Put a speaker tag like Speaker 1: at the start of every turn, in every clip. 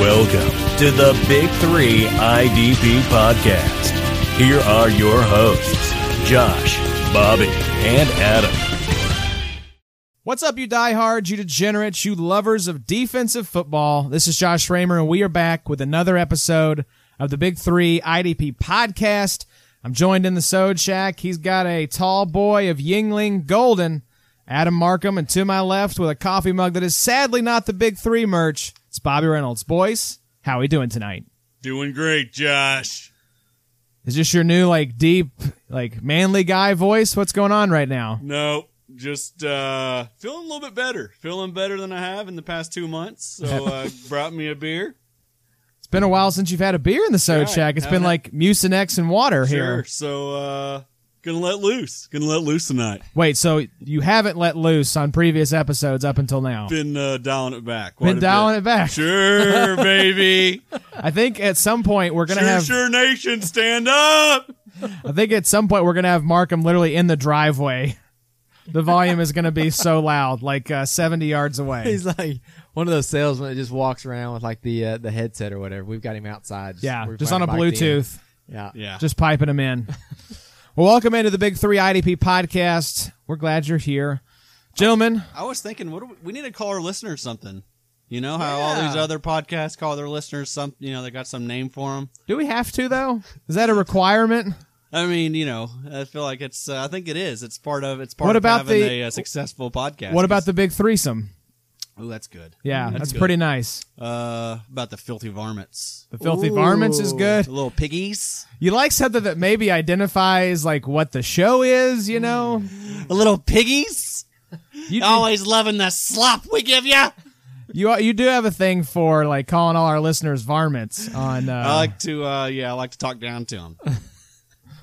Speaker 1: Welcome to the Big Three IDP Podcast. Here are your hosts, Josh, Bobby, and Adam.
Speaker 2: What's up, you diehards, you degenerates, you lovers of defensive football? This is Josh Raymer, and we are back with another episode of the Big Three IDP podcast. I'm joined in the Sode Shack. He's got a tall boy of Yingling Golden, Adam Markham, and to my left with a coffee mug that is sadly not the Big Three merch. It's Bobby Reynolds. Boys, how we doing tonight?
Speaker 3: Doing great, Josh.
Speaker 2: Is this your new like deep, like manly guy voice? What's going on right now?
Speaker 3: No, just uh, feeling a little bit better. Feeling better than I have in the past two months. So uh, brought me a beer.
Speaker 2: It's been a while since you've had a beer in the Sode
Speaker 3: Right.
Speaker 2: Shack. It's been
Speaker 3: Haven't-
Speaker 2: like Mucinex and water here.
Speaker 3: Sure. So uh, gonna let loose. Gonna let loose tonight.
Speaker 2: Wait, so you haven't let loose on previous episodes up until now?
Speaker 3: Been uh, dialing it back.
Speaker 2: Been dialing it back.
Speaker 3: Sure, baby.
Speaker 2: I think at some point we're gonna
Speaker 3: sure,
Speaker 2: have.
Speaker 3: sure, nation, stand up.
Speaker 2: I think at some point we're gonna have Markham literally in the driveway. The volume is gonna be so loud, like uh, seventy yards away.
Speaker 4: He's like one of those salesmen that just walks around with like the uh, the headset or whatever. We've got him outside.
Speaker 2: Yeah,
Speaker 4: we're
Speaker 2: just on
Speaker 4: playing
Speaker 2: a
Speaker 4: back then.
Speaker 2: Bluetooth.
Speaker 4: Yeah.
Speaker 3: Yeah.
Speaker 2: Just piping them in. well, welcome into the Big Three IDP podcast. We're glad you're here, gentlemen.
Speaker 3: I was thinking, what do we, we need to call our listeners something. You know how all these other podcasts call their listeners some. You know they got some name for them.
Speaker 2: Do we have to though? Is that a requirement?
Speaker 3: I mean, you know, I feel like it's. Uh, I think it is. It's part of. It's part
Speaker 2: What
Speaker 3: of
Speaker 2: about
Speaker 3: having
Speaker 2: the-
Speaker 3: a, uh, successful podcast.
Speaker 2: What about the Big Threesome?
Speaker 3: Oh, that's good.
Speaker 2: Yeah, that's,
Speaker 3: good.
Speaker 2: pretty nice.
Speaker 3: Uh, about the filthy varmints,
Speaker 2: The Filthy Varmints is
Speaker 4: Ooh.
Speaker 2: good.
Speaker 3: the little piggies,
Speaker 2: You like something that maybe identifies like what the show is, you know?
Speaker 3: the little piggies.
Speaker 2: You do,
Speaker 3: Always loving the slop we give you.
Speaker 2: you you do have a thing for like calling all our listeners varmints on uh,
Speaker 3: I like to, uh, yeah, I like to talk down to them.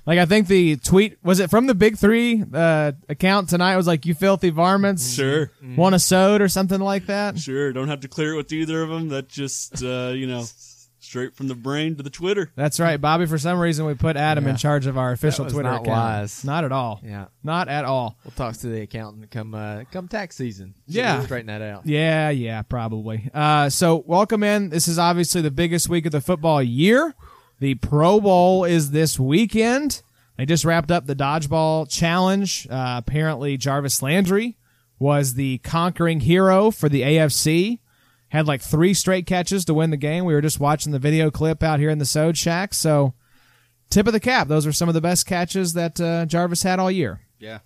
Speaker 2: like I think the tweet was it from the Big 3 uh, account tonight It was like you filthy
Speaker 4: Mm-hmm.
Speaker 2: varmints
Speaker 3: sure,
Speaker 2: want a sode or something like that.
Speaker 3: sure. Don't have to clear it with either of them. That just, uh, you know, straight from the brain to the Twitter.
Speaker 2: That's right, Bobby. For some reason, we put Adam in charge of our official
Speaker 4: was
Speaker 2: Twitter
Speaker 4: not
Speaker 2: account.
Speaker 4: wise.
Speaker 2: Not at all.
Speaker 4: Yeah.
Speaker 2: Not at all.
Speaker 4: We'll talk to the accountant come uh, come tax season. See
Speaker 2: Yeah.
Speaker 4: if we straighten that out.
Speaker 2: Yeah, yeah, probably. Uh, so welcome in. This is obviously the biggest week of the football year. The Pro Bowl is this weekend. They just wrapped up the dodgeball challenge. Uh, apparently, Jarvis Landry was the conquering hero for the AFC. Had like three straight catches to win the game. We were just watching the video clip out here in the Sode Shack. So, tip of the cap. Those are some of the best catches that uh, Jarvis had all year.
Speaker 3: Yeah,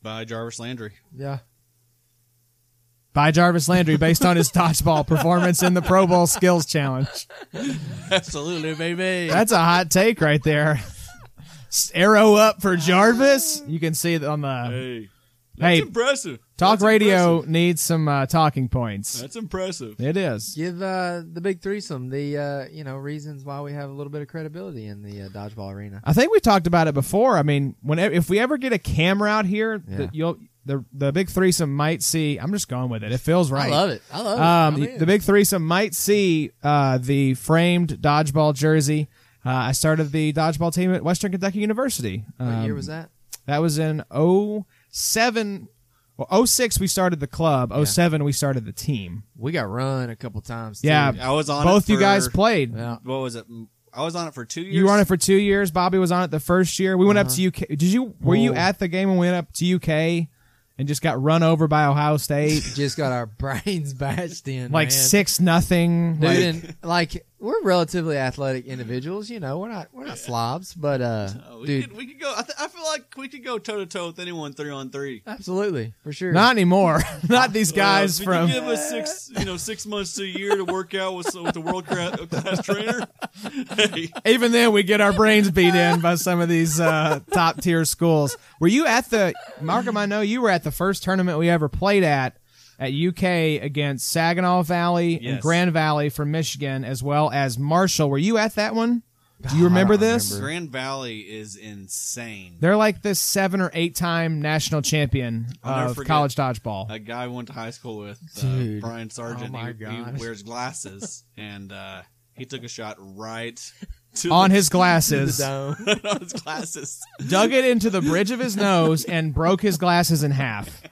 Speaker 3: by Jarvis Landry.
Speaker 4: Yeah.
Speaker 2: by Jarvis Landry based on his dodgeball performance in the Pro Bowl Skills Challenge.
Speaker 3: Absolutely, baby.
Speaker 2: That's a hot take right there. S- Arrow up for Jarvis. You can see it on the
Speaker 3: Hey, that's
Speaker 2: Hey,
Speaker 3: impressive.
Speaker 2: talk
Speaker 3: That's
Speaker 2: radio
Speaker 3: impressive.
Speaker 2: needs some uh, talking points.
Speaker 3: That's impressive.
Speaker 2: It is.
Speaker 4: Give uh, the big threesome the uh, you know reasons why we have a little bit of credibility in the uh, dodgeball arena.
Speaker 2: I think we talked about it before. I mean, whenever if we ever get a camera out here,
Speaker 4: Yeah.
Speaker 2: that you'll the the big threesome might see. I'm just going with it. It feels right.
Speaker 4: I love it. I love
Speaker 2: Um,
Speaker 4: it. I'm in.
Speaker 2: the big threesome might see uh, the framed dodgeball jersey. Uh, I started the dodgeball team at Western Kentucky University.
Speaker 4: what year
Speaker 2: Um,
Speaker 4: was that?
Speaker 2: That was in 07. Well, 06 we started the club. 07 we started the team.
Speaker 4: We got run a couple times. too.
Speaker 2: Yeah.
Speaker 3: I was on
Speaker 2: Both
Speaker 3: it
Speaker 2: you guys
Speaker 3: for-
Speaker 2: played.
Speaker 4: Yeah.
Speaker 3: What was it? I was on it for two years.
Speaker 2: You were on it for two years. Bobby was on it the first year. We went
Speaker 3: Uh-huh.
Speaker 2: up to UK. Did you? Were you
Speaker 4: Whoa.
Speaker 2: at the game when we went up to UK and just got run over by Ohio State,
Speaker 4: Just got our brains bashed in.
Speaker 2: like
Speaker 4: man.
Speaker 2: six nothing?
Speaker 4: Dude,
Speaker 2: Like,
Speaker 4: and like we're relatively athletic individuals, you know. We're not we're not slobs, but uh,
Speaker 3: Uh, we
Speaker 4: dude,
Speaker 3: could we could go. I, th- I feel like we could go toe to toe with anyone three on three.
Speaker 4: absolutely for sure.
Speaker 2: not anymore. Not these guys
Speaker 3: Uh,
Speaker 2: from.
Speaker 3: Could you give us six, you know, six months to a year to work out with, with a world cra- class trainer. Hey,
Speaker 2: Even then, we get our brains beat in by some of these uh, top tier schools. Were you at the Markham? I know you were at the first tournament we ever played at at UK against Saginaw Valley and
Speaker 3: Yes.
Speaker 2: Grand Valley from Michigan, as well as Marshall. Were you at that one? Do you remember
Speaker 4: I don't
Speaker 2: this?
Speaker 4: remember.
Speaker 3: Grand Valley is insane.
Speaker 2: They're like this seven or eight time national champion
Speaker 3: I'll never
Speaker 2: of
Speaker 3: forget.
Speaker 2: college dodgeball.
Speaker 3: A guy I went to high school with, uh,
Speaker 4: Dude.
Speaker 3: Brian Sargent.
Speaker 4: Oh my
Speaker 3: he, he
Speaker 4: gosh.
Speaker 3: wears glasses, and uh, he took a shot right to
Speaker 2: on
Speaker 3: the-
Speaker 2: his glasses,
Speaker 4: Dome.
Speaker 3: on his glasses.
Speaker 2: dug it into the bridge of his nose, and broke his glasses in half.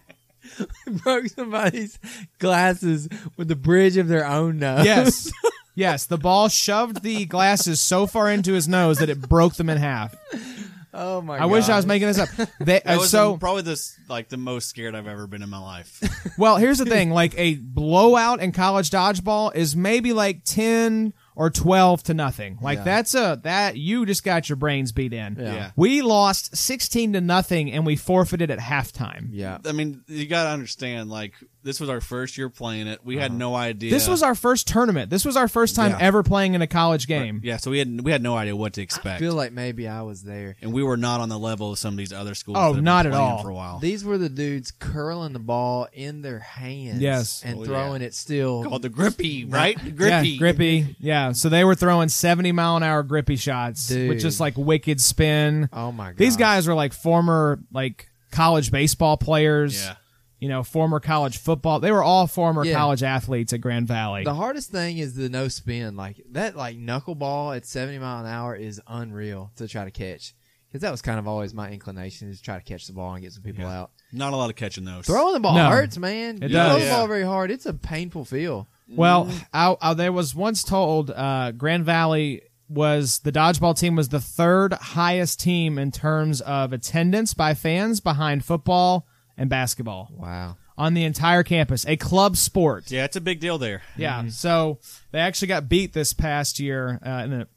Speaker 4: broke somebody's glasses with the bridge of their own nose.
Speaker 2: Yes. Yes, the ball shoved the glasses so far into his nose that it broke them in half.
Speaker 4: Oh my!
Speaker 2: I wish I was making this up. They,
Speaker 3: That
Speaker 2: uh,
Speaker 3: was
Speaker 2: so
Speaker 3: probably the s- like the most scared I've ever been in my life.
Speaker 2: Well, here's the thing: like a blowout in college dodgeball is maybe like ten or twelve to nothing. Like
Speaker 4: Yeah.
Speaker 2: that's a that you just got your brains beat in.
Speaker 3: Yeah.
Speaker 2: We lost sixteen to nothing, and we forfeited at halftime.
Speaker 4: Yeah.
Speaker 3: I mean, you got to understand. Like, this was our first year playing it. We had no idea.
Speaker 2: This was our first tournament. This was our first time
Speaker 3: Yeah.
Speaker 2: ever playing in a college game.
Speaker 3: yeah. So we had we had no idea what to expect,
Speaker 4: feel like maybe I was there.
Speaker 3: and we were not on the level of some of these other schools.
Speaker 2: Oh,
Speaker 3: that have been
Speaker 2: not at
Speaker 3: playing
Speaker 2: all.
Speaker 3: For a while,
Speaker 4: These were the dudes curling the ball in their hands,
Speaker 2: Yes.
Speaker 4: and
Speaker 3: Oh, yeah.
Speaker 4: throwing it still.
Speaker 3: called the grippy, right?
Speaker 2: Yeah,
Speaker 3: Grippy,
Speaker 2: grippy. Yeah, so they were throwing seventy mile an hour grippy shots with
Speaker 4: Dude.
Speaker 2: just like wicked spin.
Speaker 4: oh my god!
Speaker 2: These guys were like former like college baseball players.
Speaker 3: Yeah.
Speaker 2: You know, former college football. They were all former
Speaker 4: Yeah.
Speaker 2: college athletes at Grand Valley.
Speaker 4: The hardest thing is the no spin. Like that, like knuckleball at seventy mile an hour is unreal to try to catch. Because that was kind of always my inclination is try to catch the ball and get some people out.
Speaker 3: Not a lot of catching those.
Speaker 4: Throwing the ball
Speaker 2: No.
Speaker 4: hurts, man.
Speaker 2: It
Speaker 4: you throw
Speaker 2: does.
Speaker 4: the
Speaker 3: Yeah.
Speaker 4: ball very hard. It's a painful feel.
Speaker 2: well, I, I there was once told uh, Grand Valley was the dodgeball team was the third highest team in terms of attendance by fans behind football and basketball
Speaker 4: Wow.
Speaker 2: on the entire campus, a club sport.
Speaker 3: Yeah, it's a big deal there.
Speaker 2: Yeah. So they actually got beat this past year uh, in the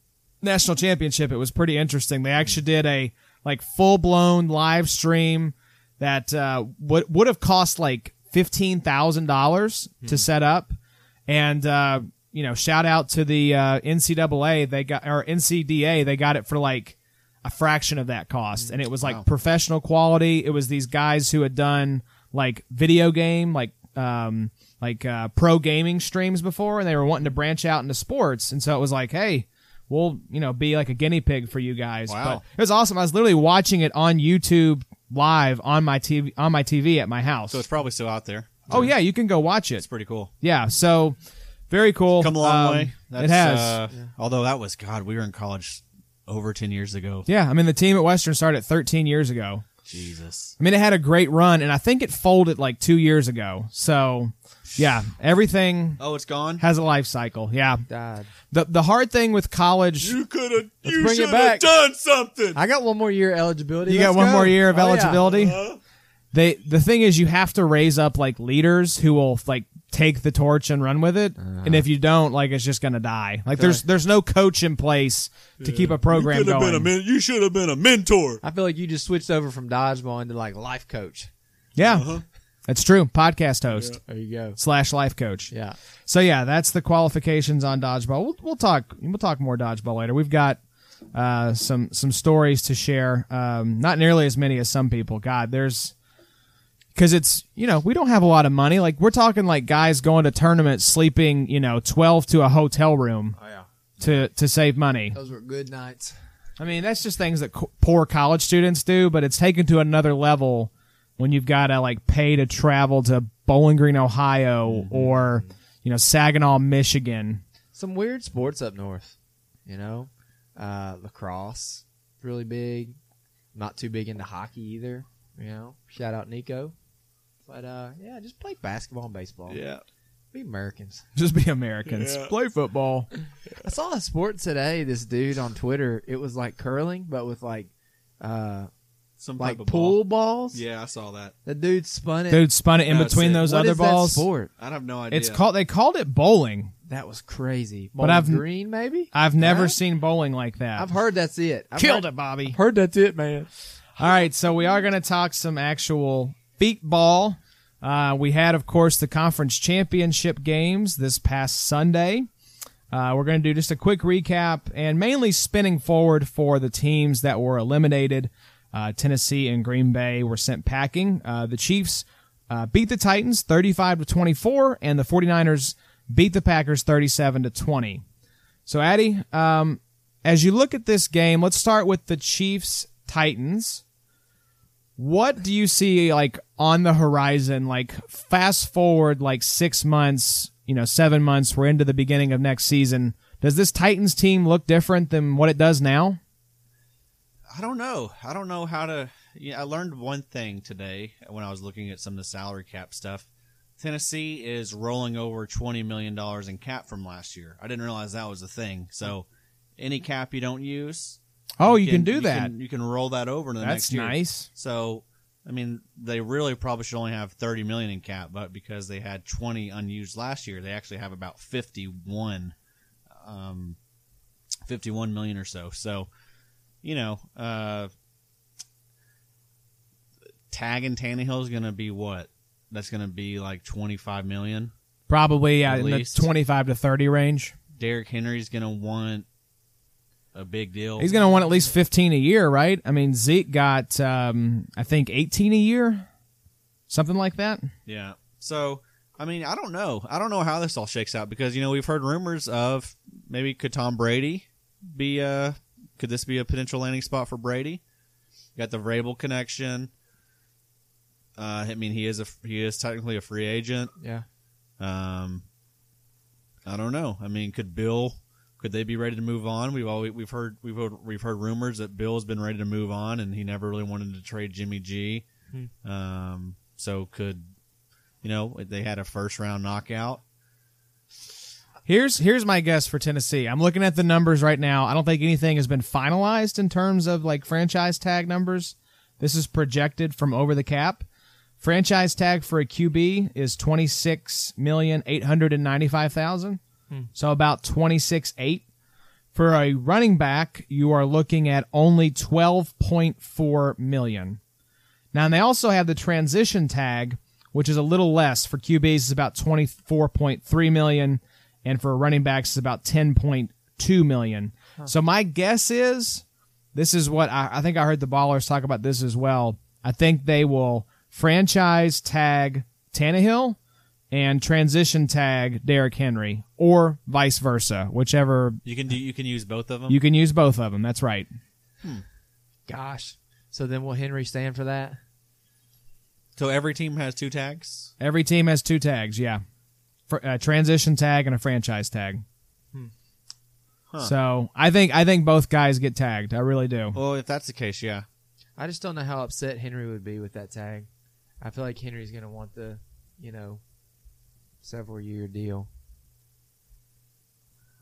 Speaker 2: national championship. It was pretty interesting. They actually did a like full blown live stream that uh, would would have cost like fifteen thousand dollars to set up, and uh, you know shout out to the uh, NCAA they got or NCDA they got it for like a fraction of that cost, and it was like professional quality. It was these guys who had done like video game like um like uh, pro gaming streams before, and they were wanting to branch out into sports, and so it was like hey. We'll, you know, be like a guinea pig for you guys.
Speaker 3: Wow.
Speaker 2: But it was awesome. I was literally watching it on YouTube live on my TV on my TV at my house.
Speaker 3: So it's probably still out there.
Speaker 2: oh yeah, you can go watch it.
Speaker 3: It's pretty cool.
Speaker 2: Yeah, so very cool.
Speaker 3: Come a long
Speaker 2: Um,
Speaker 3: way.
Speaker 2: it has.
Speaker 3: uh, Although that was God, we were in college over ten years ago.
Speaker 2: yeah, I mean the team at Western started 13 years ago.
Speaker 3: Jesus.
Speaker 2: I mean it had a great run, and I think it folded like two years ago. So yeah, everything
Speaker 3: Oh, it's gone.
Speaker 2: has a life cycle. Yeah,
Speaker 4: Died.
Speaker 2: the the hard thing with college.
Speaker 3: You could have.
Speaker 4: Let's
Speaker 3: You
Speaker 4: bring it
Speaker 3: should have
Speaker 4: back.
Speaker 3: done something.
Speaker 4: I got one more year eligibility.
Speaker 2: You
Speaker 4: Let's
Speaker 2: got one
Speaker 4: go.
Speaker 2: more year of
Speaker 4: Oh, yeah.
Speaker 2: eligibility.
Speaker 3: Uh,
Speaker 2: They the thing is you have to raise up like leaders who will like take the torch and run with it. And if you don't, like it's just gonna die. Like there's there's no coach in place to keep a program
Speaker 3: you could have
Speaker 2: going.
Speaker 3: been a men- You should have been a mentor.
Speaker 4: I feel like you just switched over from dodgeball into like life coach.
Speaker 2: Yeah, that's true. Podcast host
Speaker 4: There you go.
Speaker 2: slash life coach.
Speaker 4: Yeah.
Speaker 2: So yeah, that's the qualifications on dodgeball. We'll, we'll talk. We'll talk more dodgeball later. We've got uh, some some stories to share. Um, not nearly as many as some people. God, there's because it's you know we don't have a lot of money. Like we're talking like guys going to tournaments, sleeping you know twelve to a hotel room
Speaker 4: Oh yeah.
Speaker 2: to to save money.
Speaker 4: Those were good nights.
Speaker 2: I mean that's just things that co- poor college students do, but it's taken to another level when you've got to like pay to travel to Bowling Green, Ohio, or you know Saginaw, Michigan.
Speaker 4: Some weird sports up north. You know, uh, lacrosse, really big. Not too big into hockey either. You know, shout out Nico. But uh, yeah, just play basketball and baseball.
Speaker 3: Yeah.
Speaker 4: Be Americans.
Speaker 2: Just be Americans.
Speaker 3: Yeah.
Speaker 2: Play football.
Speaker 4: I saw a sport today. This dude on Twitter. It was like curling, but with like, uh,
Speaker 3: Some
Speaker 4: like
Speaker 3: type of
Speaker 4: pool
Speaker 3: Ball.
Speaker 4: balls.
Speaker 3: Yeah, I saw that.
Speaker 4: The dude spun it.
Speaker 2: Dude spun it in
Speaker 3: That's
Speaker 2: between
Speaker 3: it.
Speaker 2: those
Speaker 4: What
Speaker 2: other
Speaker 4: is that
Speaker 2: balls.
Speaker 4: sport?
Speaker 3: I have no idea.
Speaker 2: It's called they called it bowling.
Speaker 4: That was crazy.
Speaker 2: But
Speaker 4: But
Speaker 2: I've-
Speaker 4: I've green maybe.
Speaker 2: I've never
Speaker 4: Huh?
Speaker 2: seen bowling like that.
Speaker 4: I've heard that's it. I've
Speaker 2: killed
Speaker 4: heard,
Speaker 2: it, Bobby.
Speaker 4: Heard that's it, man.
Speaker 2: All right, so we are going to talk some actual feet ball. Uh, we had, of course, the conference championship games this past Sunday. Uh, we're going to do just a quick recap and mainly spinning forward for the teams that were eliminated. Uh, Tennessee and Green Bay were sent packing. Uh, the Chiefs uh, beat the Titans 35 to 24, and the 49ers beat the Packers 37 to 20. So, Addy, um, as you look at this game, let's start with the Chiefs Titans. What do you see like on the horizon? Like fast forward like six months, you know, seven months. We're into the beginning of next season. Does this Titans team look different than what it does now?
Speaker 3: I don't know. I don't know how to. Yeah, I learned one thing today when I was looking at some of the salary cap stuff. Tennessee is rolling over twenty million dollars in cap from last year. I didn't realize that was a thing. So any cap you don't use,
Speaker 2: Oh, you, can, do
Speaker 3: you
Speaker 2: that.
Speaker 3: you can roll that over to the next
Speaker 2: That's
Speaker 3: year.
Speaker 2: nice.
Speaker 3: So, I mean, they really probably should only have 30 million in cap, but because they had 20 unused last year, they actually have about 51, um, 51 million or so. So, you know, uh, tagging Tannehill is going to be what? That's going to be like 25 million.
Speaker 2: Probably yeah,
Speaker 3: At
Speaker 2: in
Speaker 3: least.
Speaker 2: the twenty-five to thirty range.
Speaker 3: Derrick Henry's going to want a big deal.
Speaker 2: He's going to want at least fifteen a year, right? I mean, Zeke got um, I think eighteen a year, something like that.
Speaker 3: Yeah. So, I mean, I don't know. I don't know how this all shakes out because you know we've heard rumors of maybe could Tom Brady be uh could this be a potential landing spot for Brady? got the Vrabel connection. Uh, I mean, he is a he is technically a free agent.
Speaker 4: Yeah.
Speaker 3: Um, I don't know. I mean, could Bill? Could they be ready to move on? We've always we've heard we've heard, we've heard rumors that Bill's been ready to move on, and he never really wanted to trade Jimmy G. Um, so could you know they had a first round knockout?
Speaker 2: Here's here's my guess for Tennessee. I'm looking at the numbers right now. I don't think anything has been finalized in terms of like franchise tag numbers. This is projected from over the cap. Franchise tag for a QB is twenty six million eight hundred and ninety five thousand. So about twenty six eight. For a running back, you are looking at only twelve point four million. Now, and they also have the transition tag, which is a little less for QBs. It's about twenty four point three million, and for running backs, it's about ten point two million. So my guess is this is what I, I think I heard the ballers talk about this as well. I think they will franchise tag Tannehill and transition tag Derrick Henry, or vice versa, whichever
Speaker 3: You can do you can use both of them.
Speaker 2: you can use both of them. That's right.
Speaker 4: Gosh. So then will Henry stand for that?
Speaker 3: so every team has two tags.
Speaker 2: Every team has two tags, yeah. Fr a transition tag and a franchise tag. So I think I think both guys get tagged. I really do.
Speaker 3: Well, if that's the case, yeah.
Speaker 4: I just don't know how upset Henry would be with that tag. I feel like Henry's going to want the, you know, several year deal.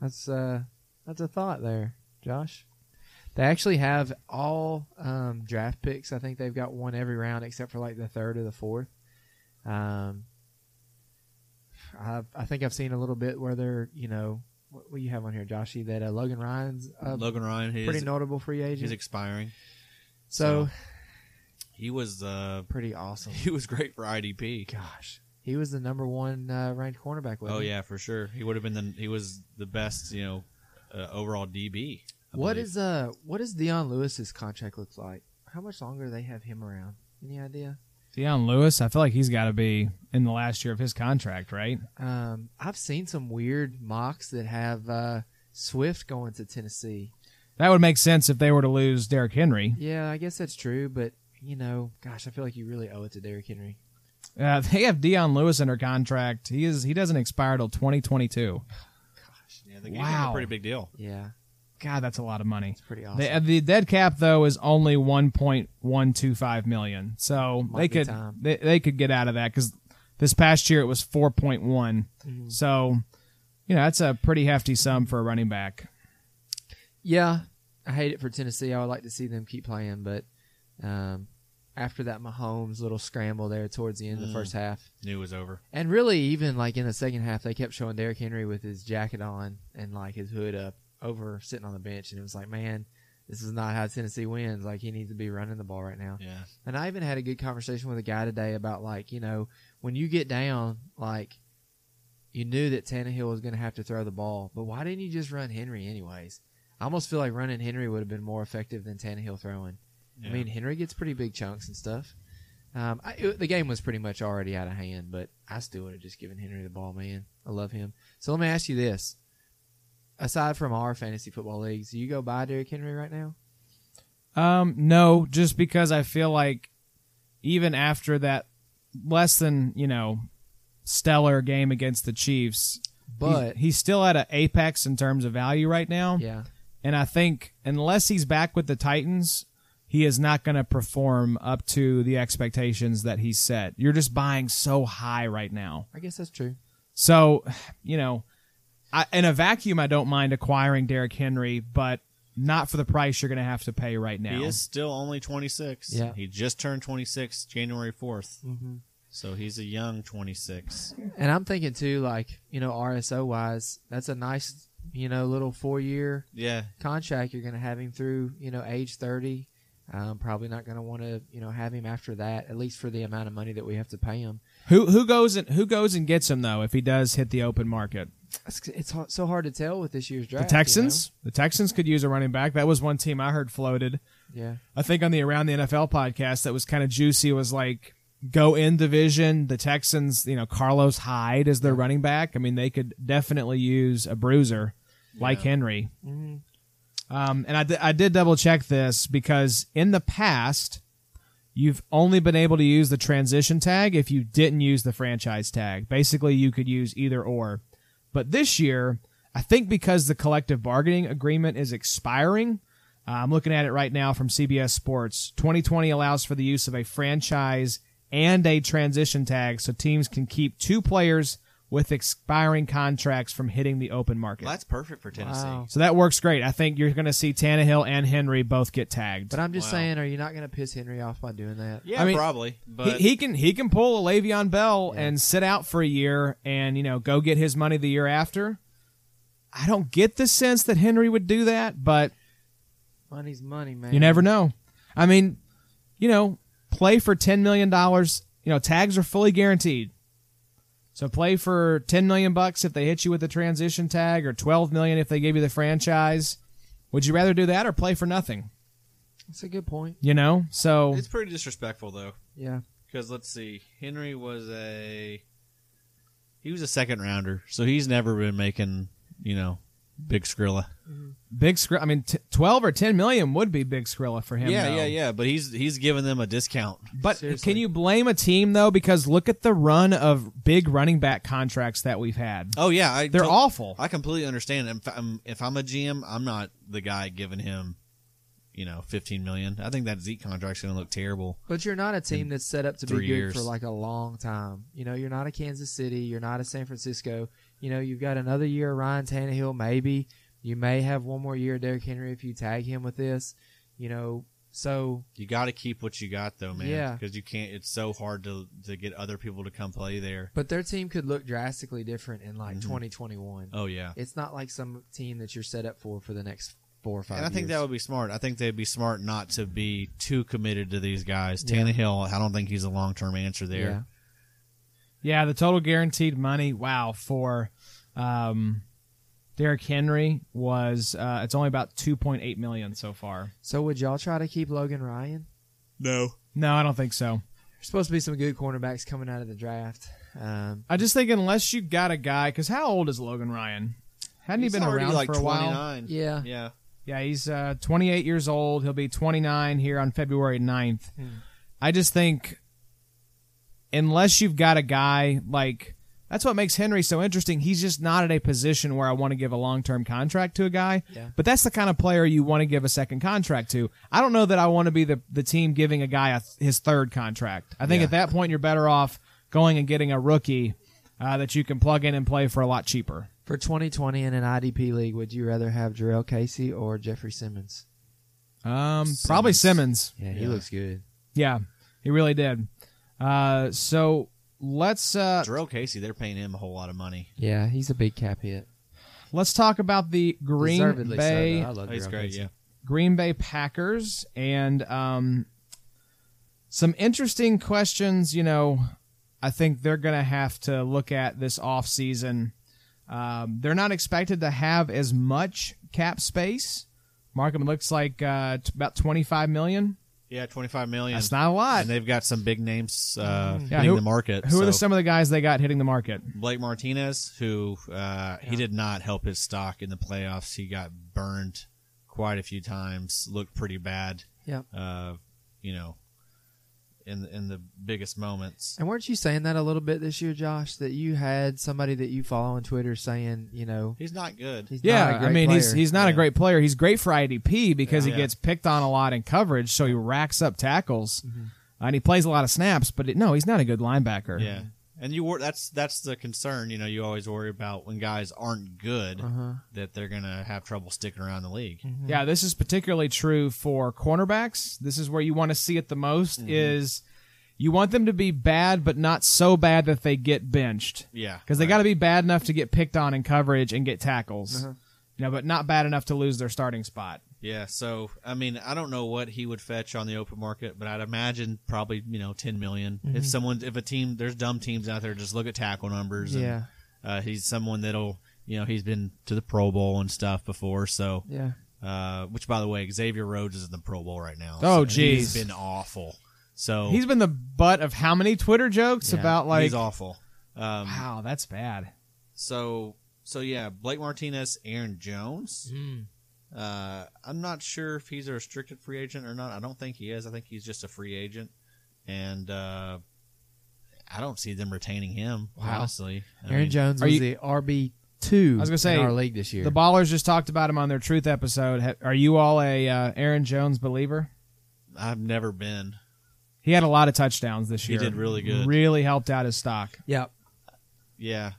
Speaker 4: That's uh that's a thought there, Josh. They actually have all um, draft picks. I think they've got one every round except for like the third or the fourth. Um, I've, I think I've seen a little bit where they're, you know, what, what you have on here, Joshy, that uh, Logan Ryan's a
Speaker 3: Logan Ryan,
Speaker 4: Uh, pretty
Speaker 3: he's,
Speaker 4: notable free agent.
Speaker 3: he's expiring.
Speaker 4: so
Speaker 3: He was uh
Speaker 4: pretty awesome.
Speaker 3: he was great for IDP.
Speaker 4: Gosh, he was the number one uh, ranked cornerback. Wasn't
Speaker 3: Oh
Speaker 4: he?
Speaker 3: yeah, for sure. He would have been the he was the best, you know, uh, overall DB. I
Speaker 4: What
Speaker 3: believe.
Speaker 4: is uh what does Deion Lewis's contract look like? How much longer do they have him around? Any idea?
Speaker 2: Deion Lewis, I feel like he's got to be in the last year of his contract, right?
Speaker 4: Um, I've seen some weird mocks that have uh, Swift going to Tennessee.
Speaker 2: That would make sense if they were to lose Derrick Henry.
Speaker 4: Yeah, I guess that's true, but you know, gosh, I feel like you really owe it to Derrick Henry.
Speaker 2: Uh, they have Deion Lewis under contract. He is he doesn't expire till 2022.
Speaker 3: Yeah, they gave him a
Speaker 2: Wow.
Speaker 3: pretty big deal.
Speaker 4: Yeah,
Speaker 2: God, that's a lot of money.
Speaker 4: it's pretty awesome.
Speaker 2: The, the dead cap though is only 1.125 million. So
Speaker 4: Might
Speaker 2: they
Speaker 4: be
Speaker 2: could
Speaker 4: time.
Speaker 2: they, they could get out of that cuz this past year it was 4one
Speaker 4: Mm-hmm.
Speaker 2: So you know, that's a pretty hefty sum for a running back.
Speaker 4: Yeah, I hate it for Tennessee. I would like to see them keep playing, but um, after that Mahomes little scramble there towards the end of the
Speaker 3: Mm.
Speaker 4: first half,
Speaker 3: Knew it was over.
Speaker 4: And really, even like in the second half, they kept showing Derrick Henry with his jacket on and like his hood up over sitting on the bench. And it was like, man, this is not how Tennessee wins. Like, he needs to be running the ball right now.
Speaker 3: Yeah.
Speaker 4: And I even had a good conversation with a guy today about like, you know, when you get down, like, you knew that Tannehill was going to have to throw the ball, but why didn't you just run Henry anyways? I almost feel like running Henry would have been more effective than Tannehill throwing.
Speaker 3: yeah.
Speaker 4: I mean, Henry gets pretty big chunks and stuff. Um, I, it- the game was pretty much already out of hand, but I still would have just given Henry the ball, man. I love him. So let me ask you this: aside from our fantasy football leagues, do you go buy Derrick Henry right now?
Speaker 2: Um no, just because I feel like even after that less than, you know, stellar game against the Chiefs,
Speaker 4: But
Speaker 2: he's, he's still at an apex in terms of value right now.
Speaker 4: yeah,
Speaker 2: And I think unless he's back with the Titans, he is not going to perform up to the expectations that he set. You're just buying so high right now.
Speaker 4: I guess that's true.
Speaker 2: So, you know, I, in a vacuum, I don't mind acquiring Derrick Henry, but not for the price you're going to have to pay right now.
Speaker 3: He is still only 26.
Speaker 4: Yeah.
Speaker 3: He just turned 26 January 4th. So he's a young 26.
Speaker 4: And I'm thinking too, like you know, RSO wise, that's a nice you know little four year
Speaker 3: Yeah.
Speaker 4: contract you're going to have him through you know age 30 um, probably not going to want to you know have him after that at least for the amount of money that we have to pay him
Speaker 2: Who who goes and who goes and gets him though if he does hit the open market?
Speaker 4: it's, it's ho- so hard to tell with this year's
Speaker 2: The
Speaker 4: draft
Speaker 2: Texans, the Texans could use a running back. That was one team I heard floated.
Speaker 4: you know? yeah
Speaker 2: I think on the Around the NFL podcast that was kind of juicy was like go in division. The Texans, you know, Carlos Hyde is their running back. I mean, they could definitely use a bruiser like Henry. Um, and I di- I did double check this because in the past, you've only been able to use the transition tag if you didn't use the franchise tag. Basically, you could use either or. But this year, I think because the collective bargaining agreement is expiring, uh, I'm looking at it right now from CBS Sports. 2020 allows for the use of a franchise and a transition tag so teams can keep two players with expiring contracts from hitting the open market.
Speaker 3: Well, that's perfect for Tennessee.
Speaker 4: Wow.
Speaker 2: So that works great. I think you're going to see Tannehill and Henry both get tagged.
Speaker 4: but i'm just
Speaker 3: Wow.
Speaker 4: saying are you not going to piss henry off by doing that
Speaker 3: Yeah,
Speaker 2: I mean,
Speaker 3: probably. But
Speaker 2: he, he can he can pull a Le'Veon Bell
Speaker 4: Yeah.
Speaker 2: and sit out for a year and you know go get his money the year after. I don't get the sense that Henry would do that, but
Speaker 4: money's money man
Speaker 2: you never know. I mean, you know, play for ten million dollars. You know, tags are fully guaranteed. So play for ten million bucks if they hit you with the transition tag, or twelve million if they give you the franchise. Would you rather do that or play for nothing?
Speaker 4: that's a good point
Speaker 2: You know, so
Speaker 3: it's pretty disrespectful, though.
Speaker 4: yeah
Speaker 3: Because let's see, Henry was a he was a second rounder, so he's never been making you know big Skrilla.
Speaker 2: big Skrilla. I mean, t- twelve or ten million would be big Skrilla for him.
Speaker 3: yeah,
Speaker 2: though.
Speaker 3: yeah, yeah. But he's he's giving them a discount.
Speaker 2: But
Speaker 4: Seriously.
Speaker 2: can you blame a team though? Because look at the run of big running back contracts that we've had.
Speaker 3: Oh yeah, I,
Speaker 2: They're
Speaker 3: to-
Speaker 2: awful.
Speaker 3: I completely understand. If I'm, if I'm a GM, I'm not the guy giving him you know 15 million. I think that Zeke contract's going to look terrible.
Speaker 4: but you're not a team that's set up to be
Speaker 3: three
Speaker 4: good
Speaker 3: years.
Speaker 4: for like a long time. You know, you're not a Kansas City, you're not a San Francisco. You know, you've got another year of Ryan Tannehill, maybe. You may have one more year of Derrick Henry if you tag him with this. You know, so
Speaker 3: You got to keep what you got though, man.
Speaker 4: Yeah.
Speaker 3: because you can't. It's so hard to to get other people to come play there.
Speaker 4: but their team could look drastically different in like
Speaker 3: Mhm.
Speaker 4: 2021.
Speaker 3: Oh yeah.
Speaker 4: It's not like some team that you're set up for for the next four or five.
Speaker 3: And I think
Speaker 4: years.
Speaker 3: that would be smart. I think they'd be smart not to be too committed to these guys.
Speaker 4: Yeah.
Speaker 3: Tannehill, I don't think he's a long term answer there.
Speaker 4: Yeah.
Speaker 2: yeah, the total guaranteed money. Wow, for um, Derrick Henry was uh, it's only about two point eight million so far.
Speaker 4: So would y'all try to keep Logan Ryan?
Speaker 3: No.
Speaker 2: No, I don't think so.
Speaker 4: There's supposed to be some good cornerbacks coming out of the draft. Um,
Speaker 2: I just think unless you got a guy, because how old is Logan Ryan? Hadn't he been around for a while?
Speaker 4: yeah,
Speaker 3: Yeah.
Speaker 2: Yeah, he's uh, 28 years old. He'll be 29 here on February 9th.
Speaker 4: Hmm.
Speaker 2: I just think, unless you've got a guy like that's what makes Henry so interesting. He's just not at a position where I want to give a long term contract to a guy.
Speaker 4: Yeah.
Speaker 2: But that's the kind of player you want to give a second contract to. I don't know that I want to be the, the team giving a guy a, his third contract. I think
Speaker 3: Yeah.
Speaker 2: at that point, you're better off going and getting a rookie uh, that you can plug in and play for a lot cheaper.
Speaker 4: For 2020 in an IDP league, would you rather have Jarrell Casey or Jeffrey Simmons?
Speaker 2: Um, Probably Simmons.
Speaker 4: Yeah,
Speaker 3: he looks
Speaker 4: good.
Speaker 2: Yeah, he really did. Uh, so let's uh,
Speaker 3: Jarrell Casey, they're paying him a whole lot of money.
Speaker 4: Yeah, he's a big cap hit.
Speaker 2: let's talk about the Green
Speaker 4: Deservedly so,
Speaker 2: Bay
Speaker 4: though. I love
Speaker 3: He's
Speaker 4: Jarrell
Speaker 3: great,
Speaker 4: Casey.
Speaker 3: yeah.
Speaker 2: Green Bay Packers and um, some interesting questions. You know, I think they're going to have to look at this off season. Um, they're not expected to have as much cap space. Markham looks like uh, t- about twenty five million.
Speaker 3: Yeah, 25 million.
Speaker 2: That's not a lot.
Speaker 3: and they've got some big names uh,
Speaker 2: Yeah,
Speaker 3: hitting
Speaker 2: who-
Speaker 3: the market.
Speaker 2: Who are the,
Speaker 3: so-
Speaker 2: some of the guys they got hitting the market?
Speaker 3: Blake Martinez, who uh, he did not help his stock in the playoffs. He got burned quite a few times. Looked pretty bad.
Speaker 4: Yep.
Speaker 3: Uh, you know, in in the biggest moments.
Speaker 4: And weren't you saying that a little bit this year, Josh? That you had somebody that you follow on Twitter saying, you know,
Speaker 3: He's not good.
Speaker 4: he's
Speaker 2: Yeah,
Speaker 4: not a great
Speaker 2: I mean he's
Speaker 4: player.
Speaker 2: he's not a
Speaker 3: Yeah.
Speaker 2: great player. He's great for IDP because
Speaker 3: Yeah.
Speaker 2: he gets picked on a lot in coverage, so he racks up tackles
Speaker 4: Mm-hmm.
Speaker 2: and he plays a lot of snaps. But it, no, he's not a good linebacker.
Speaker 3: Yeah, and you wor- that's that's the concern. You know, you always worry about when guys aren't good
Speaker 4: Uh-huh.
Speaker 3: that they're gonna have trouble sticking around the league.
Speaker 2: Yeah, this is particularly true for cornerbacks. This is where you want to see it the most is you want them to be bad but not so bad that they get benched.
Speaker 3: Yeah,
Speaker 2: Cuz they
Speaker 3: right.
Speaker 2: got to be bad enough to get picked on in coverage and get tackles. You know, but not bad enough to lose their starting spot.
Speaker 3: Yeah, so I mean, I don't know what he would fetch on the open market, but I'd imagine probably you know ten million.
Speaker 2: Mm-hmm.
Speaker 3: If someone, if a team, there's dumb teams out there, just look at tackle numbers. and,
Speaker 4: Yeah.
Speaker 3: uh, he's someone that'll you know he's been to the Pro Bowl and stuff before. So,
Speaker 4: Yeah.
Speaker 3: uh, which by the way, Xavier Rhodes is in the Pro Bowl right now.
Speaker 2: Oh,
Speaker 3: so he's
Speaker 2: jeez.
Speaker 3: been awful. So
Speaker 2: He's been the butt of how many Twitter jokes
Speaker 4: Yeah,
Speaker 2: about like
Speaker 3: Oh. he's awful. Um,
Speaker 2: wow, that's bad.
Speaker 3: So so yeah, Blake Martinez, Aaron Jones.
Speaker 4: Mm.
Speaker 3: Uh, I'm not sure if he's a restricted free agent or not. I don't think he is. I think he's just a free agent, and uh, I don't see them retaining him.
Speaker 4: Wow.
Speaker 3: Honestly, I
Speaker 4: Aaron
Speaker 3: mean,
Speaker 4: Jones
Speaker 2: are
Speaker 4: was
Speaker 2: you-
Speaker 4: the RB two.
Speaker 2: I was gonna say,
Speaker 4: in our league this year.
Speaker 2: The ballers just talked about him on their truth episode. Ha- Are you all a uh, Aaron Jones believer?
Speaker 3: I've never been.
Speaker 2: He had a lot of touchdowns this
Speaker 3: He
Speaker 2: year.
Speaker 3: did really good.
Speaker 2: Really helped out his stock.
Speaker 4: yeah,
Speaker 3: Yeah,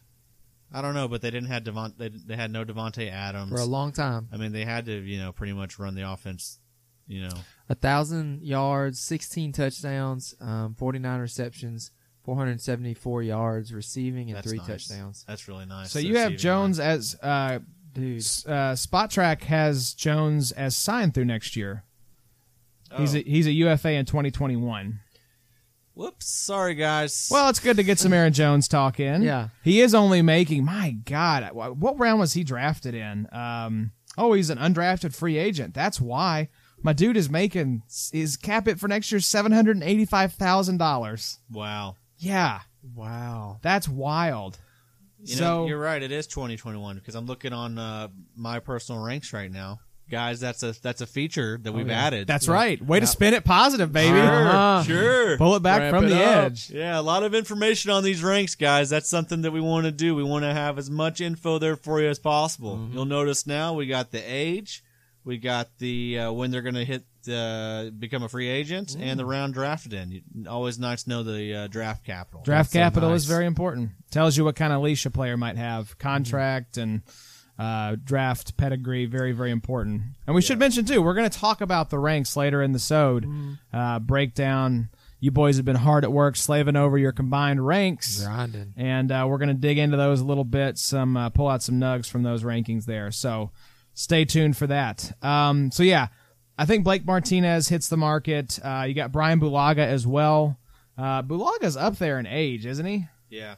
Speaker 3: I don't know, but they didn't have Devon. They, they had no Devonte Adams.
Speaker 4: for a long time,
Speaker 3: I mean, they had to you know pretty much run the offense. You know,
Speaker 4: a thousand yards, sixteen touchdowns, um, forty nine receptions, four hundred seventy four yards receiving, and
Speaker 3: that's
Speaker 4: three
Speaker 3: nice.
Speaker 4: touchdowns.
Speaker 3: That's really nice.
Speaker 2: So you have
Speaker 3: receiving
Speaker 2: Jones as uh,
Speaker 4: Dude,
Speaker 2: s- uh, Spot Track has Jones as signed through next year.
Speaker 3: line.
Speaker 2: He's a,
Speaker 3: Oh.
Speaker 2: he's a UFA in 2021.
Speaker 3: whoops. Sorry guys.
Speaker 2: Well, it's good to get some Aaron Jones talk in.
Speaker 4: Yeah.
Speaker 2: he is only making my God. wh- What round was he drafted in? Um, oh, he's an undrafted free agent. That's why my dude is making his cap it for next year seven hundred and eighty five thousand dollars.
Speaker 3: wow.
Speaker 2: Yeah,
Speaker 4: wow.
Speaker 2: that's wild.
Speaker 3: You
Speaker 2: so
Speaker 3: know, you're right. It is 2021 because I'm looking on uh, my personal ranks right now, guys. That's a that's a feature that we've added.
Speaker 2: Oh, that's right. Way to spin it positive, baby.
Speaker 3: sure,
Speaker 4: Uh-huh.
Speaker 3: sure.
Speaker 2: Pull it back
Speaker 4: Wrap
Speaker 2: from
Speaker 4: it
Speaker 2: the
Speaker 4: up.
Speaker 2: edge.
Speaker 3: Yeah, a lot of information on these ranks, guys. That's something that we want to do. We want to have as much info there for you as possible.
Speaker 2: Mm-hmm.
Speaker 3: You'll notice now we got the age, we got the uh, when they're going to hit uh, become a free agent, and
Speaker 2: Mm.
Speaker 3: the round drafted in. You- Always nice to know the uh, draft capital.
Speaker 2: Draft
Speaker 4: so
Speaker 2: capital is
Speaker 4: nice.
Speaker 2: very important. Tells you what kind of leash a player might have, contract and uh, draft pedigree. Very, very important. And we should mention too, we're going to talk about the ranks later in the sode
Speaker 4: Mm-hmm.
Speaker 2: uh, breakdown. You boys have been hard at work slaving over your combined ranks,
Speaker 4: Grinding.
Speaker 2: and uh, we're going to dig into those a little bit. Some uh, pull out some nugs from those rankings there. So stay tuned for that. Um, so yeah, I think Blake Martinez hits the market. Uh, you got Brian Bulaga as well. Uh, Bulaga's up there in age, isn't he?
Speaker 3: Yeah.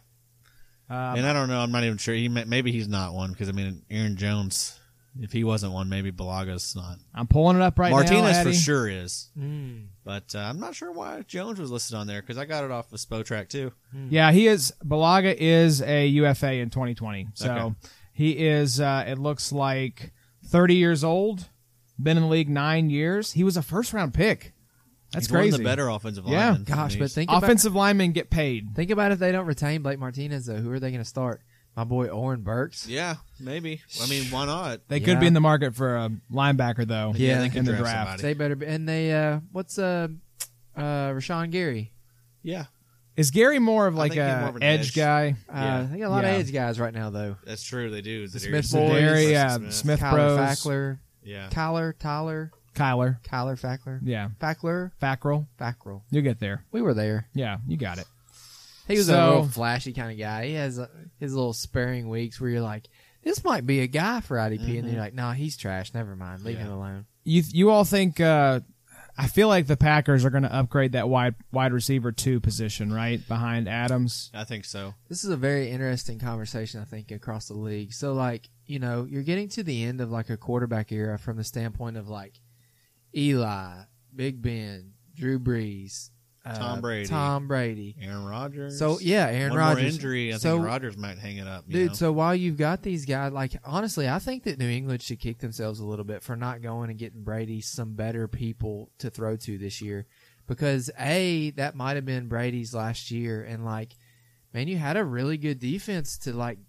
Speaker 2: Um,
Speaker 3: and I don't know. I'm not even sure. He may, maybe he's not one because I mean Aaron Jones. If he wasn't one, maybe Balaga's not.
Speaker 2: I'm pulling it up right now.
Speaker 3: Martinez for
Speaker 2: Addy.
Speaker 3: sure is,
Speaker 4: Mm.
Speaker 3: but uh, I'm not sure why Jones was listed on there because I got it off of Spotrack too.
Speaker 2: Yeah, he is. Balaga is a UFA in 2020. So
Speaker 3: Okay.
Speaker 2: he is, uh, it looks like 30 years old, been in the league nine years. He was a first round pick. That's
Speaker 3: He's
Speaker 2: crazy.
Speaker 3: One of the better offensive
Speaker 2: Yeah.
Speaker 3: linemen. I
Speaker 4: Gosh,
Speaker 3: mean,
Speaker 4: but
Speaker 3: he's-
Speaker 4: think about
Speaker 2: Offensive linemen get paid.
Speaker 4: think about if they don't retain Blake Martinez though, who are they going to start? My boy Oren Burks.
Speaker 3: yeah, maybe. I mean, why not?
Speaker 2: They
Speaker 4: Yeah.
Speaker 2: could be in the market for a linebacker, though.
Speaker 4: Yeah,
Speaker 3: they
Speaker 4: in
Speaker 3: could
Speaker 2: the
Speaker 3: draft
Speaker 2: draft.
Speaker 3: somebody.
Speaker 4: They better be, and they uh what's uh uh Rashawn Gary.
Speaker 3: Yeah,
Speaker 2: Is Gary more of like
Speaker 3: think he's
Speaker 2: a
Speaker 3: more of an
Speaker 2: edge,
Speaker 3: edge.
Speaker 2: guy?
Speaker 4: Uh,
Speaker 3: Yeah.
Speaker 4: They got a lot
Speaker 2: Yeah.
Speaker 4: of edge guys right now though.
Speaker 3: that's true. They do. The
Speaker 4: Smith
Speaker 3: Darius-
Speaker 4: boys.
Speaker 3: Darius
Speaker 2: Gary, yeah,
Speaker 3: Smith.
Speaker 2: Smith
Speaker 4: Kyler
Speaker 2: Bros,
Speaker 4: Fackler,
Speaker 3: Yeah,
Speaker 4: Kyler Tyler,
Speaker 2: Kyler,
Speaker 4: Kyler Fackler,
Speaker 2: yeah,
Speaker 4: Fackler,
Speaker 2: Fackrell.
Speaker 4: Fackrell.
Speaker 2: You get there.
Speaker 4: We were there.
Speaker 2: Yeah, you got it.
Speaker 4: He was
Speaker 2: So-
Speaker 4: a real flashy kind of guy. He has uh, his little sparing weeks where you're like, this might be a guy for IDP, and then you're like, nah, he's trash. Never mind. Leave
Speaker 3: Mm-hmm. Yeah.
Speaker 4: him alone.
Speaker 2: You you all think? Uh, I feel like the Packers are going to upgrade that wide wide receiver two position, right behind Adams.
Speaker 3: I think so.
Speaker 4: This is a very interesting conversation, I think, across the league. So, like, you know, you're getting to the end of like a quarterback era from the standpoint of like Eli, Big Ben, Drew Brees, uh,
Speaker 3: Tom Brady.
Speaker 4: Tom Brady.
Speaker 3: Aaron Rodgers.
Speaker 4: So yeah, Aaron
Speaker 3: one
Speaker 4: Rodgers.
Speaker 3: more injury. I
Speaker 4: So-
Speaker 3: think Rodgers might hang it up. You
Speaker 4: Dude,
Speaker 3: know?
Speaker 4: so while you've got these guys, like honestly, I think that New England should kick themselves a little bit for not going and getting Brady some better people to throw to this year, because a that might have been Brady's last year, and like, man, you had a really good defense to like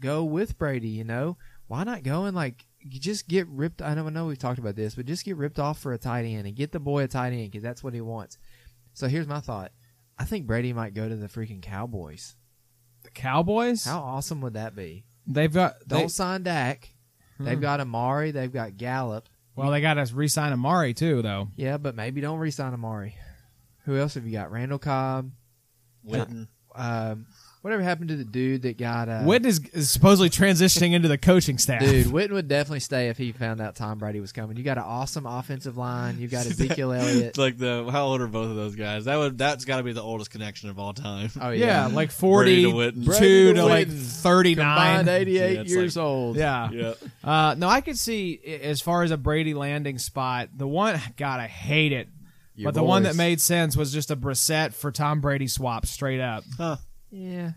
Speaker 4: go with Brady. You know, why not go and like you just get ripped? I don't know. We've talked about this, but just get ripped off for a tight end and get the boy a tight end because that's what he wants. So here's my thought. I think Brady might go to the freaking Cowboys.
Speaker 2: The Cowboys?
Speaker 4: How awesome would that be?
Speaker 2: They've got
Speaker 4: Don't
Speaker 2: they, Hmm.
Speaker 4: sign Dak. They've got Amari. They've got Gallup.
Speaker 2: well, they got to re-sign Amari too, though.
Speaker 4: Yeah, but maybe don't re-sign Amari. Who else have you got? Randall Cobb.
Speaker 3: Witten.
Speaker 4: Um, whatever happened to the dude that got uh,
Speaker 2: Witt is, is supposedly transitioning into the coaching staff.
Speaker 4: Dude, Witten would definitely stay if he found out Tom Brady was coming. You got an awesome offensive line. You got Ezekiel Elliott.
Speaker 3: like the how old are both of those guys? That would that's got to be the oldest connection of all time.
Speaker 4: Oh
Speaker 2: yeah,
Speaker 4: yeah,
Speaker 2: like
Speaker 3: Brady to
Speaker 2: forty-two
Speaker 3: Witten.
Speaker 2: to,
Speaker 4: Brady to
Speaker 2: like
Speaker 4: Witten.
Speaker 2: thirty-nine.
Speaker 4: combined eighty-eight
Speaker 3: Yeah, it's
Speaker 4: years
Speaker 3: like-
Speaker 4: old.
Speaker 2: Yeah.
Speaker 3: Yep.
Speaker 2: Uh, no, I could see i- as far as a Brady landing spot. The one, God, I hate it.
Speaker 4: Your
Speaker 2: but the one
Speaker 4: boys.
Speaker 2: that made sense was just a Brissett for Tom Brady swap straight up.
Speaker 4: yeah.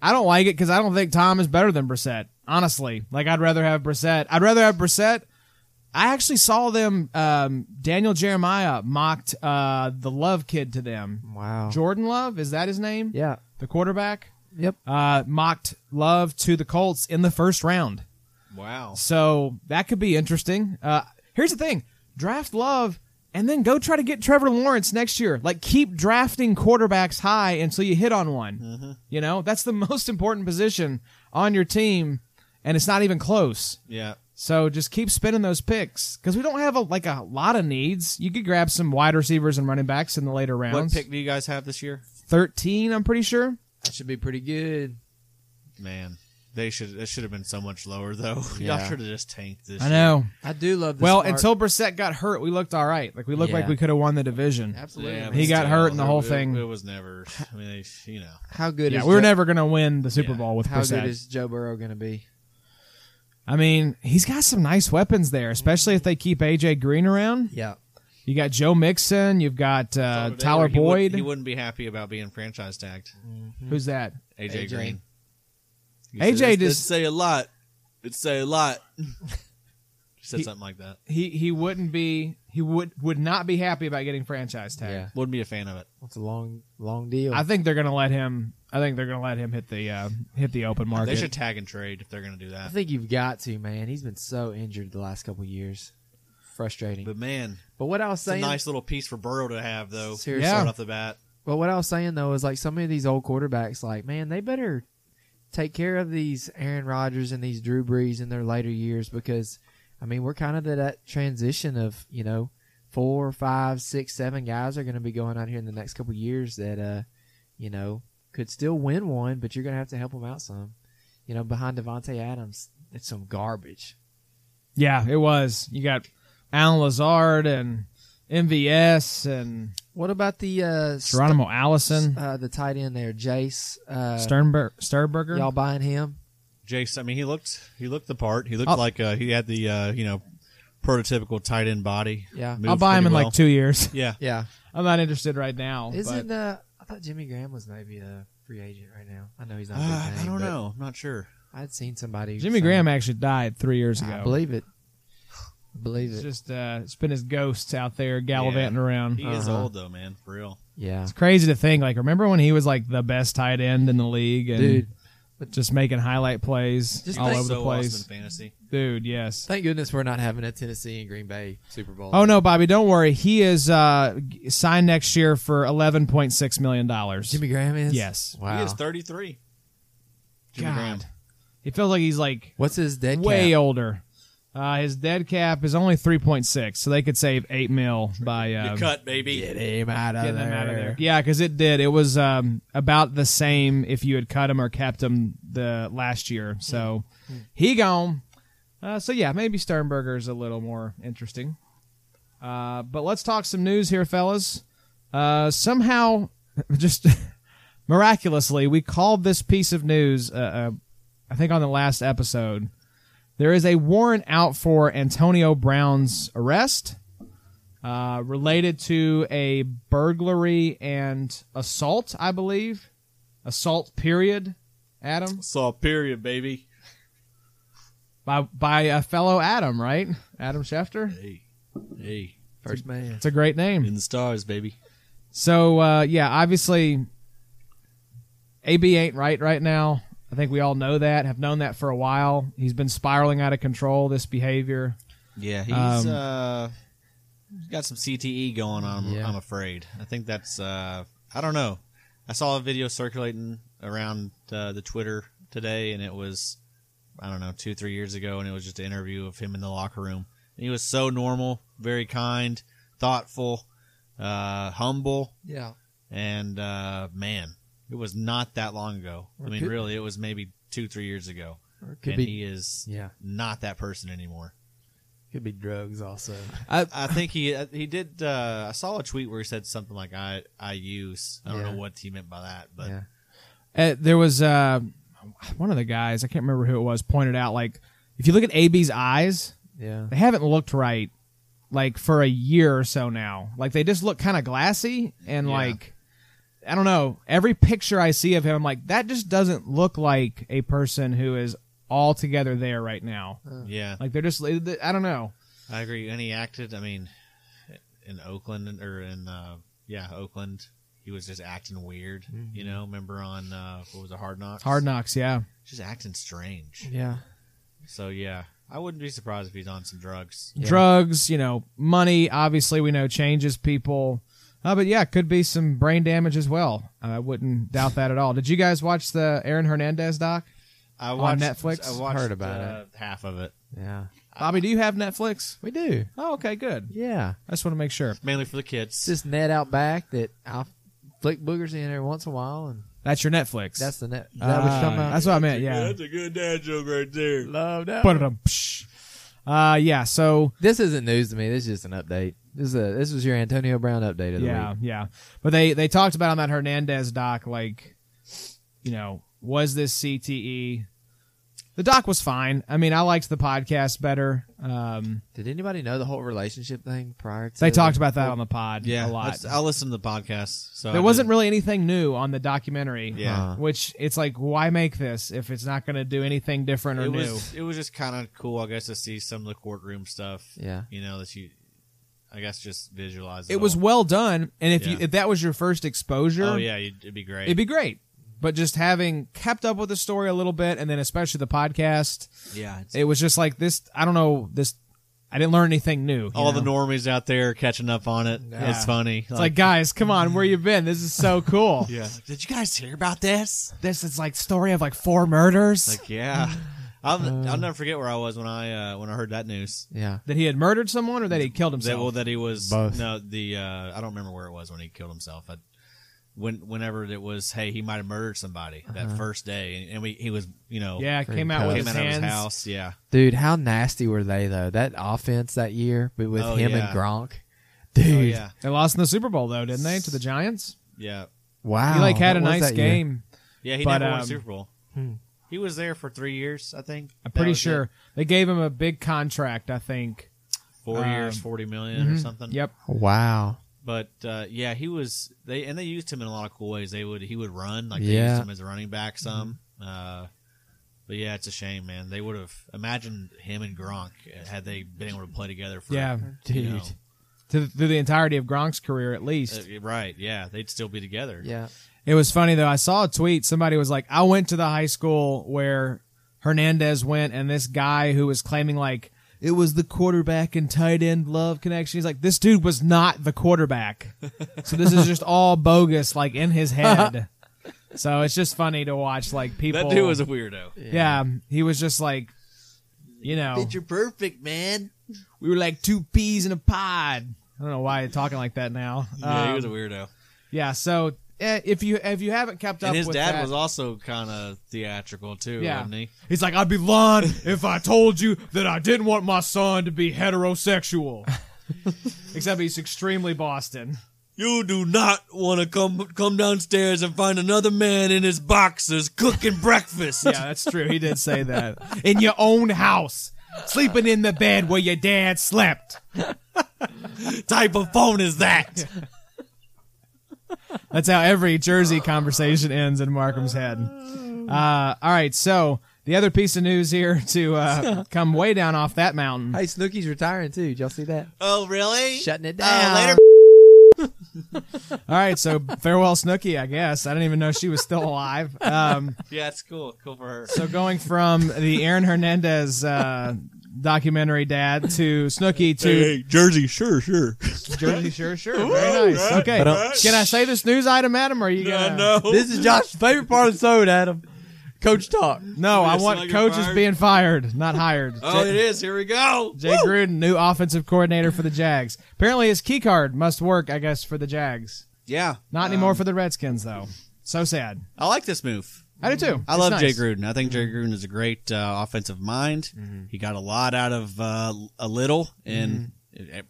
Speaker 2: I don't like it because I don't think Tom is better than Brissett. Honestly, like I'd rather have Brissett. I'd rather have Brissett. I actually saw them. Um, Daniel Jeremiah mocked uh, the Love kid to them.
Speaker 4: Wow.
Speaker 2: Jordan Love is that his name?
Speaker 4: Yeah.
Speaker 2: the quarterback.
Speaker 4: Yep.
Speaker 2: Uh, mocked Love to the Colts in the first round.
Speaker 3: Wow.
Speaker 2: So that could be interesting. Uh, here's the thing: draft Love, and then go try to get Trevor Lawrence next year. Like keep drafting quarterbacks high until you hit on one.
Speaker 3: Mm-hmm.
Speaker 2: You know that's the most important position on your team, and it's not even close.
Speaker 3: Yeah.
Speaker 2: So just keep spinning those picks because we don't have a, like a lot of needs. You could grab some wide receivers and running backs in the later
Speaker 3: What
Speaker 2: rounds.
Speaker 3: pick do you guys have this year?
Speaker 2: Thirteen, I'm pretty sure.
Speaker 4: That should be pretty good.
Speaker 3: Man, they should. It should have been so much lower though. Y'all
Speaker 4: Yeah.
Speaker 3: should have just tanked this.
Speaker 2: I know.
Speaker 4: I do love. The
Speaker 2: Well,
Speaker 4: smart-
Speaker 2: until Brissett got hurt, we looked all right. Like we looked like
Speaker 4: Yeah.
Speaker 2: we could have won the division.
Speaker 3: year.
Speaker 4: absolutely,
Speaker 3: Yeah,
Speaker 2: He
Speaker 3: but
Speaker 2: got
Speaker 3: still,
Speaker 2: hurt in the
Speaker 3: it-
Speaker 2: whole
Speaker 3: it-
Speaker 2: thing.
Speaker 3: It was never. I mean, they- you know.
Speaker 4: how good
Speaker 2: Yeah,
Speaker 4: is
Speaker 2: we were
Speaker 4: Joe,
Speaker 2: never going to win the Super
Speaker 3: Yeah.
Speaker 2: Bowl with
Speaker 4: how
Speaker 2: Brissett.
Speaker 4: good is Joe Burrow going to be?
Speaker 2: I mean, he's got some nice weapons there, especially if they keep AJ Green around.
Speaker 4: Yeah,
Speaker 2: You got Joe Mixon. You've got uh,
Speaker 3: So they
Speaker 2: Tyler
Speaker 3: were- he would-
Speaker 2: Boyd.
Speaker 3: he wouldn't be happy about being franchise tagged.
Speaker 2: Who's that?
Speaker 3: AJ,
Speaker 4: AJ.
Speaker 3: Green. You
Speaker 2: AJ
Speaker 3: said, "That's-
Speaker 2: just-
Speaker 3: that's say a lot. It say a lot. He said
Speaker 2: He-
Speaker 3: something like that.
Speaker 2: He he wouldn't be. He would would not be happy about getting franchise tag.
Speaker 4: yeah.
Speaker 3: Wouldn't be a fan of it.
Speaker 4: It's a long, long deal.
Speaker 2: I think they're going to let him. I think they're going to let him hit the uh, hit the open market.
Speaker 3: They should tag and trade if they're going to do
Speaker 4: I
Speaker 3: that.
Speaker 4: think you've got to, man. He's been so injured the last couple years. Frustrating. But,
Speaker 3: But man,
Speaker 4: what I was
Speaker 3: it's a
Speaker 4: saying,
Speaker 3: nice little piece for Burrow to have though.
Speaker 4: Seriously.
Speaker 2: Yeah.
Speaker 3: Start off the bat.
Speaker 4: but what I was saying though is like some of these old quarterbacks, like man, they better take care of these Aaron Rodgers and these Drew Brees in their later years because, I mean, we're kind of at that transition of you know four, five, six, seven guys are going to be going out here in the next couple years that uh, you know, could still win one, but you're going to have to help them out some. You know, behind Devontae Adams, it's some garbage.
Speaker 2: yeah, it was. You got Alan Lazard and MVS and
Speaker 4: What about the uh,
Speaker 2: Geronimo Allison,
Speaker 4: uh, the tight end there, Jace. Uh,
Speaker 2: Sternberg, Sternberger.
Speaker 4: y'all buying him?
Speaker 3: Jace, I mean, he looked he looked the part. He looked
Speaker 2: I'll-
Speaker 3: like uh, he had the uh, you know prototypical tight end body.
Speaker 4: Yeah, Oh,
Speaker 3: Moved
Speaker 2: I'll buy him
Speaker 3: pretty
Speaker 2: in
Speaker 3: well.
Speaker 2: like two years.
Speaker 3: Yeah,
Speaker 4: yeah.
Speaker 2: I'm not interested right now.
Speaker 4: Isn't
Speaker 2: but-
Speaker 4: uh, I thought Jimmy Graham was maybe a free agent right now. I know he's not. a big
Speaker 3: Uh, I
Speaker 4: name,
Speaker 3: don't
Speaker 4: but
Speaker 3: know. I'm not sure.
Speaker 4: I'd seen somebody.
Speaker 2: Jimmy
Speaker 4: saying-
Speaker 2: Graham actually died three years ago.
Speaker 4: I believe it. I believe
Speaker 2: it's
Speaker 4: it.
Speaker 2: just uh, it's been his ghosts out there gallivanting around.
Speaker 3: He is
Speaker 4: Uh-huh.
Speaker 3: old though, man. For real.
Speaker 4: Yeah,
Speaker 2: It's crazy to think. Like, remember when he was like the best tight end in the league and
Speaker 4: dude.
Speaker 2: just making highlight plays
Speaker 4: Just
Speaker 2: all
Speaker 4: think-
Speaker 2: over
Speaker 3: so
Speaker 2: the
Speaker 3: awesome
Speaker 2: place,
Speaker 3: in fantasy.
Speaker 2: dude. Yes.
Speaker 4: Thank goodness we're not having a Tennessee and Green Bay Super Bowl.
Speaker 2: Oh no, Bobby, don't worry. He is uh, g- signed next year for 11.6 million dollars.
Speaker 4: Jimmy Graham is.
Speaker 2: Yes.
Speaker 4: Wow.
Speaker 3: He is 33. Jimmy Graham.
Speaker 2: God, he feels like he's like
Speaker 4: What's his dead
Speaker 2: way
Speaker 4: cap?
Speaker 2: older. Uh, his dead cap is only 3.6, so they could save eight mil by
Speaker 3: You
Speaker 2: uh,
Speaker 3: cut, baby.
Speaker 4: Get him out of
Speaker 2: Get
Speaker 4: there.
Speaker 2: them out of there. Yeah, because it did. It was um, about the same if you had cut him or kept him the last year. So he gone. Uh, so yeah, maybe Sternberger's a little more interesting. Uh, but let's talk some news here, fellas. Uh, somehow, just miraculously, we called this piece of news. Uh, uh, I think on the last episode, there is a warrant out for Antonio Brown's arrest uh, related to a burglary and assault, I believe. Assault period, Adam.
Speaker 3: Saw period, baby.
Speaker 2: By by a fellow Adam, right? Adam Schefter.
Speaker 3: Hey, hey,
Speaker 4: First man.
Speaker 2: It's a great name.
Speaker 3: in the stars, baby.
Speaker 2: So uh, yeah, obviously, AB ain't right right now. I think we all know that. Have known that for a while. He's been spiraling out of control. This behavior.
Speaker 3: Yeah, he's
Speaker 2: Um,
Speaker 3: uh, he's got some CTE going on. I'm-
Speaker 4: Yeah.
Speaker 3: I'm afraid. I think that's. Uh, I don't know. I saw a video circulating around uh, the Twitter today, and it was, I don't know, two three years ago, and it was just an interview of him in the locker room. And he was so normal, very kind, thoughtful, uh, humble,
Speaker 4: Yeah.
Speaker 3: and uh, man, it was not that long ago. I
Speaker 4: Or
Speaker 3: mean,
Speaker 4: could-
Speaker 3: really, it was maybe two three years ago,
Speaker 4: Or it could
Speaker 3: and
Speaker 4: be
Speaker 3: he is
Speaker 4: yeah.
Speaker 3: not that person anymore.
Speaker 4: Could be drugs also.
Speaker 3: I think he he did. Uh, I saw a tweet where he said something like "I I use." I don't
Speaker 4: Yeah.
Speaker 3: know what he meant by that, but
Speaker 4: yeah.
Speaker 2: Uh, there was uh, one of the guys I can't remember who it was pointed out like if you look at AB's eyes,
Speaker 4: Yeah.
Speaker 2: they haven't looked right like for a year or so now. Like they just look kind of glassy and
Speaker 3: Yeah.
Speaker 2: like I don't know. Every picture I see of him, I'm like that just doesn't look like a person who is all together there right now.
Speaker 3: yeah,
Speaker 2: Like they're just I don't know.
Speaker 3: I agree. And he acted. I mean, in Oakland or in uh, yeah Oakland, he was just acting weird. You know, remember on uh, what was it Hard Knocks?
Speaker 2: Hard knocks, yeah.
Speaker 3: just acting strange.
Speaker 4: Yeah.
Speaker 3: So yeah, I wouldn't be surprised if he's on some drugs.
Speaker 4: Yeah.
Speaker 2: Drugs, you know, money. Obviously, we know changes people. Uh, but yeah, could be some brain damage as well. I wouldn't doubt that at all. Did you guys watch the Aaron Hernandez doc?
Speaker 3: I
Speaker 2: Netflix?
Speaker 3: I watched,
Speaker 4: Heard about
Speaker 3: uh, half of it,
Speaker 4: Yeah.
Speaker 2: Bobby, do you have Netflix?
Speaker 4: We do.
Speaker 2: Oh, okay, good.
Speaker 4: Yeah.
Speaker 2: I just want to make sure.
Speaker 3: mainly for the
Speaker 4: It's
Speaker 3: kids.
Speaker 4: this net out back that I'll flick boogers in every once in a while and
Speaker 2: That's your Netflix.
Speaker 4: that's the net. Is that what you're talking
Speaker 2: Ah,
Speaker 4: about?
Speaker 2: That's what I meant. Yeah.
Speaker 3: That's a good dad joke right there.
Speaker 4: Love that.
Speaker 2: Ba-da-dum, psh. Uh, yeah. So
Speaker 4: This isn't news to me. This is just an update. This is a, this was your Antonio Brown update of the
Speaker 2: yeah,
Speaker 4: week.
Speaker 2: yeah. But they they talked about on that Hernandez doc, like, you know, was this CTE? The doc was fine. I mean, I liked the podcast better. Um,
Speaker 4: Did anybody know the whole relationship thing prior to
Speaker 2: they talked about that on the pod
Speaker 3: Yeah,
Speaker 2: a lot.
Speaker 3: that's- I listened to the podcast. So I
Speaker 2: there wasn't
Speaker 3: didn't-
Speaker 2: really anything new on the documentary.
Speaker 3: Yeah. Uh-huh.
Speaker 4: Huh.
Speaker 2: Which it's like, why make this if it's not going to do anything different or
Speaker 3: it
Speaker 2: new?
Speaker 3: was it was just kind of cool, I guess, to see some of the courtroom stuff.
Speaker 4: Yeah.
Speaker 3: you know that you, I guess, just visualize.
Speaker 2: it was
Speaker 3: all.
Speaker 2: well done, and if you
Speaker 3: Yeah.
Speaker 2: if that was your first exposure,
Speaker 3: Oh yeah, you'd, it'd be great.
Speaker 2: it'd be great. But just having kept up with the story a little bit, and then especially the podcast,
Speaker 3: yeah, it's-
Speaker 2: it was just like this. I don't know this. I didn't learn anything new. you
Speaker 3: all
Speaker 2: know?
Speaker 3: the normies out there are catching up on it.
Speaker 2: Yeah.
Speaker 3: It's funny.
Speaker 2: It's like, guys, come on, where you been? This is so cool.
Speaker 3: yeah, did you guys hear about this?
Speaker 2: This is like story of like four murders
Speaker 3: Like, yeah, I'll,
Speaker 2: Uh.
Speaker 3: I'll never forget where I was when I uh, when I heard that news.
Speaker 4: Yeah.
Speaker 2: that he had murdered someone or that he killed
Speaker 3: That, well,
Speaker 2: himself.
Speaker 3: that he was
Speaker 4: Both.
Speaker 3: no the uh, I don't remember where it was when he killed himself. I, when whenever it was, hey, he might have murdered somebody that first day, and, and we he was you know
Speaker 2: Uh-huh. yeah, it came out with
Speaker 3: came
Speaker 2: his
Speaker 3: out
Speaker 2: hands.
Speaker 3: of his house. Yeah,
Speaker 4: Dude, how nasty were they though? That offense that year, but with
Speaker 3: Oh,
Speaker 4: him
Speaker 3: yeah.
Speaker 4: and Gronk. Dude,
Speaker 3: oh, yeah,
Speaker 2: They lost in the Super Bowl though, didn't they? To the Giants.
Speaker 3: yeah.
Speaker 4: wow.
Speaker 2: he like had a
Speaker 4: What was
Speaker 2: nice
Speaker 4: that year?
Speaker 2: game.
Speaker 3: Yeah, he
Speaker 2: But,
Speaker 3: never won
Speaker 2: um,
Speaker 3: a Super Bowl.
Speaker 4: Hmm.
Speaker 3: He was there for three years, I think.
Speaker 2: I'm
Speaker 3: That
Speaker 2: pretty
Speaker 3: was
Speaker 2: sure
Speaker 3: it.
Speaker 2: they gave him a big contract. I think.
Speaker 3: four
Speaker 2: Um,
Speaker 3: years, forty million or
Speaker 2: Mhm.
Speaker 3: something.
Speaker 2: Yep.
Speaker 4: Wow.
Speaker 3: But uh, yeah, he was they and they used him in a lot of cool ways. They would he would run like they
Speaker 4: Yeah.
Speaker 3: used him as a running back some.
Speaker 2: Mm-hmm.
Speaker 3: Uh, but yeah, it's a shame, man. They would have imagined him and Gronk had they been able to play together for
Speaker 2: Yeah.
Speaker 3: you know,
Speaker 4: Dude.
Speaker 2: To, through the entirety of Gronk's career, at least.
Speaker 3: uh, right? Yeah, they'd still be together.
Speaker 4: Yeah.
Speaker 2: It was funny though. I saw a tweet. Somebody was like, "I went to the high school where Hernandez went, and this guy who was claiming like it was the quarterback and tight end love connection. He's like, this dude was not the quarterback. so this is just all bogus, like in his head. so it's just funny to watch, like people.
Speaker 3: that dude was a weirdo.
Speaker 2: yeah. He was just like, you know,
Speaker 3: perfect, man.
Speaker 2: we were like two peas in a pod. I don't know why you're talking like that now.
Speaker 3: Yeah, he was a
Speaker 2: Um,
Speaker 3: weirdo.
Speaker 2: yeah. So eh, if you if you haven't kept up,
Speaker 3: And his
Speaker 2: with
Speaker 3: dad
Speaker 2: that-
Speaker 3: was also kind of theatrical too,
Speaker 2: Yeah.
Speaker 3: wasn't he?
Speaker 2: He's like, I'd be lying if I told you that I didn't want my son to be heterosexual. Except he's extremely Boston.
Speaker 3: You do not want to come come downstairs and find another man in his boxers cooking breakfast.
Speaker 2: Yeah, that's true. He did say that. In your own house, sleeping in the bed where your dad slept.
Speaker 3: type of phone is that?
Speaker 2: That's how every Jersey conversation ends in Markham's head. Uh, all right, so the other piece of news here to uh, come way down off that mountain.
Speaker 4: Hey, Snooky's retiring too. Did y'all see that?
Speaker 3: Oh, really?
Speaker 4: Shutting it
Speaker 3: Oh,
Speaker 4: down.
Speaker 3: later.
Speaker 2: All right, so farewell, Snooky. I guess I didn't even know she was still alive. Um,
Speaker 3: Yeah, it's cool. Cool for her.
Speaker 2: so going from the Aaron Hernandez uh, documentary dad to Snooky to
Speaker 3: Jersey, sure, sure.
Speaker 2: Jersey, sure, sure, very nice. Okay, can I say this news item, Adam? Or are you gonna?
Speaker 4: This is Josh's favorite part of the episode, Adam. Coach talk.
Speaker 2: No, I
Speaker 3: Yes,
Speaker 2: want
Speaker 3: like you're
Speaker 2: coaches
Speaker 3: fired.
Speaker 2: being fired, not hired.
Speaker 3: Oh, it is. Here we go.
Speaker 2: Jay Gruden, new offensive coordinator for the Jags. Apparently, his key card must work, I guess, for the Jags.
Speaker 3: Yeah.
Speaker 2: Not
Speaker 3: Um,
Speaker 2: anymore for the Redskins, though. So sad.
Speaker 3: I like this move.
Speaker 2: I do too.
Speaker 3: I
Speaker 2: It's
Speaker 3: love
Speaker 2: nice. Mm-hmm.
Speaker 3: Jay Gruden. I think Jay Gruden is a great uh, offensive mind. He got a lot out of uh, a little and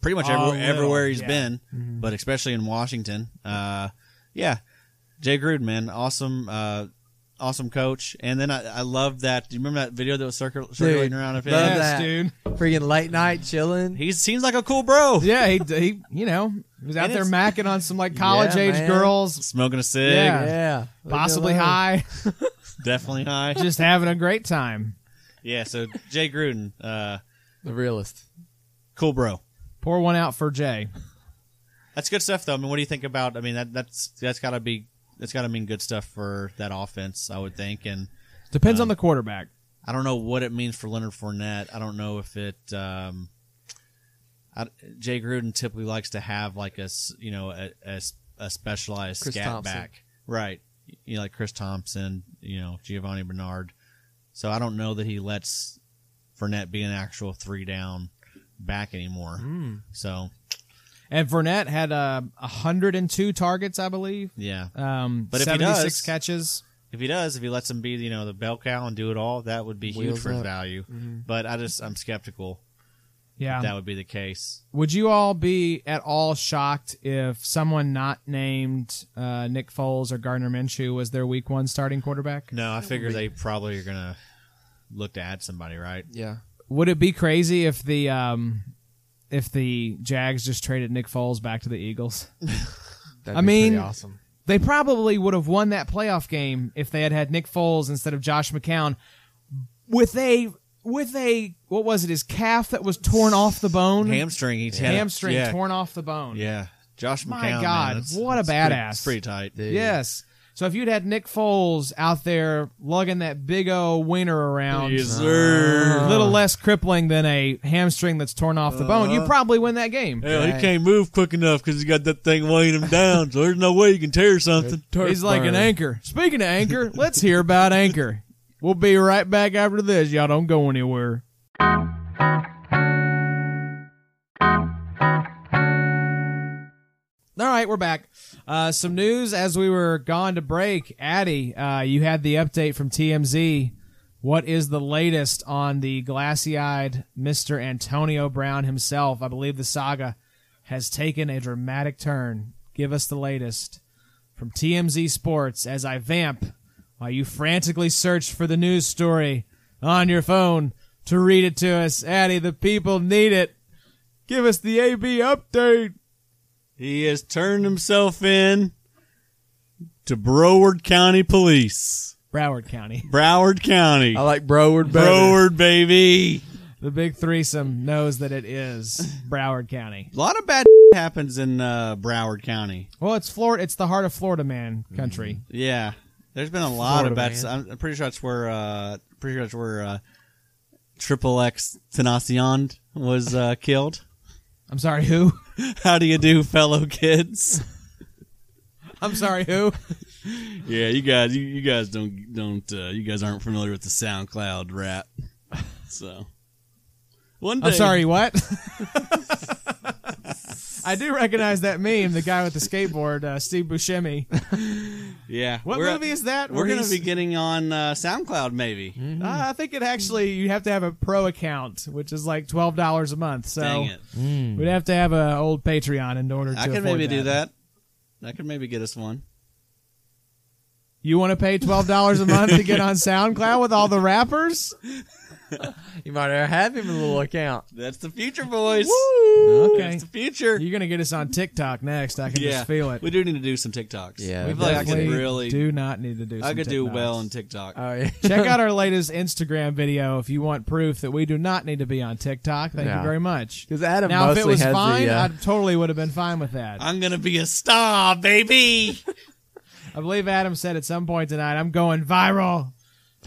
Speaker 3: pretty much
Speaker 2: Mm-hmm. A
Speaker 3: everywhere,
Speaker 2: little,
Speaker 3: everywhere he's
Speaker 2: yeah. Mm-hmm.
Speaker 3: been, but especially in Washington. Uh, yeah, Jay Gruden, man, awesome, uh, awesome coach. And then I, I love that. Do you remember that video that was circul- circulating around of him?
Speaker 4: love
Speaker 2: Yes,
Speaker 4: that.
Speaker 2: dude.
Speaker 4: Freaking late night chilling.
Speaker 3: He seems like a cool bro.
Speaker 2: Yeah, he, he you know, he was out
Speaker 3: And
Speaker 2: there
Speaker 3: it's-
Speaker 2: macking on some like college age
Speaker 4: man.
Speaker 2: girls,
Speaker 3: Smoking a cig,
Speaker 2: Yeah.
Speaker 4: yeah.
Speaker 2: possibly
Speaker 4: Look at
Speaker 2: high,
Speaker 3: definitely high.
Speaker 2: just having a great time.
Speaker 3: Yeah, so Jay Gruden, uh,
Speaker 4: that. The realist.
Speaker 3: cool bro.
Speaker 2: Pour one out for Jay.
Speaker 3: That's good stuff, though. I mean, what do you think about? I mean, that that's that's gotta be that's gotta mean good stuff for that offense, I would think. And
Speaker 2: Depends on the quarterback.
Speaker 3: I don't know what it means for Leonard Fournette. I don't know if it. Um, I, Jay Gruden typically likes to have like a s- you know a, a s- a specialized
Speaker 4: Chris
Speaker 3: scat
Speaker 4: Thompson.
Speaker 3: back, right? You know, like Chris Thompson, you know Giovanni Bernard. So I don't know that he lets Fournette be an actual three down back anymore.
Speaker 4: Mm-hmm. Mm.
Speaker 3: So
Speaker 2: And Fournette had uh, 102 targets, I believe.
Speaker 3: yeah,
Speaker 2: Um,
Speaker 3: But if he
Speaker 2: 76
Speaker 3: does-
Speaker 2: catches.
Speaker 3: if he does, if he lets him be, you know, the bell cow and do it all, that would be huge
Speaker 4: Wheels
Speaker 3: for his
Speaker 4: up. Mm-hmm.
Speaker 3: value. But I just, I'm skeptical
Speaker 2: Yeah.
Speaker 3: that would be the case.
Speaker 2: Would you all be at all shocked if someone not named uh, Nick Foles or Gardner Minshew was their Week One starting quarterback?
Speaker 3: No, I figure they probably are gonna look to add somebody, right?
Speaker 4: Yeah.
Speaker 2: Would it be crazy if the um, if the Jags just traded Nick Foles back to the Eagles?
Speaker 4: That'd
Speaker 2: I
Speaker 4: be
Speaker 2: mean-
Speaker 4: pretty awesome.
Speaker 2: They probably would have won that playoff game if they had had Nick Foles instead of Josh McCown with a with a what was it his calf that was torn off the bone
Speaker 3: Hamstring, he's had a-
Speaker 2: Mm-hmm. hamstring
Speaker 3: yeah,
Speaker 2: torn off the bone
Speaker 3: Yeah, Josh.
Speaker 2: My
Speaker 3: McCown, man,
Speaker 2: God,
Speaker 3: that's-
Speaker 2: what a
Speaker 3: it's pretty-
Speaker 2: badass.
Speaker 3: it's pretty tight.
Speaker 4: Dude.
Speaker 2: Yes. So if you'd had Nick Foles out there lugging that big O wiener around, a little less crippling than a hamstring that's torn off the bone, you
Speaker 3: Uh-huh.
Speaker 2: probably win that game.
Speaker 3: Hell,
Speaker 4: Right.
Speaker 3: can't move quick enough because he got that thing weighing him down. So there's no way you can tear something.
Speaker 2: He's like an anchor. Speaking of anchor, let's hear about anchor. We'll be right back after this. Y'all don't go anywhere. All right, we're back. Uh, some news as we were gone to break. Addy, uh, you had the update from TMZ. What is the latest on the glassy eyed Mr. Antonio Brown himself? I believe the saga has taken a dramatic turn. Give us the latest from TMZ Sports as I vamp while you frantically search for the news story on your phone to read it to us. Addy, the people need it. Give us the AB update.
Speaker 3: He has turned himself in to Broward County Police.
Speaker 2: Broward County.
Speaker 3: Broward County.
Speaker 4: I like Broward better.
Speaker 3: Broward, baby.
Speaker 2: The big threesome knows that it is Broward County.
Speaker 3: A lot of bad happens in uh, Broward County.
Speaker 2: Well, it's Florida. It's the heart of Florida man country.
Speaker 3: Yeah, there's been a lot
Speaker 4: Florida
Speaker 3: of bad.
Speaker 4: man.
Speaker 3: I'm I'm pretty sure that's where. Uh, pretty sure that's where uh, Triple X Tenacion was uh, killed.
Speaker 2: I'm sorry, who?
Speaker 3: How do you do, fellow kids?
Speaker 2: I'm sorry, who?
Speaker 3: Yeah, you guys, you, you guys don't don't uh, you guys aren't familiar with the SoundCloud rap. So one day,
Speaker 2: I'm sorry, what? I do recognize that meme, the guy with the skateboard, uh, Steve Buscemi.
Speaker 3: Yeah,
Speaker 2: What
Speaker 3: we're,
Speaker 2: movie is that?
Speaker 3: We're
Speaker 2: where
Speaker 3: gonna
Speaker 2: he's-
Speaker 3: be getting on uh, SoundCloud, maybe.
Speaker 2: Uh, I think it actually you have to have a pro account, which is like twelve dollars a month. So
Speaker 3: Dang it!
Speaker 4: Mm.
Speaker 2: we'd have to have an old Patreon in order to.
Speaker 3: I could
Speaker 2: afford
Speaker 3: maybe do that. I could maybe get us one.
Speaker 2: You want to pay twelve dollars a month to get on SoundCloud with all the rappers?
Speaker 4: You might have him a little account.
Speaker 3: That's the future, boys.
Speaker 2: Okay.
Speaker 3: That's the future.
Speaker 2: You're gonna get us on TikTok next. I can
Speaker 3: yeah,
Speaker 2: just feel it.
Speaker 3: We do need to do some TikToks.
Speaker 4: Yeah.
Speaker 3: we
Speaker 4: We
Speaker 3: feel like I could
Speaker 2: Definitely
Speaker 3: really,
Speaker 2: do not need to do.
Speaker 3: I
Speaker 2: some
Speaker 3: could do
Speaker 2: TikToks.
Speaker 3: well on TikTok.
Speaker 4: Oh yeah.
Speaker 2: Check out our latest Instagram video if you want proof that we do not need to be on TikTok. Thank
Speaker 4: No.
Speaker 2: you very much.
Speaker 4: because Adam
Speaker 2: Now, if
Speaker 4: mostly
Speaker 2: it was
Speaker 4: has
Speaker 2: fine,
Speaker 4: the.
Speaker 2: I
Speaker 4: Uh,
Speaker 2: totally would have been fine with that.
Speaker 3: I'm gonna be a star, baby.
Speaker 2: I believe Adam said at some point tonight, I'm going viral.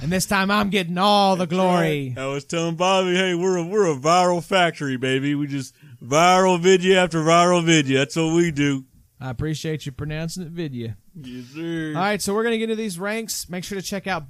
Speaker 2: And this time I'm getting all the glory.
Speaker 3: I was telling Bobby, hey, we're a, we're a viral factory, baby. We just viral video after viral video. That's what we do.
Speaker 2: I appreciate you pronouncing it video.
Speaker 3: Yes, sir.
Speaker 2: All right, so we're going to get into these ranks. Make sure to check out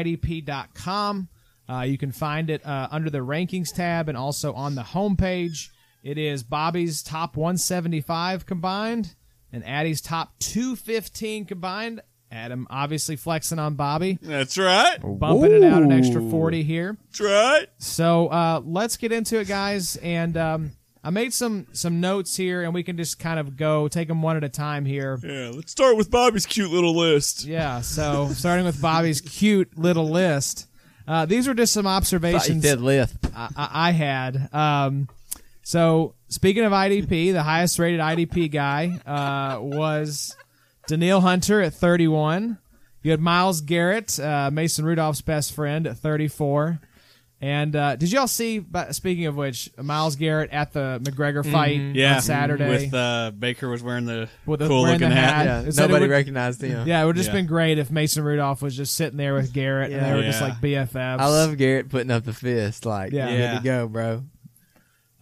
Speaker 2: big3idp.com. Uh, you can find it uh, under the rankings tab and also on the homepage. It is Bobby's top 175 combined and Addie's top 215 combined. Adam obviously flexing on Bobby,
Speaker 3: That's right.
Speaker 2: bumping it out an extra 40 here.
Speaker 3: That's right.
Speaker 2: So uh, let's get into it, guys. And um, I made some some notes here, and we can just kind of go take them one at a time here.
Speaker 3: Yeah, let's start with Bobby's cute little list.
Speaker 2: Yeah. So starting with Bobby's cute little list. Uh, these were just some
Speaker 4: thought you
Speaker 2: observations
Speaker 4: did lisp.
Speaker 2: I, I I had. Um, so speaking of IDP, the highest rated IDP guy uh, was Daniil Hunter at 31. You had Miles Garrett, uh, Mason Rudolph's best friend, at 34. And uh, did y'all see? but Speaking of which, Miles Garrett at the McGregor fight
Speaker 3: Mm-hmm. Yeah,
Speaker 2: on Saturday
Speaker 3: with uh, Baker was wearing the
Speaker 2: With a-
Speaker 3: cool
Speaker 2: wearing
Speaker 3: looking
Speaker 2: the
Speaker 3: hat.
Speaker 2: hat.
Speaker 4: Yeah,
Speaker 2: It said it
Speaker 4: nobody
Speaker 2: would-
Speaker 4: recognized him.
Speaker 2: Yeah, it would just
Speaker 3: Yeah.
Speaker 2: been great if Mason Rudolph was just sitting there with Garrett and
Speaker 4: Yeah.
Speaker 2: they were just
Speaker 3: Yeah.
Speaker 2: like BFFs.
Speaker 4: I love Garrett putting up the fist. Like,
Speaker 2: Yeah.
Speaker 4: yeah,
Speaker 3: Yeah.
Speaker 4: good to go, bro.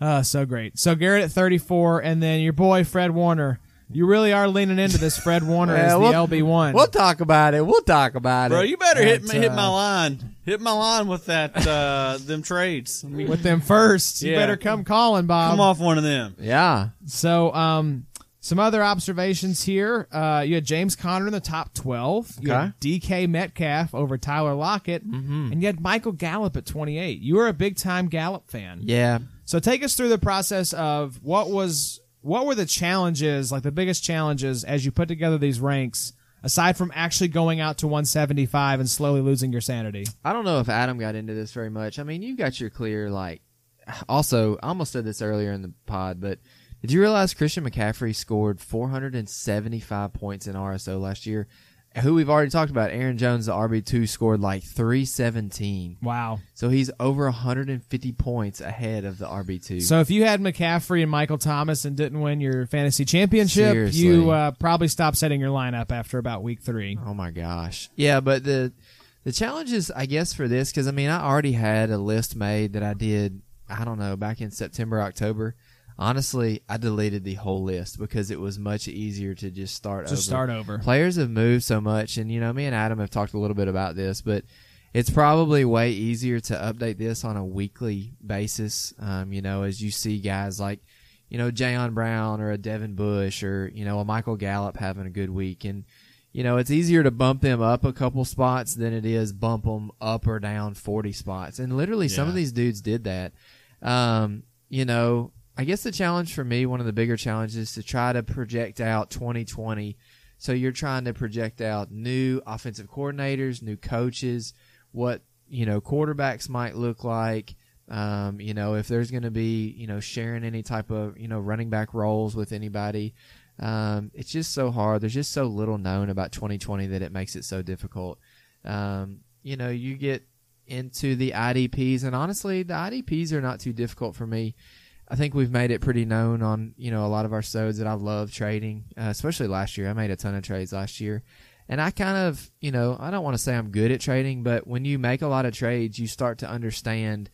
Speaker 2: Oh, so great. So Garrett at 34, and then your boy Fred Warner. You really are leaning into this Fred Warner
Speaker 4: Yeah,
Speaker 2: as the
Speaker 4: we'll-
Speaker 2: LB1.
Speaker 4: We'll talk about it. We'll talk about
Speaker 3: Bro,
Speaker 4: it.
Speaker 3: you better hit
Speaker 2: That,
Speaker 3: my, hit my
Speaker 2: uh,
Speaker 3: line. Hit my line with that uh, them trades. I mean,
Speaker 2: With them first. You
Speaker 3: Yeah.
Speaker 2: better come calling, Bob.
Speaker 3: come off one of them.
Speaker 4: yeah.
Speaker 2: So, um, some other observations here. Uh, you had James Conner in the top 12. You
Speaker 4: Okay.
Speaker 2: had DK Metcalf over Tyler Lockett. And you had Michael Gallup at 28. You were a big time Gallup fan.
Speaker 4: Yeah.
Speaker 2: So take us through the process of what was what were the challenges, like the biggest challenges as you put together these ranks, aside from actually going out to 175 and slowly losing your sanity.
Speaker 4: I don't know if Adam got into this very much. I mean, you've got your clear, like, also, I almost said this earlier in the pod, but did you realize Christian McCaffrey scored 475 points in RSO last year? Who we've already talked about, Aaron Jones, the RB2, scored like 317.
Speaker 2: Wow.
Speaker 4: So he's over 150 points ahead of the RB2.
Speaker 2: So if you had McCaffrey and Michael Thomas and didn't win your fantasy championship,
Speaker 4: Seriously.
Speaker 2: you uh, probably stopped setting your lineup after about week three.
Speaker 4: Oh my gosh. Yeah, but the the challenge is, I guess, for this because I mean, I already had a list made that I did. I don't know, back in September, October. Honestly, I deleted the whole list because it was much easier to just start over.
Speaker 2: Just start over.
Speaker 4: Players have moved so much, and you know, me and Adam have talked a little bit about this, but it's probably way easier to update this on a weekly basis. Um, you know, as you see guys like, you know, Jayon Brown or a Devin Bush or you know a Michael Gallup having a good week, and you know it's easier to bump them up a couple spots than it is bump them up or down forty spots. And literally, some of these dudes did that. Um, you know, I guess the challenge for me, one of the bigger challenges, is to try to project out 2020 so you're trying to project out new offensive coordinators, new coaches, what you know quarterbacks might look like. Um, you know if there's going to be you know sharing any type of you know running back roles with anybody. Um, it's just so hard. There's just so little known about 2020 that it makes it so difficult. Um, you know you get into the IDPs, and honestly, the IDPs are not too difficult for me. I think we've made it pretty known on you know a lot of our sods that I love trading, uh, especially last year. I made a ton of trades last year, and I kind of you know I don't want to say I'm good at trading, but when you make a lot of trades, you start to understand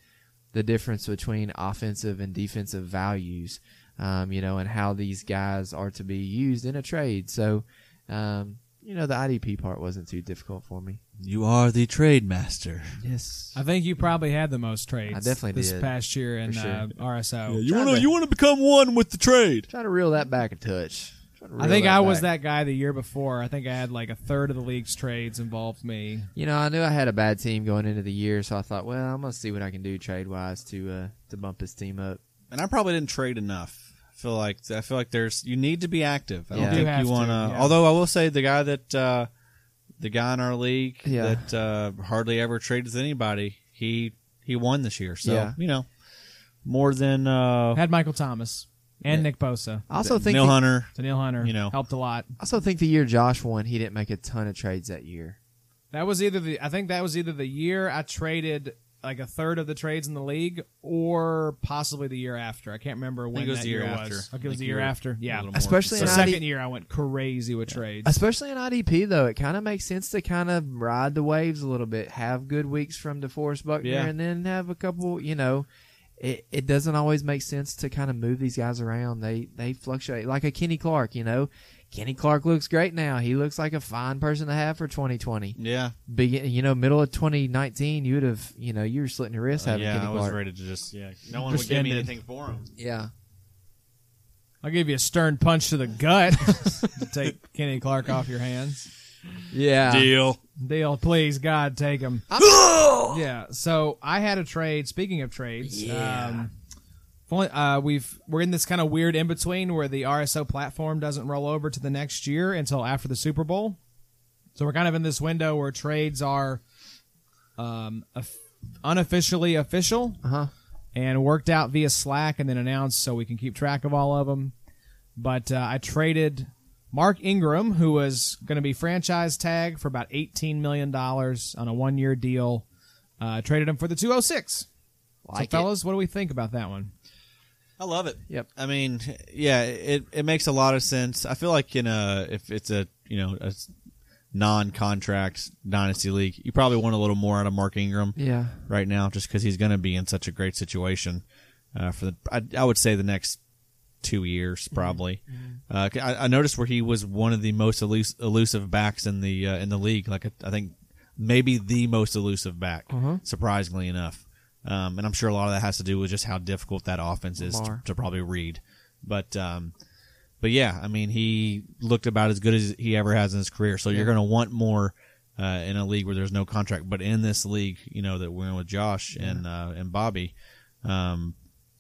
Speaker 4: the difference between offensive and defensive values, um, you know, and how these guys are to be used in a trade. So, um, you know, the IDP part wasn't too difficult for me.
Speaker 3: You are the trade master.
Speaker 4: Yes,
Speaker 2: I think you probably had the most trades
Speaker 4: I definitely
Speaker 2: this
Speaker 4: did.
Speaker 2: past year in
Speaker 4: For sure.
Speaker 2: uh, RSO.
Speaker 3: you want to you want to become one with the trade.
Speaker 4: try to reel that back a touch. Try to
Speaker 2: I
Speaker 4: reel
Speaker 2: think I was
Speaker 4: back.
Speaker 2: that guy the year before. I think I had like a third of the league's trades involved me.
Speaker 4: You know, I knew I had a bad team going into the year, so I thought, well, I'm gonna see what I can do trade wise to uh, to bump this team up.
Speaker 3: And I probably didn't trade enough. I feel like I feel like there's you need to be active. I don't
Speaker 4: Yeah. You
Speaker 3: think
Speaker 2: have
Speaker 3: you
Speaker 2: to,
Speaker 3: want to.
Speaker 2: yeah.
Speaker 3: Although I will say the guy that uh, the guy in our league
Speaker 4: Yeah.
Speaker 3: that uh, hardly ever trades with anybody, he He won this year, so
Speaker 4: Yeah.
Speaker 3: you know more than uh,
Speaker 2: Had Michael Thomas and Nick Bosa.
Speaker 4: I also think
Speaker 3: Neil
Speaker 4: the-
Speaker 3: Hunter.
Speaker 2: So Neil Hunter,
Speaker 3: You know.
Speaker 2: helped a lot.
Speaker 4: I also think the year Josh won, he didn't make a ton of trades that year.
Speaker 2: That was either the I think that was either the year I traded like a third of the trades in the league, or possibly the year after. I can't remember when
Speaker 3: it was
Speaker 2: that
Speaker 3: the year after.
Speaker 2: was.
Speaker 3: I
Speaker 2: Okay, it was
Speaker 3: think
Speaker 2: the
Speaker 3: you
Speaker 2: year
Speaker 3: were
Speaker 2: after.
Speaker 3: a
Speaker 2: Yeah,
Speaker 3: little more
Speaker 4: Especially
Speaker 2: the
Speaker 4: in
Speaker 3: concerned.
Speaker 2: second
Speaker 4: IDP
Speaker 2: year I went crazy with trades.
Speaker 4: Especially in IDP though, it kind of makes sense to kind of ride the waves a little bit. Have good weeks from DeForest Buckner,
Speaker 3: Yeah.
Speaker 4: and then have a couple. You know, it, it doesn't always make sense to kind of move these guys around. They they fluctuate like a Kenny Clark. You know, Kenny Clark looks great now. He looks like a fine person to have for 2020.
Speaker 3: Yeah,
Speaker 4: Begin, you know, middle of 2019, you'd have you know you were slitting your wrist
Speaker 3: Uh,
Speaker 4: having
Speaker 3: yeah.
Speaker 4: Kenny
Speaker 3: I was
Speaker 4: Clark.
Speaker 3: ready to just yeah. No one would give me
Speaker 2: Pretended.
Speaker 3: anything for him.
Speaker 4: Yeah,
Speaker 2: I'll give you a stern punch to the gut to take Kenny Clark off your hands.
Speaker 4: yeah.
Speaker 3: Deal.
Speaker 2: Deal, please, God, take him. yeah. So I had a trade. Speaking of trades,
Speaker 4: Yeah.
Speaker 2: um, fo- uh, we've we're in this kind of weird in between where the RSO platform doesn't roll over to the next year until after the Super Bowl. So we're kind of in this window where trades are um, of- unofficially official
Speaker 4: Uh huh.
Speaker 2: and worked out via Slack and then announced so we can keep track of all of them. But uh, I traded Mark Ingram, who was going to be franchise tag for about $18 million on a one year deal. Uh, traded him for the 206. so,
Speaker 4: Like it.
Speaker 2: fellas, what do we think about that one?
Speaker 3: I love it.
Speaker 4: Yep.
Speaker 3: I mean, yeah, it, it makes a lot of sense. I feel like in a if it's a you know a non-contract dynasty league, you probably want a little more out of Mark Ingram
Speaker 4: Yeah.
Speaker 3: right now, just because he's going to be in such a great situation uh, for the. I, I would say the next two years probably. Uh, I, I noticed where he was one of the most elus- elusive backs in the uh, in the league. Like I think maybe the most elusive back, surprisingly enough. Um, and I'm sure a lot of that has to do with just how difficult that offense is to,
Speaker 4: Lamar.
Speaker 3: to probably read. But um, but yeah, I mean, he looked about as good as he ever has in his career. So you're going to want more uh, in a league where there's no contract. But in this league, you know that we're in with Josh and uh, and Bobby, um,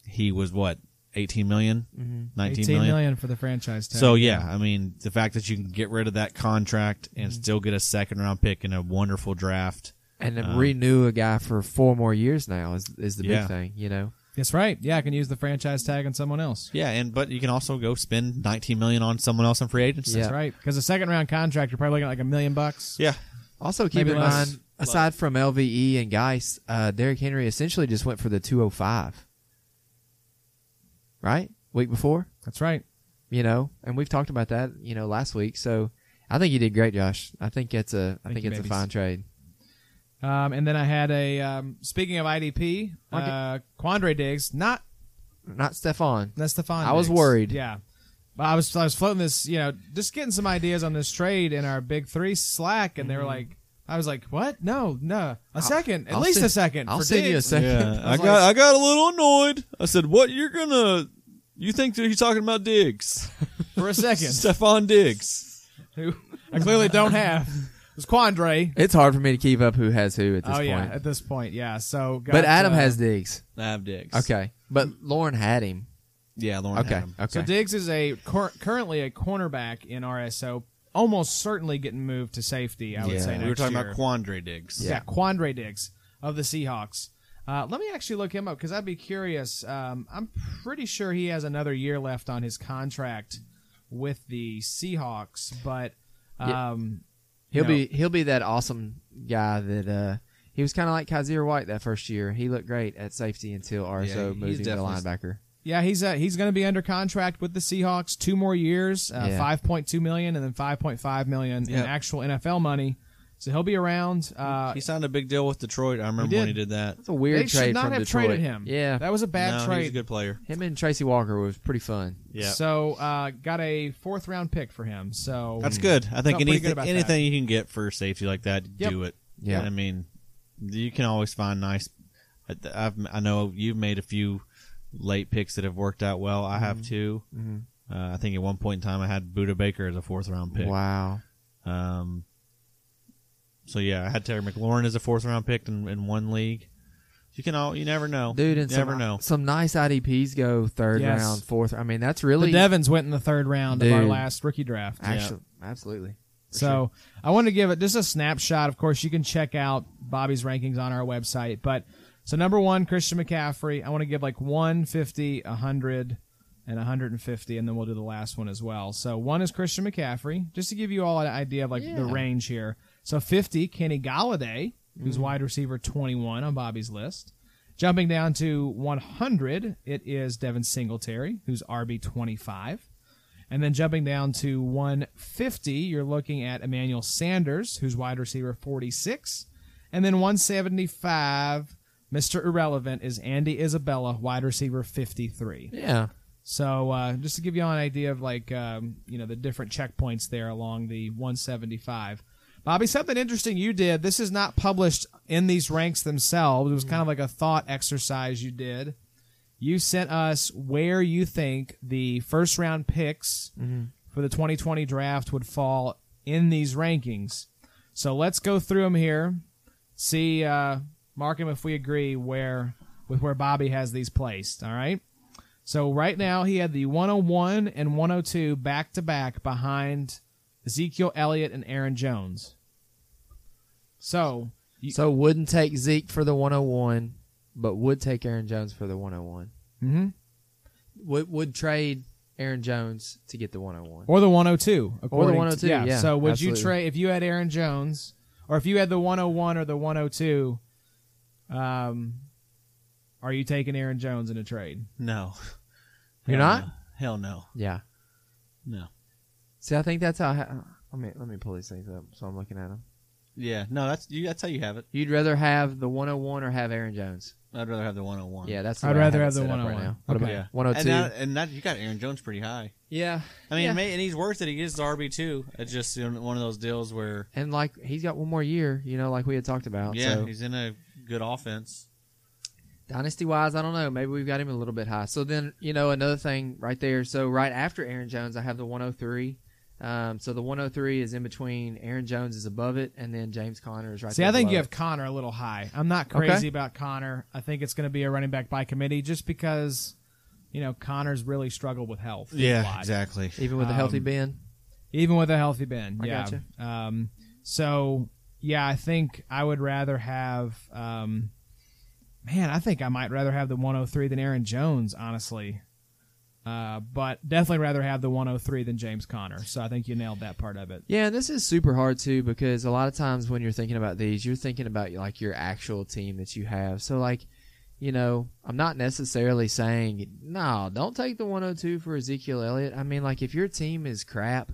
Speaker 3: he was what 18 million? 19
Speaker 2: $18
Speaker 3: Mm-hmm. million.
Speaker 2: million for the franchise tag.
Speaker 3: So yeah, I mean, the fact that you can get rid of that contract and still get a second round pick in a wonderful draft.
Speaker 4: And then
Speaker 3: Um,
Speaker 4: renew a guy for four more years now is is the big
Speaker 3: Yeah.
Speaker 4: thing. You know.
Speaker 2: That's right. Yeah, I can use the franchise tag on someone else.
Speaker 3: Yeah, and but you can also go spend 19 million on someone else in free agency.
Speaker 2: That's
Speaker 4: Yeah.
Speaker 2: right. Because a second round contract, you're probably looking at like a million bucks.
Speaker 3: Yeah.
Speaker 4: Also, keep
Speaker 2: Maybe
Speaker 4: in
Speaker 2: less.
Speaker 4: mind, aside from LVE and Geis, uh, Derrick Henry essentially just went for the 205. Right? Week before,
Speaker 2: That's right.
Speaker 4: you know, and we've talked about that, you know, last week. So I think you did great, Josh. I think it's a, I
Speaker 2: Thank
Speaker 4: think
Speaker 2: you,
Speaker 4: it's
Speaker 2: babies.
Speaker 4: a fine trade.
Speaker 2: Um, and then I had a, um, speaking of IDP,
Speaker 4: Okay.
Speaker 2: uh, Quandre Diggs, not
Speaker 4: Not Stefan.
Speaker 2: That's the fun.
Speaker 4: I was worried.
Speaker 2: Yeah. But I was I was floating this, you know, just getting some ideas on this trade in our big three Slack, and they were like, I was like, what? No, no, a 2nd at
Speaker 4: Mm-hmm. I'll
Speaker 2: least
Speaker 4: send-
Speaker 2: a second.
Speaker 4: I'll
Speaker 2: for
Speaker 4: send you a
Speaker 2: Diggs.
Speaker 4: second.
Speaker 2: I was
Speaker 3: I got a little annoyed. I said, "What? You're gonna? You think that he's talking about Diggs?
Speaker 2: for a second.
Speaker 3: Stefan Diggs?
Speaker 2: Who I clearly don't have. It was Quandre.
Speaker 4: It's hard for me to keep up who has who at
Speaker 2: Oh
Speaker 4: this point.
Speaker 2: yeah, at this point, yeah. So, got,
Speaker 4: but Adam
Speaker 2: uh,
Speaker 4: has Diggs.
Speaker 3: I have Diggs.
Speaker 4: Okay. But Lauren had him.
Speaker 3: Yeah, Lauren.
Speaker 4: Okay.
Speaker 3: had him.
Speaker 4: Okay.
Speaker 2: So Diggs is a cor- currently a cornerback in RSO, almost certainly getting moved to safety. I would
Speaker 4: Yeah.
Speaker 2: say
Speaker 4: We
Speaker 2: next
Speaker 3: We were talking
Speaker 2: year.
Speaker 3: about Quandre Diggs.
Speaker 2: Yeah, Quandre Diggs of the Seahawks. Uh, let me actually look him up because I'd be curious. Um, I'm pretty sure he has another year left on his contract with the Seahawks, but
Speaker 4: Yeah.
Speaker 2: um,
Speaker 4: He'll
Speaker 2: No.
Speaker 4: be he'll be that awesome guy that uh he was kind of like Kaiser White that first year. He looked great at safety until
Speaker 3: Yeah,
Speaker 4: RSO
Speaker 3: he's
Speaker 4: moved him to
Speaker 3: definitely-
Speaker 4: linebacker.
Speaker 2: yeah, he's uh, he's going to be under contract with the Seahawks two more years, uh,
Speaker 4: Yeah.
Speaker 2: 5.2 million and then 5.5 million
Speaker 3: Yeah.
Speaker 2: in actual NFL money. So he'll be around. Uh,
Speaker 3: He signed a big deal with Detroit. I remember
Speaker 2: He
Speaker 3: when he
Speaker 2: did.
Speaker 3: did that.
Speaker 4: It's a weird
Speaker 2: they
Speaker 4: trade
Speaker 2: should not
Speaker 4: from
Speaker 2: have
Speaker 4: Detroit.
Speaker 2: traded him.
Speaker 4: Yeah,
Speaker 2: that was a bad
Speaker 3: no, he was a
Speaker 2: trade.
Speaker 3: good player.
Speaker 4: him and Tracy Walker was pretty fun.
Speaker 3: Yeah.
Speaker 2: So uh, got a fourth round pick for him. So
Speaker 3: That's good. I think
Speaker 2: Felt pretty good
Speaker 3: anything
Speaker 2: about
Speaker 3: anything you can get for safety like that,
Speaker 2: Yep.
Speaker 3: do it.
Speaker 4: Yeah.
Speaker 3: I mean, you can always find nice. I- I've I know you've made a few late picks that have worked out well. I have two.
Speaker 4: Mhm.
Speaker 3: Uh, I think at one point in time I had Buda Baker as a fourth round pick.
Speaker 4: Wow.
Speaker 3: Um. So yeah, I had Terry McLaurin as a fourth round pick in, in one league. You can all you never know,
Speaker 4: Dude, and
Speaker 3: You never
Speaker 4: some,
Speaker 3: know.
Speaker 4: some nice IDPs go third
Speaker 2: Yes.
Speaker 4: round, fourth. I mean, that's really
Speaker 2: The Devons went in the third round of our
Speaker 4: Dude.
Speaker 2: last rookie draft.
Speaker 4: actually absolutely. For
Speaker 2: so I want to give it just a snapshot. Of course, you can check out Bobby's rankings on our website, but So number one, Christian McCaffrey. I want to give like 150, 100, and 150, and then we'll do the last one as well. So one is Christian McCaffrey, just to give you all an idea of like the
Speaker 4: Yeah.
Speaker 2: range here. So 50, Kenny Galladay,
Speaker 4: Mm-hmm.
Speaker 2: who's wide receiver 21 on Bobby's list. Jumping down to 100, it is Devin Singletary, who's RB 25. And then jumping down to 150, you're looking at Emmanuel Sanders, who's wide receiver 46. And then 175, Mr. Irrelevant, is Andy Isabella, wide receiver 53.
Speaker 4: Yeah.
Speaker 2: So uh, just to give you all an idea of like um, you know the different checkpoints there along the 175. Bobby, something interesting you did. This is not published in these ranks themselves. It was kind of like a thought exercise you did. You sent us where you think the first round picks for the 2020 draft would fall in these rankings. So let's go through them here. See, uh, mark him if we agree where with where Bobby has these placed. All right. So right now he had the 101 and 102 back to back behind Ezekiel Elliott and Aaron Jones. So you-
Speaker 4: So wouldn't take Zeke for the 101, but would take Aaron Jones for the 101.
Speaker 2: mhm.
Speaker 4: Would would trade Aaron Jones to get the 101.
Speaker 2: or the 102 according to-
Speaker 4: 102, yeah,
Speaker 2: So would you
Speaker 4: absolutely.
Speaker 2: trade if you had Aaron Jones or if you had the 101 or the 102? Um, are you taking Aaron Jones in a trade?
Speaker 3: No.
Speaker 4: You're
Speaker 3: Hell
Speaker 4: not?
Speaker 3: no. Hell no.
Speaker 4: Yeah.
Speaker 3: No.
Speaker 4: See, I think that's how. I, uh, let me let me pull these things up. So I'm looking at them.
Speaker 3: Yeah. No, that's you that's how you have it.
Speaker 4: You'd rather have the 101 or have Aaron Jones?
Speaker 3: I'd rather have the one on one.
Speaker 4: Yeah, oh that's. The
Speaker 2: I'd
Speaker 4: way I
Speaker 2: rather
Speaker 4: it
Speaker 2: have the
Speaker 4: set up
Speaker 2: 101.
Speaker 4: Right now. What
Speaker 2: Okay.
Speaker 4: about
Speaker 3: Yeah. And
Speaker 4: 102?
Speaker 3: that, and that you got Aaron Jones pretty high.
Speaker 4: yeah.
Speaker 3: I mean,
Speaker 4: Yeah.
Speaker 3: may, and he's worth it. He is the RB two. It's just you know, one of those deals where
Speaker 4: And like he's got one more year, you know, like we had talked about.
Speaker 3: yeah,
Speaker 4: So
Speaker 3: he's in a good offense.
Speaker 4: dynasty wise, I don't know. Maybe we've got him a little bit high. So then, you know, another thing right there. So right after Aaron Jones, I have the 103. Um, so the 103 is in between. Aaron Jones is above it, and then James Conner is right.
Speaker 2: See,
Speaker 4: there
Speaker 2: I think
Speaker 4: below
Speaker 2: you
Speaker 4: it.
Speaker 2: have Connor a little high. I'm not
Speaker 4: Okay.
Speaker 2: crazy about Connor. I think it's going to be a running back by committee just because, you know, Connor's really struggled with health. a lot.
Speaker 3: exactly.
Speaker 4: even with a healthy
Speaker 2: um,
Speaker 4: Ben.
Speaker 2: Even with a healthy Ben.
Speaker 4: I
Speaker 2: yeah.
Speaker 4: gotcha.
Speaker 2: Um, so, yeah, I think I would rather have, um, man, I think I might rather have the 103 than Aaron Jones, honestly. Uh, but definitely rather have the 103 than James Connor. So I think you nailed that part of it.
Speaker 4: Yeah, and this is super hard too because a lot of times when you're thinking about these, you're thinking about like your actual team that you have. So like, you know, I'm not necessarily saying no, don't take the 102 for Ezekiel Elliott. I mean, like if your team is crap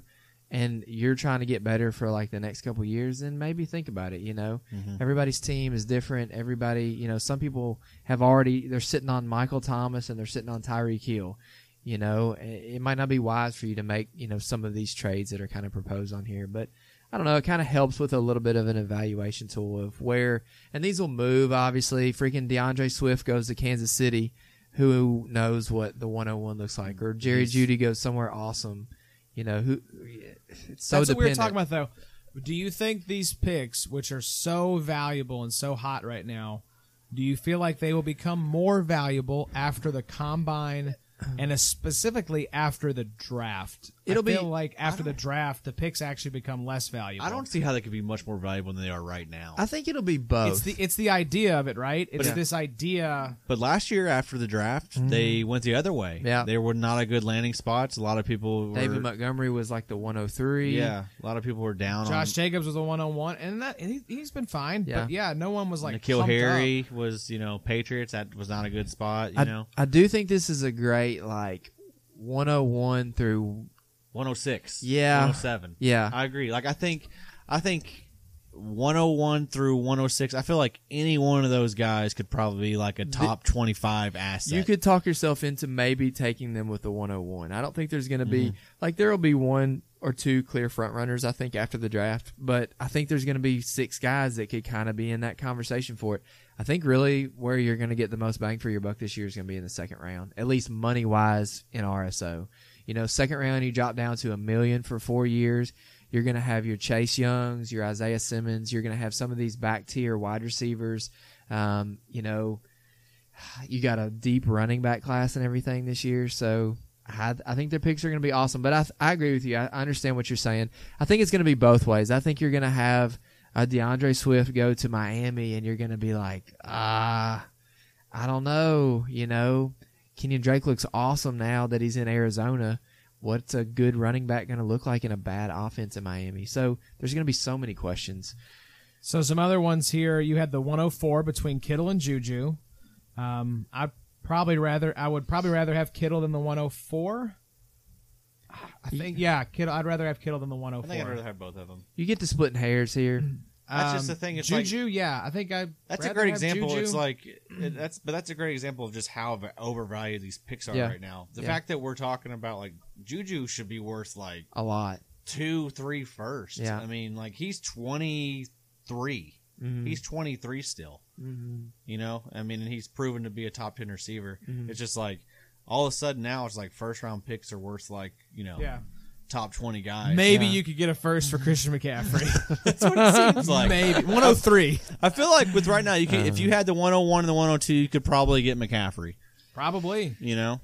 Speaker 4: and you're trying to get better for like the next couple years, then maybe think about it. You know, everybody's team is different. Everybody, you know, some people have already they're sitting on Michael Thomas and they're sitting on Tyreek Hill you know it it might not be wise for you to make you know some of these trades that are kind of proposed on here but i don't know it kind of helps with a little bit of an evaluation tool of where and these will move obviously freaking deandre swift goes to kansas city who knows what the 101 looks like or jerry judy goes somewhere awesome you know who it's so
Speaker 2: That's what we were
Speaker 4: dependent
Speaker 2: talking about, though. Do you think these picks, which are so valuable and so hot right now, do you feel like they will become more valuable after the combine and uh, specifically after the draft? I
Speaker 4: It'll be-
Speaker 2: feel like after the draft, the picks actually become less valuable.
Speaker 3: I don't see how they could be much more valuable than they are right now.
Speaker 4: i think it'll be both
Speaker 2: It's the it's the idea of it, right? It's
Speaker 3: Yeah.
Speaker 2: this idea.
Speaker 3: But last year after the draft, they went the other way.
Speaker 4: Mm-hmm. Yeah.
Speaker 3: they were not a good landing spots. A lot of people were.
Speaker 4: david montgomery was like the 103
Speaker 3: yeah, a lot of people were down.
Speaker 2: Josh
Speaker 3: on
Speaker 2: Jacobs was a one on one, and that he, he's been fine.
Speaker 4: Yeah.
Speaker 2: But yeah, no one was like
Speaker 3: Nikhil
Speaker 2: pumped up.
Speaker 3: Harry was you know Patriots. That was not a good spot. You
Speaker 4: I,
Speaker 3: know,
Speaker 4: I do think this is a great like 101 through
Speaker 3: 106.
Speaker 4: Yeah.
Speaker 3: 107.
Speaker 4: yeah
Speaker 3: I agree. Like I think, I think 101 through 106. I feel like any one of those guys could probably be like a top 25 asset.
Speaker 4: You could talk yourself into maybe taking them with the 101. I don't think there's going to be like there'll be one or two clear front runners I think after the draft, but I think there's going to be six guys that could kind of be in that conversation for it. I think really where you're going to get the most bang for your buck this year is going to be in the second round, at least money wise in RSO. You know, second round you drop down to a million for 4 years. You're going to have your Chase Youngs, your Isaiah Simmons, you're going to have some of these back tier wide receivers. Um, you know, you got a deep running back class and everything this year. So I, I think their picks are going to be awesome. But I, I agree with you. I, I understand what you're saying. I think it's going to be both ways. I think you're going to have a DeAndre Swift go to Miami and you're going to be like, ah, I don't know. You know, Kenyon Drake looks awesome now that he's in Arizona. What's a good running back going to look like in a bad offense in Miami? So there's going to be so many questions.
Speaker 2: So some other ones here. You had the 104 between Kittle and Juju. Um, I probably rather I would probably rather have Kittle than the 104. I think yeah, Kittle. I'd rather have Kittle than the
Speaker 3: I think I'd
Speaker 2: 104.
Speaker 3: rather have both of them.
Speaker 4: You get to splitting hairs here.
Speaker 3: That's just the thing, it's like-
Speaker 2: Juju, yeah, I think I.
Speaker 3: That's a great example. It's like it, that's, but that's a great example of just how v- overvalued these picks are
Speaker 4: Yeah.
Speaker 3: right now. The
Speaker 4: Yeah.
Speaker 3: fact that we're talking about like Juju should be worth like
Speaker 4: A lot.
Speaker 3: two, three first.
Speaker 4: Yeah.
Speaker 3: I mean, like he's twenty
Speaker 4: Mhm.
Speaker 3: He's twenty three still.
Speaker 4: Mhm.
Speaker 3: You know, I mean, and he's proven to be a top ten receiver.
Speaker 4: Mhm.
Speaker 3: It's just like all of a sudden now it's like first round picks are worth like you know
Speaker 2: yeah.
Speaker 3: top twenty guys.
Speaker 2: Maybe
Speaker 4: yeah.
Speaker 2: you could get a first for Christian McCaffrey.
Speaker 3: that's what it seems like.
Speaker 2: Maybe 103.
Speaker 3: I feel like with right now, you could, if
Speaker 4: Uh.
Speaker 3: you had the one hundred one and the one hundred two, you could probably get McCaffrey.
Speaker 2: Probably.
Speaker 3: You know,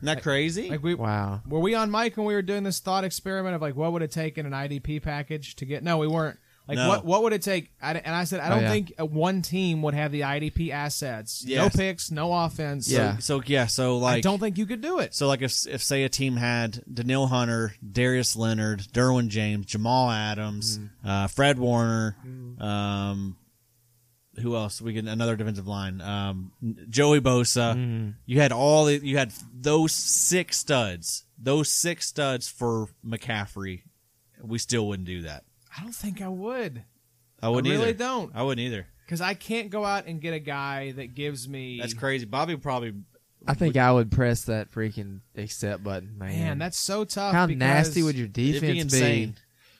Speaker 3: not crazy.
Speaker 2: Like we
Speaker 4: Wow.
Speaker 2: were we on mic when we were doing this thought experiment of like what would it take in an IDP package to get? No, we weren't. Like
Speaker 3: No.
Speaker 2: what what would it take? I, and I said I
Speaker 4: Oh,
Speaker 2: don't
Speaker 4: yeah.
Speaker 2: think uh, one team would have the IDP assets.
Speaker 3: Yes.
Speaker 2: No picks, no offense.
Speaker 4: Yeah.
Speaker 3: So yeah, so like
Speaker 2: I don't think you could do it.
Speaker 3: so like if if say a team had Daniil Hunter, Darius Leonard, Derwin James, Jamal Adams,
Speaker 2: Mm-hmm.
Speaker 3: uh, Fred Warner, um, who else? We get another defensive line, um, Joey Bosa.
Speaker 2: Mm-hmm.
Speaker 4: Mm-hmm.
Speaker 3: You had all the, you had those six studs, those six studs for McCaffrey. We still wouldn't do that.
Speaker 2: I don't think I would.
Speaker 3: I wouldn't
Speaker 2: I really
Speaker 3: either.
Speaker 2: don't
Speaker 3: I wouldn't either.
Speaker 2: because I can't go out and get a guy that gives me.
Speaker 3: That's crazy. Bobby probably
Speaker 4: I think I would press that freaking accept button, man.
Speaker 2: Man, that's so tough.
Speaker 4: how
Speaker 2: because-
Speaker 4: nasty would your
Speaker 3: it'd
Speaker 4: defense
Speaker 3: be insane.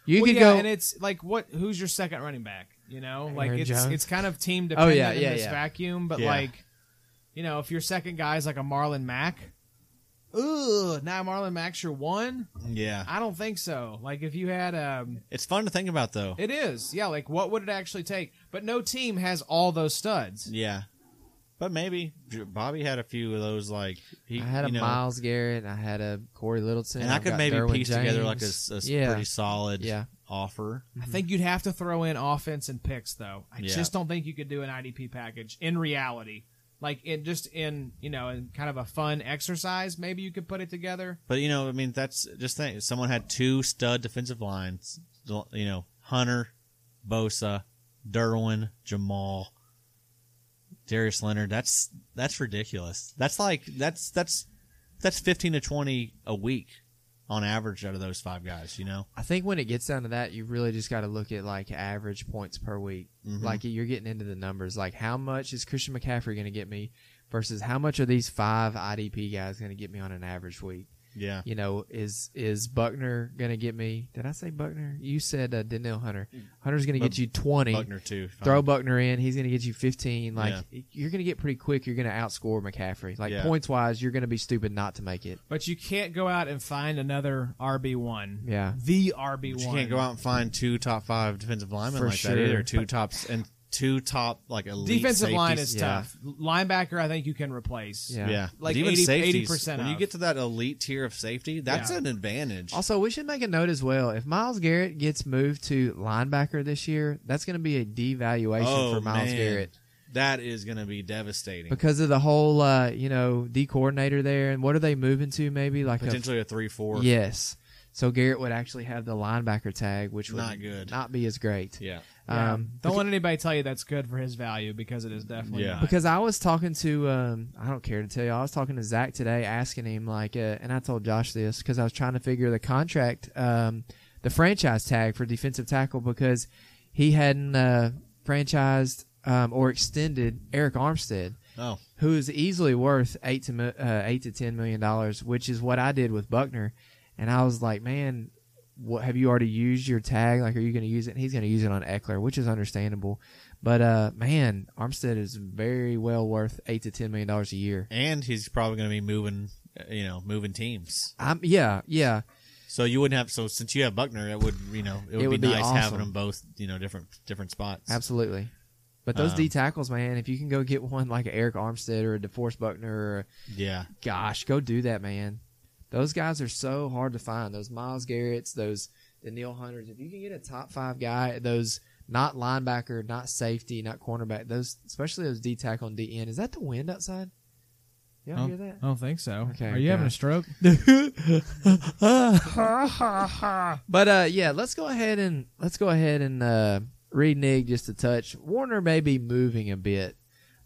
Speaker 4: You
Speaker 2: Well,
Speaker 4: could
Speaker 2: yeah,
Speaker 4: go.
Speaker 2: and it's like what? Who's your second running back? You know, like
Speaker 4: Aaron
Speaker 2: it's
Speaker 4: Jones.
Speaker 2: it's kind of team
Speaker 4: Oh,
Speaker 2: dependent
Speaker 4: yeah, yeah,
Speaker 2: in this
Speaker 4: yeah.
Speaker 2: vacuum, but
Speaker 3: Yeah.
Speaker 2: like, you know, if your second guy is like a Marlon Mack, ooh, now Marlon Mack's your one.
Speaker 3: Yeah,
Speaker 2: I don't think so. Like if you had um,
Speaker 3: it's fun to think about though.
Speaker 2: it is yeah. Like what would it actually take? But no team has all those studs.
Speaker 3: Yeah, but maybe J- Bobby had a few of those. Like he
Speaker 4: I had a
Speaker 3: you know,
Speaker 4: Miles Garrett. I had a Corey Littleton.
Speaker 3: and I
Speaker 4: I've
Speaker 3: could
Speaker 4: got
Speaker 3: maybe
Speaker 4: Derwin
Speaker 3: piece together like a, s-
Speaker 4: James.
Speaker 3: a s-
Speaker 4: yeah.
Speaker 3: pretty solid
Speaker 4: Yeah.
Speaker 3: offer.
Speaker 4: Mm-hmm.
Speaker 2: I think you'd have to throw in offense and picks though. I
Speaker 3: Yeah.
Speaker 2: just don't think you could do an IDP package in reality. Like in just in you know in kind of a fun exercise, maybe you could put it together.
Speaker 3: But you know, I mean, that's just think. if Someone had two stud defensive lines. You know, Hunter, Bosa, Derwin, Jamal, Darius Leonard. That's that's ridiculous. That's like that's that's that's fifteen to twenty a week on average out of those five guys. You know,
Speaker 4: I think when it gets down to that, you really just got to look at like average points per week.
Speaker 3: Mhm.
Speaker 4: Like you're getting into the numbers. Like how much is Christian McCaffrey going to get me versus how much are these five IDP guys going to get me on an average week?
Speaker 3: yeah,
Speaker 4: You know, is is Buckner going to get me? Did I say Buckner? You said uh, Daniel Hunter. Hunter's going to get
Speaker 3: Buck-
Speaker 4: you twenty.
Speaker 3: Buckner too. fine.
Speaker 4: Throw Buckner in. He's going to get you 15. Like,
Speaker 3: Yeah.
Speaker 4: you're going to get pretty quick. You're going to outscore McCaffrey. Like,
Speaker 3: Yeah.
Speaker 4: points wise, you're going to be stupid not to make it.
Speaker 2: But you can't go out and find another RB one.
Speaker 4: Yeah.
Speaker 2: The RB
Speaker 3: But you
Speaker 2: one.
Speaker 3: can't go out and find two top five defensive linemen
Speaker 4: For
Speaker 3: like that
Speaker 4: sure.
Speaker 3: either. Two tops and two top like elite
Speaker 2: Defensive line
Speaker 3: safeties.
Speaker 2: is
Speaker 4: yeah.
Speaker 2: tough. Linebacker, I think you can replace.
Speaker 4: Yeah.
Speaker 3: yeah,
Speaker 2: Like
Speaker 3: But even
Speaker 2: 80
Speaker 3: safeties,
Speaker 2: 80%
Speaker 3: When you
Speaker 2: of.
Speaker 3: get to that elite tier of safety, that's
Speaker 2: Yeah.
Speaker 3: an advantage.
Speaker 4: Also, we should make a note as well. If Miles Garrett gets moved to linebacker this year, that's going to be a devaluation
Speaker 3: Oh,
Speaker 4: for Miles
Speaker 3: man.
Speaker 4: Garrett
Speaker 3: that is going to be devastating.
Speaker 4: because of the whole, uh, you know, D coordinator there. And what are they moving to? Maybe like a
Speaker 3: Potentially a three four.
Speaker 4: yes. So Garrett would actually have the linebacker tag, which would
Speaker 3: Not good.
Speaker 4: not be as great.
Speaker 3: yeah,
Speaker 2: Yeah.
Speaker 4: Um,
Speaker 2: Don't let anybody tell you that's good for his value because it is definitely
Speaker 3: Yeah.
Speaker 2: not.
Speaker 4: Because I was talking to, um, I don't care to tell you, I was talking to Zach today, asking him like, uh, and I told Josh this because I was trying to figure the contract, um, the franchise tag for defensive tackle because he hadn't uh, franchised um, or extended Eric Armstead,
Speaker 3: Oh,
Speaker 4: who is easily worth eight to mi- uh, eight to ten million dollars, which is what I did with Buckner, and I was like, man. What, have you already used your tag? Like, are you going to use it? And he's going to use it on Eckler, which is understandable. But uh, man, Armstead is very well worth eight to ten million dollars a year.
Speaker 3: and he's probably going to be moving. uh, You know, moving teams.
Speaker 4: I'm yeah, yeah,
Speaker 3: So you wouldn't have. So since you have Buckner, it would you know it would,
Speaker 4: would
Speaker 3: be,
Speaker 4: be
Speaker 3: nice having
Speaker 4: awesome.
Speaker 3: them both. You know, different different spots.
Speaker 4: absolutely. But those
Speaker 3: Um,
Speaker 4: D tackles, man, if you can go get one like Eric Armstead or a DeForest Buckner, or
Speaker 3: Yeah.
Speaker 4: gosh, go do that, man. Those guys are so hard to find. Those Miles Garrett's, those the Neil Hunters. If you can get a top five guy, those Not linebacker, not safety, not cornerback. Those, especially those D tackle and D end. Is that the wind outside? Y'all
Speaker 2: Oh,
Speaker 4: hear that?
Speaker 2: I don't think so.
Speaker 4: Okay,
Speaker 2: Are you having a
Speaker 4: God.
Speaker 2: stroke?
Speaker 4: But uh, yeah, let's go ahead and let's go ahead and uh, renege just a touch. Warner may be moving a bit.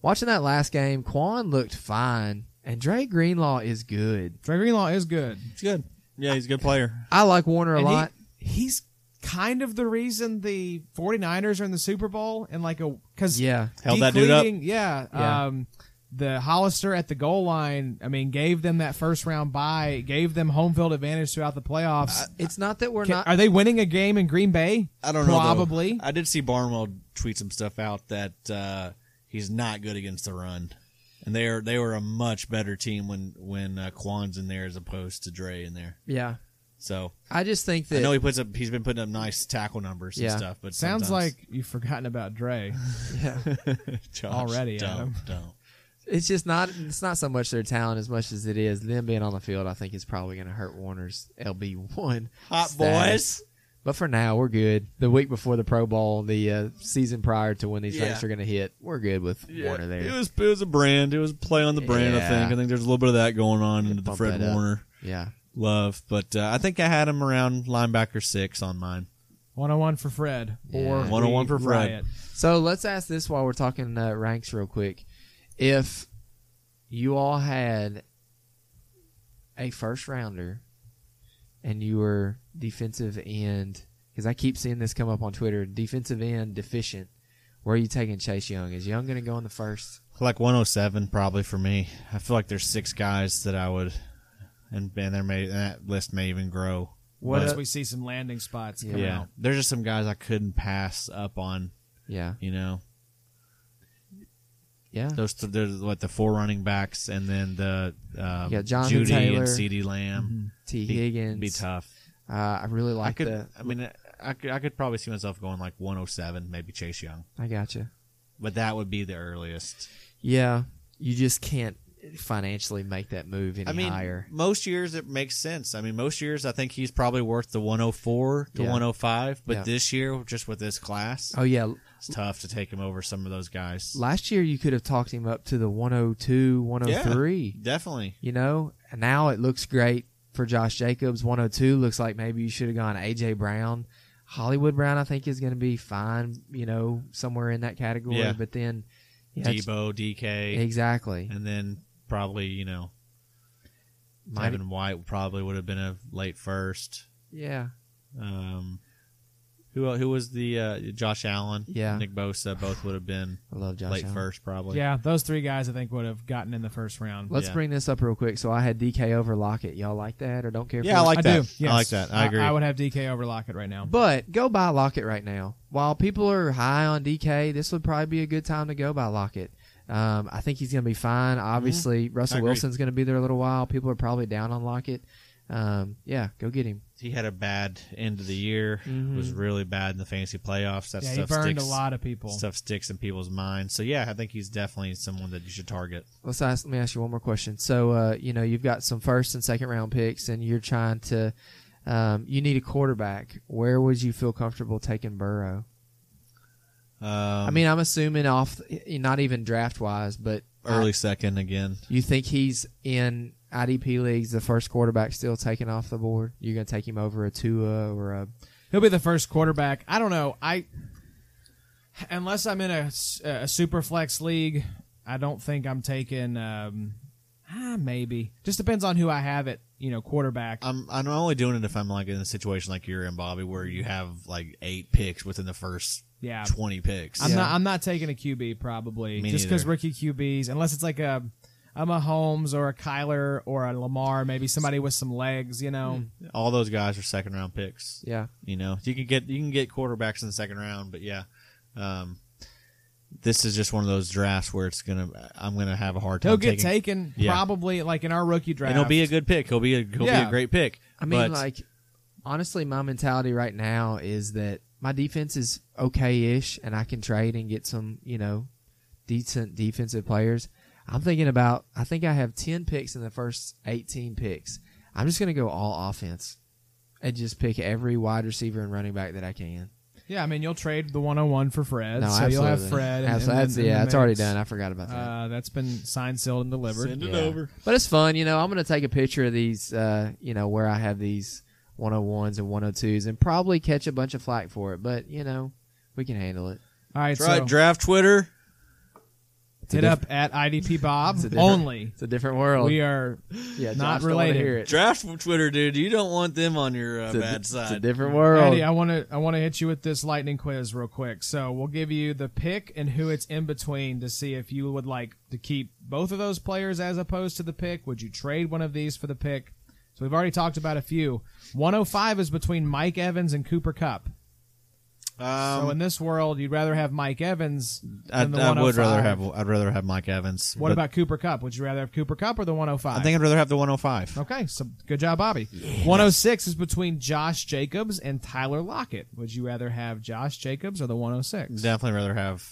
Speaker 4: Watching that last game, Quan looked fine, and Dre Greenlaw is good.
Speaker 2: Dre Greenlaw is good.
Speaker 3: He's good. Yeah, he's a good player.
Speaker 4: I like Warner a
Speaker 2: And he-
Speaker 4: lot.
Speaker 2: he's kind of the reason the 49ers are in the Super Bowl and like a because
Speaker 4: yeah,
Speaker 3: Held that dude up.
Speaker 2: Yeah,
Speaker 4: Yeah.
Speaker 2: Um, the Hollister at the goal line. I mean, gave them that first round bye, gave them home field advantage throughout the playoffs.
Speaker 4: it's not that we're
Speaker 2: Can-
Speaker 4: not.
Speaker 2: are they winning a game in Green Bay?
Speaker 3: I don't know. though.
Speaker 2: Probably.
Speaker 3: I did see Barnwell tweet some stuff out that uh, he's not good against the run, and they are they were a much better team when when uh, Quan's in there as opposed to Dre in there.
Speaker 4: yeah,
Speaker 3: So
Speaker 4: I just think
Speaker 3: I
Speaker 4: that.
Speaker 3: know he puts up. He's been putting up nice tackle numbers
Speaker 4: Yeah.
Speaker 3: and stuff. But
Speaker 2: Sounds
Speaker 3: sometimes-
Speaker 2: like you've forgotten about Dre.
Speaker 4: yeah.
Speaker 3: Josh,
Speaker 2: already,
Speaker 3: Don't
Speaker 2: Adam.
Speaker 3: don't.
Speaker 4: It's just not. It's not so much their talent as much as it is them being on the field. I think is probably going to hurt Warner's LB one.
Speaker 3: Hot
Speaker 4: Status.
Speaker 3: boys.
Speaker 4: But for now, we're good. The week before the Pro Bowl, the uh, season prior to when these
Speaker 3: Yeah.
Speaker 4: ranks are going to hit, we're good with Warner there.
Speaker 3: It was it was a brand. It was a play on the brand. I think.
Speaker 4: Yeah.
Speaker 3: I think there's a little bit of that going on into the
Speaker 4: bump
Speaker 3: Fred
Speaker 4: that up.
Speaker 3: Warner
Speaker 4: yeah,
Speaker 3: love. But uh, I think I had him around linebacker six on mine.
Speaker 2: 101 for Fred. Or
Speaker 4: Yeah.
Speaker 3: 101 for
Speaker 2: we
Speaker 3: Fred.
Speaker 2: riot.
Speaker 4: So let's ask this while we're talking uh, ranks real quick. If you all had a first rounder and you were defensive end, because I keep seeing this come up on Twitter, defensive end deficient, where are you taking Chase Young? Is Young going to go in the first?
Speaker 3: Like 107 probably for me. I feel like there's six guys that I would, and and there may and that list may even grow.
Speaker 4: What
Speaker 2: Once
Speaker 4: a-
Speaker 2: we see some landing spots come
Speaker 4: Yeah.
Speaker 2: out.
Speaker 3: there's just some guys I couldn't pass up on.
Speaker 4: Yeah,
Speaker 3: You know,
Speaker 4: yeah.
Speaker 3: those th- there's what the four running backs, and then the um,
Speaker 4: Yeah, Jonathan
Speaker 3: Judy
Speaker 4: Taylor.
Speaker 3: and C.D.
Speaker 2: Mm-hmm.
Speaker 3: Lamb.
Speaker 4: T.
Speaker 3: Be-
Speaker 4: Higgins.
Speaker 3: Be tough.
Speaker 4: Uh, I really
Speaker 3: I
Speaker 4: like
Speaker 3: could.
Speaker 4: the.
Speaker 3: I mean, I could. I could probably see myself going like 107, maybe Chase Young,
Speaker 4: I gotcha.
Speaker 3: but that would be the earliest.
Speaker 4: Yeah, you just can't financially make that move any
Speaker 3: I mean,
Speaker 4: higher.
Speaker 3: most years it makes sense. I mean, most years I think he's probably worth the 104 to
Speaker 4: Yeah.
Speaker 3: 105, but
Speaker 4: Yeah.
Speaker 3: this year just with this class,
Speaker 4: Oh yeah,
Speaker 3: it's tough to take him over some of those guys.
Speaker 4: Last year, you could have talked him up to the 102, 103.
Speaker 3: Definitely.
Speaker 4: You know, and now it looks great for Josh Jacobs. 102 looks like maybe you should have gone AJ Brown. Hollywood Brown, I think, is going to be fine. You know, somewhere in that category.
Speaker 3: Yeah.
Speaker 4: But then, yeah, it's-
Speaker 3: Debo, DK,
Speaker 4: exactly.
Speaker 3: and then probably, you know,
Speaker 4: Might-
Speaker 3: Devin White probably would have been a late first.
Speaker 4: yeah,
Speaker 3: Um who, who was the uh, Josh Allen?
Speaker 4: Yeah.
Speaker 3: Nick Bosa both would have been
Speaker 4: I love Josh.
Speaker 3: late
Speaker 4: Allen.
Speaker 3: first, probably.
Speaker 2: Yeah, those three guys I think would have gotten in the first round.
Speaker 4: Let's
Speaker 3: Yeah.
Speaker 4: bring this up real quick. So I had DK over Lockett. Y'all like that or don't care?
Speaker 3: Yeah, I
Speaker 4: for it?
Speaker 3: like
Speaker 2: I
Speaker 3: that.
Speaker 2: do. Yes.
Speaker 3: I like that. I agree.
Speaker 2: I, would have DK over Lockett right now.
Speaker 4: But go buy Lockett right now. While people are high on DK, this would probably be a good time to go buy Lockett. Um, I think he's going to be fine. Obviously,
Speaker 3: Mm-hmm. I
Speaker 4: Russell
Speaker 3: agree.
Speaker 4: Wilson's going to be there a little while. People are probably down on Lockett. Um, yeah, go get him.
Speaker 3: he had a bad end of the year.
Speaker 4: Mhm.
Speaker 3: Was really bad in the fantasy playoffs. That
Speaker 2: yeah, he
Speaker 3: stuff
Speaker 2: burned
Speaker 3: sticks.
Speaker 2: a lot of people.
Speaker 3: Stuff sticks in people's minds. So yeah, I think he's definitely someone that you should target.
Speaker 4: Let's ask. Let me ask you one more question. So, uh, you know, you've got some first and second round picks, and you're trying to. Um, you need a quarterback. Where would you feel comfortable taking Burrow?
Speaker 3: Um,
Speaker 4: I mean, I'm assuming off, not even draft wise, but
Speaker 3: early second again.
Speaker 4: You think he's in IDP leagues, the first quarterback still taken off the board? You're going to take him over a Tua or a.
Speaker 2: He'll be the first quarterback. I don't know. I unless I'm in a, s- a super flex league, I don't think I'm taking. Um, ah, maybe just depends on who I have at you know quarterback.
Speaker 3: I'm I'm only doing it if I'm like in a situation like you're in, Bobby, where you have like eight picks within the first
Speaker 2: Yeah.
Speaker 3: twenty picks.
Speaker 2: I'm
Speaker 4: Yeah.
Speaker 2: not. I'm not taking a QB probably
Speaker 3: Me
Speaker 2: just because
Speaker 3: neither.
Speaker 2: rookie QBs, unless it's like a a Mahomes or a Kyler or a Lamar, maybe somebody with some legs. You
Speaker 3: Hmm.
Speaker 2: know,
Speaker 3: All those guys are second round picks.
Speaker 4: Yeah.
Speaker 3: You know, you can get you can get quarterbacks in the second round, but yeah, um, this is just one of those drafts where it's gonna I'm gonna have a hard time.
Speaker 2: he'll get
Speaker 3: taking-
Speaker 2: taken
Speaker 3: Yeah.
Speaker 2: probably like in our rookie draft.
Speaker 3: And he'll be a good pick. He'll be a he'll be
Speaker 2: Yeah.
Speaker 3: a great pick.
Speaker 4: I mean,
Speaker 3: But
Speaker 4: like, honestly, my mentality right now is that my defense is okay ish and I can trade and get some, you know, decent defensive players. I'm thinking about, I think I have 10 picks in the first 18 picks. I'm just going to go all offense and just pick every wide receiver and running back that I can.
Speaker 2: Yeah, I mean, you'll trade the 101 for Fred, so you'll have Fred. and-
Speaker 4: Abso-
Speaker 2: and-
Speaker 4: that's-
Speaker 2: and
Speaker 4: yeah,
Speaker 2: the
Speaker 4: it's already
Speaker 2: mix.
Speaker 4: done. I forgot about that.
Speaker 2: Uh, that's been signed, sealed, and delivered.
Speaker 3: Send it
Speaker 4: Yeah.
Speaker 3: over.
Speaker 4: But it's fun, you know. I'm gonna take a picture of these, uh, you know, where I have these 101s and 102s, and probably catch a bunch of flack for it. But you know, we can handle it.
Speaker 2: All right,
Speaker 3: That's right.
Speaker 2: so
Speaker 3: Draft Twitter.
Speaker 4: It's a
Speaker 2: hit
Speaker 4: diff-
Speaker 2: up at IDP Bob
Speaker 4: It's a different-
Speaker 2: only.
Speaker 4: It's a different world.
Speaker 2: We are
Speaker 4: yeah, Josh
Speaker 2: not
Speaker 4: don't wanna
Speaker 2: related.
Speaker 4: Hear it.
Speaker 3: Draft Twitter, dude. You don't want them on your uh,
Speaker 4: It's a,
Speaker 3: bad
Speaker 4: it's a
Speaker 3: side.
Speaker 4: different world.
Speaker 2: Eddie, I want to I want to hit you with this lightning quiz real quick. So we'll give you the pick and who it's in between to see if you would like to keep both of those players as opposed to the pick. Would you trade one of these for the pick? So we've already talked about a few. 105 is between Mike Evans and Cooper Cup. so in
Speaker 3: um,
Speaker 2: this world, you'd rather have Mike Evans
Speaker 3: I,
Speaker 2: than the
Speaker 3: I
Speaker 2: 105.
Speaker 3: would rather have. I'd rather have Mike Evans.
Speaker 2: What
Speaker 3: but
Speaker 2: about Cooper Cup? Would you rather have Cooper Cup or the 105?
Speaker 3: I think I'd rather have the 105.
Speaker 2: Okay, so good job, Bobby. 106 is between Josh Jacobs and Tyler Lockett. Would you rather have Josh Jacobs or the 106?
Speaker 3: Definitely rather have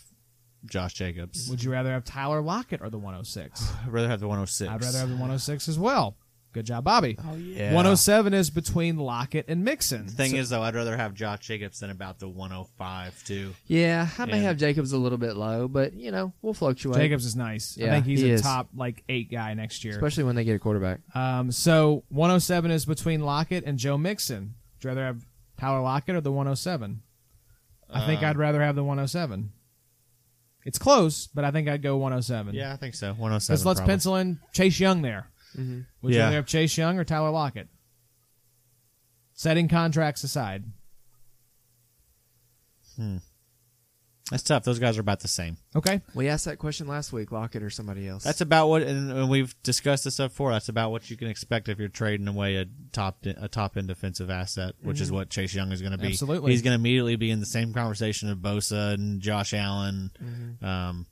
Speaker 3: Josh Jacobs.
Speaker 2: Would you rather have Tyler Lockett or the 106?
Speaker 3: I'd rather have the 106.
Speaker 2: I'd rather have the 106 as well. Good job, Bobby.
Speaker 4: oh yeah.
Speaker 2: 107 is between Lockett and Mixon.
Speaker 3: The thing is, though, I'd rather have Josh Jacobs than about the 105 too.
Speaker 4: Yeah, I may
Speaker 3: Yeah.
Speaker 4: have Jacobs a little bit low, but you know, we'll fluctuate.
Speaker 2: Jacobs is nice. I
Speaker 4: Yeah,
Speaker 2: think he's
Speaker 4: he
Speaker 2: a
Speaker 4: is.
Speaker 2: top like eight guy next year.
Speaker 4: especially when they get a quarterback.
Speaker 2: Um, so 107 is between Lockett and Joe Mixon. Would you rather have Tyler Lockett or the 107? I think
Speaker 3: Um,
Speaker 2: I'd rather have the 107. It's close, but I think I'd go 107.
Speaker 3: Yeah, I think so. 107.
Speaker 2: Because let's
Speaker 3: probably.
Speaker 2: pencil in Chase Young there.
Speaker 4: Mhm.
Speaker 2: Would you
Speaker 3: Yeah.
Speaker 2: rather have Chase Young or Tyler Lockett? Setting contracts aside.
Speaker 3: That's tough. Those guys are about the same.
Speaker 2: Okay.
Speaker 4: We asked that question last week, Lockett or somebody else.
Speaker 3: That's about what, and, and we've discussed this stuff before. That's about what you can expect if you're trading away a top a top end defensive asset, which is what Chase Young is going to be.
Speaker 2: Mm-hmm. Absolutely.
Speaker 3: he's going to immediately be in the same conversation of Bosa and Josh Allen.
Speaker 2: Mm-hmm.
Speaker 3: Um,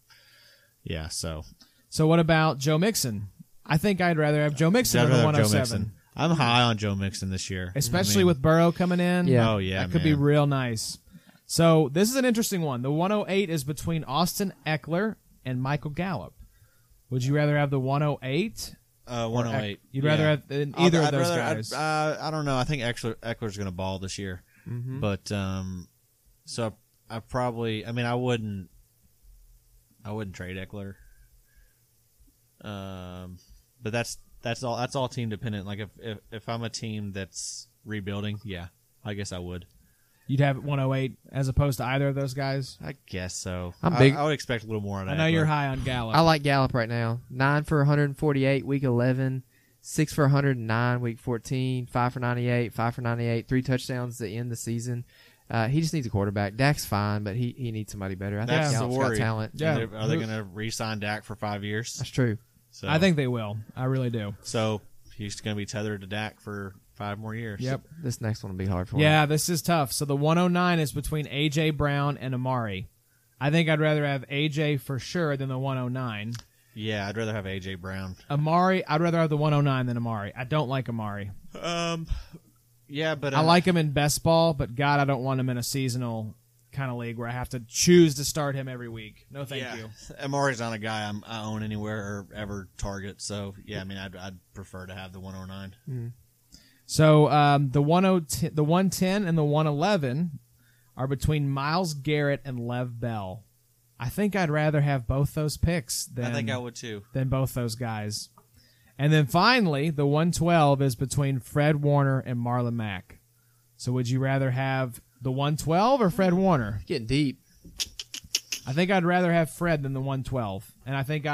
Speaker 3: yeah, so
Speaker 2: So what about Joe Mixon? I think I'd rather have Joe Mixon
Speaker 3: I'd
Speaker 2: or the
Speaker 3: rather have Joe
Speaker 2: 107.
Speaker 3: Mixon. I'm high on Joe Mixon this year,
Speaker 2: Especially
Speaker 3: I mean,
Speaker 2: with Burrow coming in.
Speaker 4: Yeah.
Speaker 3: Oh yeah,
Speaker 2: that could be
Speaker 3: man.
Speaker 2: real nice. So this is an interesting one. The 108 is between Austin Eckler and Michael Gallup. Would you rather have the 108?
Speaker 3: uh, 108.
Speaker 2: You'd rather
Speaker 3: Yeah.
Speaker 2: have than either
Speaker 3: I'd-
Speaker 2: of
Speaker 3: I'd
Speaker 2: those
Speaker 3: rather- I'd-
Speaker 2: guys.
Speaker 3: uh, I don't know. I think Eckler, Eckler's going to ball this year,
Speaker 4: Mm-hmm.
Speaker 3: but um, so I, I probably. I mean, I wouldn't. I wouldn't trade Eckler. Um, but that's that's all that's all team dependent. Like if if, if I'm a team that's rebuilding, yeah, I guess I would.
Speaker 2: You'd have 108 as opposed to either of those guys.
Speaker 3: I guess so.
Speaker 4: I'm
Speaker 3: I-
Speaker 4: big-
Speaker 3: I, would expect a little more. Out of
Speaker 2: I know
Speaker 3: Eckler.
Speaker 2: you're high on Gallup.
Speaker 4: I like Gallup right now. Nine for 148, week 11. Six for 109, week 14. Five for 98, five for 98. Three touchdowns to end the season. Uh, he just needs a quarterback. Dak's fine, but he, he needs somebody better. I think
Speaker 3: That's the
Speaker 4: Gallup's got
Speaker 3: worry.
Speaker 4: talent.
Speaker 2: Yeah.
Speaker 3: Are they, are they going to re-sign Dak for five years?
Speaker 4: That's true.
Speaker 3: So,
Speaker 2: I think they will. I really do.
Speaker 3: so. He's going to be tethered to Dak for five more years.
Speaker 2: Yep.
Speaker 4: This next one will be hard for him.
Speaker 2: Yeah, this is tough. So the 109 is between AJ Brown and Amari. I think I'd rather have AJ for sure than the 109.
Speaker 3: Yeah, I'd rather have AJ Brown.
Speaker 2: Amari, I'd rather have the 109 than Amari. I don't like Amari.
Speaker 3: Um, yeah, but uh,
Speaker 2: I like him in best ball, but God, I don't want him in a seasonal kind of league where I have to choose to start him every week. No, thank
Speaker 3: yeah.
Speaker 2: you.
Speaker 3: Amari's not a guy I'm, I own anywhere or ever target. So yeah, I mean, I'd, I'd prefer to have the 109.
Speaker 2: So um, the 110, the 110 and the 111 are between Miles Garrett and Lev Bell. I think I'd rather have both those picks than
Speaker 3: I think I would too.
Speaker 2: than both those guys. And then finally, the 112 is between Fred Warner and Marlon Mack. So would you rather have the 112 or Fred Warner?
Speaker 4: Getting deep.
Speaker 2: I think I'd rather have Fred than the 112. And I think uh,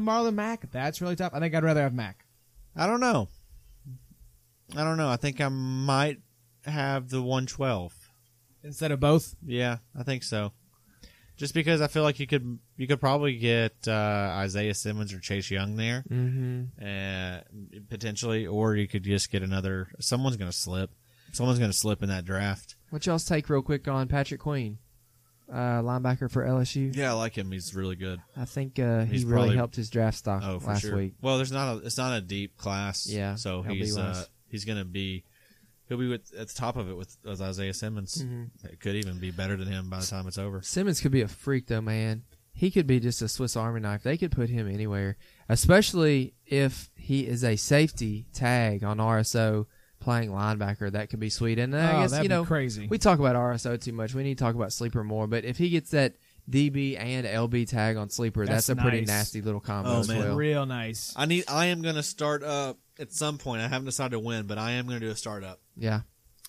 Speaker 2: Marlon Mack, that's really tough. I think I'd rather have Mack.
Speaker 3: I don't know. I don't know. I think I might have the 112.
Speaker 2: Instead of both,
Speaker 3: Yeah, I think so. Just because I feel like you could you could probably get uh, Isaiah Simmons or Chase Young there.
Speaker 4: Mm-hmm.
Speaker 3: uh, potentially, or you could just get another. Someone's going to slip. Someone's going to slip in that draft.
Speaker 4: What y'all's take real quick on Patrick Queen, uh, linebacker for LSU?
Speaker 3: Yeah, I like him. He's really good.
Speaker 4: I think uh, he
Speaker 3: He's
Speaker 4: really
Speaker 3: probably-
Speaker 4: helped his draft stock
Speaker 3: Oh, for
Speaker 4: uh, last
Speaker 3: sure.
Speaker 4: week.
Speaker 3: Well, there's not a. It's not a deep class.
Speaker 4: Yeah,
Speaker 3: So
Speaker 4: LB
Speaker 3: he's uh,
Speaker 4: wise.
Speaker 3: he's going to be. He'll be with, at the top of it with, with Isaiah Simmons.
Speaker 4: Mm-hmm.
Speaker 3: It could even be better than him by the time it's over.
Speaker 4: Simmons could be a freak though, man. He could be just a Swiss Army knife. They could put him anywhere, especially if he is a safety tag on RSO playing linebacker, that could be sweet. And uh,
Speaker 2: oh,
Speaker 4: I guess
Speaker 2: that'd
Speaker 4: you
Speaker 2: be
Speaker 4: know
Speaker 2: crazy.
Speaker 4: we talk about RSO too much. We need to talk about sleeper more. But if he gets that DB and LB tag on sleeper, that's,
Speaker 2: That's
Speaker 4: a pretty
Speaker 2: nice.
Speaker 4: nasty little combo
Speaker 3: Oh,
Speaker 4: as
Speaker 3: man.
Speaker 4: well.
Speaker 2: Real nice.
Speaker 3: I need. I am going to start up at some point. I haven't decided when, but I am going to do a startup.
Speaker 4: Yeah,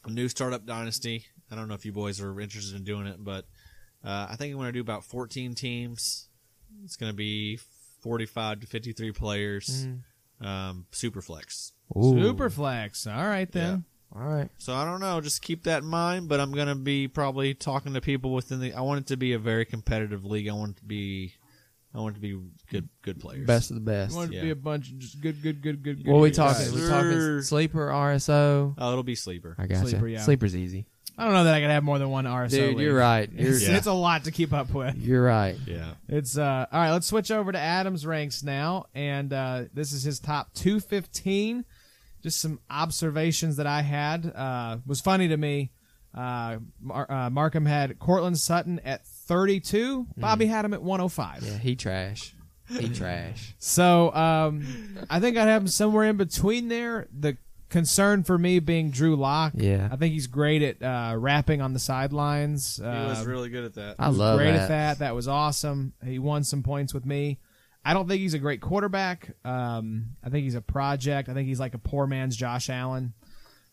Speaker 3: A new startup dynasty. I don't know if you boys are interested in doing it, but uh, I think I'm going to do about 14 teams. It's going to be 45 to 53 players.
Speaker 4: Mm.
Speaker 3: Um, super flex.
Speaker 4: Ooh.
Speaker 2: Super flex. All right then.
Speaker 4: All right.
Speaker 3: So I don't know. Just keep that in mind. But I'm going to be probably talking to people within the. I want it to be a very competitive league. I want it to be. I want it to be good. Good players.
Speaker 4: Best of the best.
Speaker 2: Wanted
Speaker 4: What
Speaker 2: to
Speaker 3: Yeah.
Speaker 2: be a bunch of just good, good, good, good. good
Speaker 4: are we
Speaker 2: good
Speaker 4: talking?
Speaker 2: guys.
Speaker 4: we
Speaker 3: Sir.
Speaker 4: talking sleeper RSO.
Speaker 3: Oh, it'll be sleeper.
Speaker 4: I gotcha.
Speaker 2: Sleeper, yeah.
Speaker 4: Sleeper's easy,
Speaker 2: I don't know that I could have more than one RSO.
Speaker 4: dude.
Speaker 2: league.
Speaker 4: You're right. You're,
Speaker 2: It's, it's a lot to keep up with.
Speaker 4: you're right.
Speaker 3: Yeah.
Speaker 2: It's uh all right. Let's switch over to Adam's ranks now, and uh, this is his top two fifteen. Just some observations that I had uh, was funny to me. Uh, Mar- uh, Markham had Cortland Sutton at thirty two. Bobby had him at one hundred five.
Speaker 4: Mm-hmm. Yeah, he trash. He trash.
Speaker 2: So um, I think I'd have him somewhere in between there. The concern for me being Drew Locke.
Speaker 4: Yeah.
Speaker 2: I think he's great at uh, rapping on the sidelines.
Speaker 3: He
Speaker 2: Uh,
Speaker 3: was really good at that.
Speaker 4: I
Speaker 2: was
Speaker 4: love
Speaker 2: great
Speaker 4: that.
Speaker 2: at that. That was awesome. He won some points with me. I don't think he's a great quarterback. Um, I think he's a project. I think he's like a poor man's Josh Allen.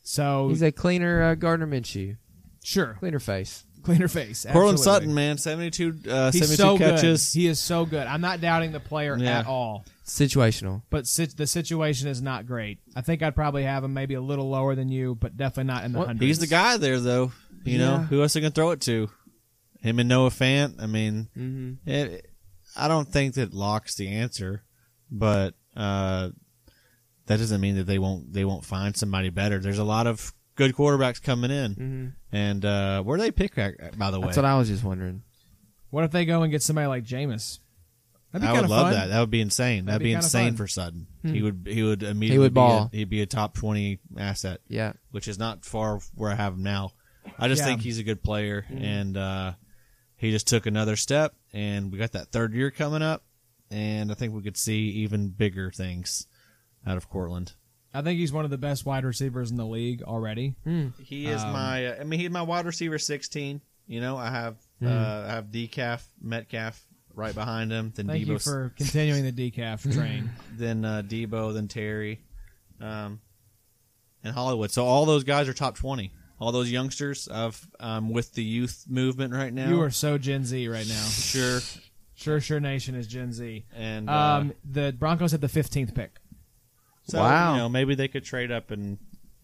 Speaker 2: So
Speaker 4: He's a cleaner uh, Gardner Minshew,
Speaker 2: sure,
Speaker 4: cleaner face.
Speaker 2: cleaner face.
Speaker 3: Corlin
Speaker 2: absolutely.
Speaker 3: Sutton, man, 72, uh,
Speaker 2: He's
Speaker 3: 72
Speaker 2: so
Speaker 3: catches.
Speaker 2: good. He is so good. I'm not doubting the player
Speaker 3: Yeah.
Speaker 2: at all.
Speaker 4: Situational.
Speaker 2: but sit- the situation is not great. I think I'd probably have him maybe a little lower than you, but definitely not in the
Speaker 4: Well,
Speaker 2: hundreds.
Speaker 3: He's the guy there, though. You know,
Speaker 4: Yeah.
Speaker 3: who else are going to throw it to? Him and Noah Fant. I mean,
Speaker 4: Mm-hmm.
Speaker 3: it, I don't think that Locke's the answer, but uh, that doesn't mean that they won't they won't find somebody better. There's a lot of good quarterbacks coming in, and uh, where do they pick at, by the way?
Speaker 4: Mm-hmm. That's what I was just wondering.
Speaker 2: What if they go and get somebody like Jameis? That'd be
Speaker 3: I
Speaker 2: kind
Speaker 3: would
Speaker 2: of
Speaker 3: love
Speaker 2: fun.
Speaker 3: that. That would be insane. That'd,
Speaker 2: That'd
Speaker 3: be,
Speaker 2: be kinda
Speaker 3: insane
Speaker 2: fun.
Speaker 3: for Sutton. He would he would immediately be
Speaker 4: ball.
Speaker 3: A, he'd be a top twenty asset.
Speaker 4: Yeah.
Speaker 3: which is not far where I have him now. I just
Speaker 2: Yeah. Mm-hmm.
Speaker 3: think he's a good player, and uh, he just took another step. And we got that third year coming up, and I think we could see even bigger things out of Cortland.
Speaker 2: I think he's one of the best wide receivers in the league already.
Speaker 3: He is
Speaker 2: Um,
Speaker 3: my. Uh, I mean, he's my wide receiver sixteen. You know, I have uh, I have decaf Metcalf right behind him, then
Speaker 2: Thank you
Speaker 3: Debo,
Speaker 2: for continuing the decaf train.
Speaker 3: then uh, Debo, then Terry, um, and Hollywood. So all those guys are top twenty. All those youngsters of um, with the youth movement right now.
Speaker 2: you are so Gen Z right now.
Speaker 3: Sure.
Speaker 2: Sure, sure, nation is Gen Z.
Speaker 3: And uh,
Speaker 2: Um, the Broncos had the fifteenth pick.
Speaker 3: so,
Speaker 4: Wow.
Speaker 3: you know, maybe they could trade up and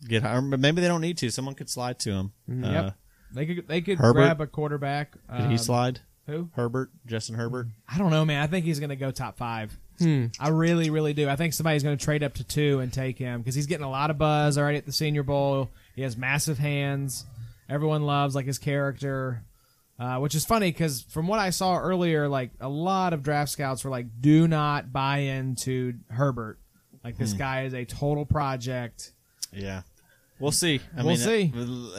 Speaker 3: get higher. But maybe they don't need to. Someone could slide to him. Uh,
Speaker 2: Yep. They could they could
Speaker 3: Herbert?
Speaker 2: grab a quarterback.
Speaker 3: Could
Speaker 2: um,
Speaker 3: he slide?
Speaker 2: who?
Speaker 3: Herbert, Justin Herbert.
Speaker 2: I don't know, man. I think he's going to go top five.
Speaker 4: Hmm.
Speaker 2: I really, really do. I think somebody's going to trade up to two and take him because he's getting a lot of buzz already at the Senior Bowl. He has massive hands. Everyone loves like his character, uh, which is funny because from what I saw earlier, like a lot of draft scouts were like, "Do not buy into Herbert. Like this
Speaker 3: Hmm.
Speaker 2: guy is a total project."
Speaker 3: Yeah, we'll see. I
Speaker 2: We'll
Speaker 3: mean, see.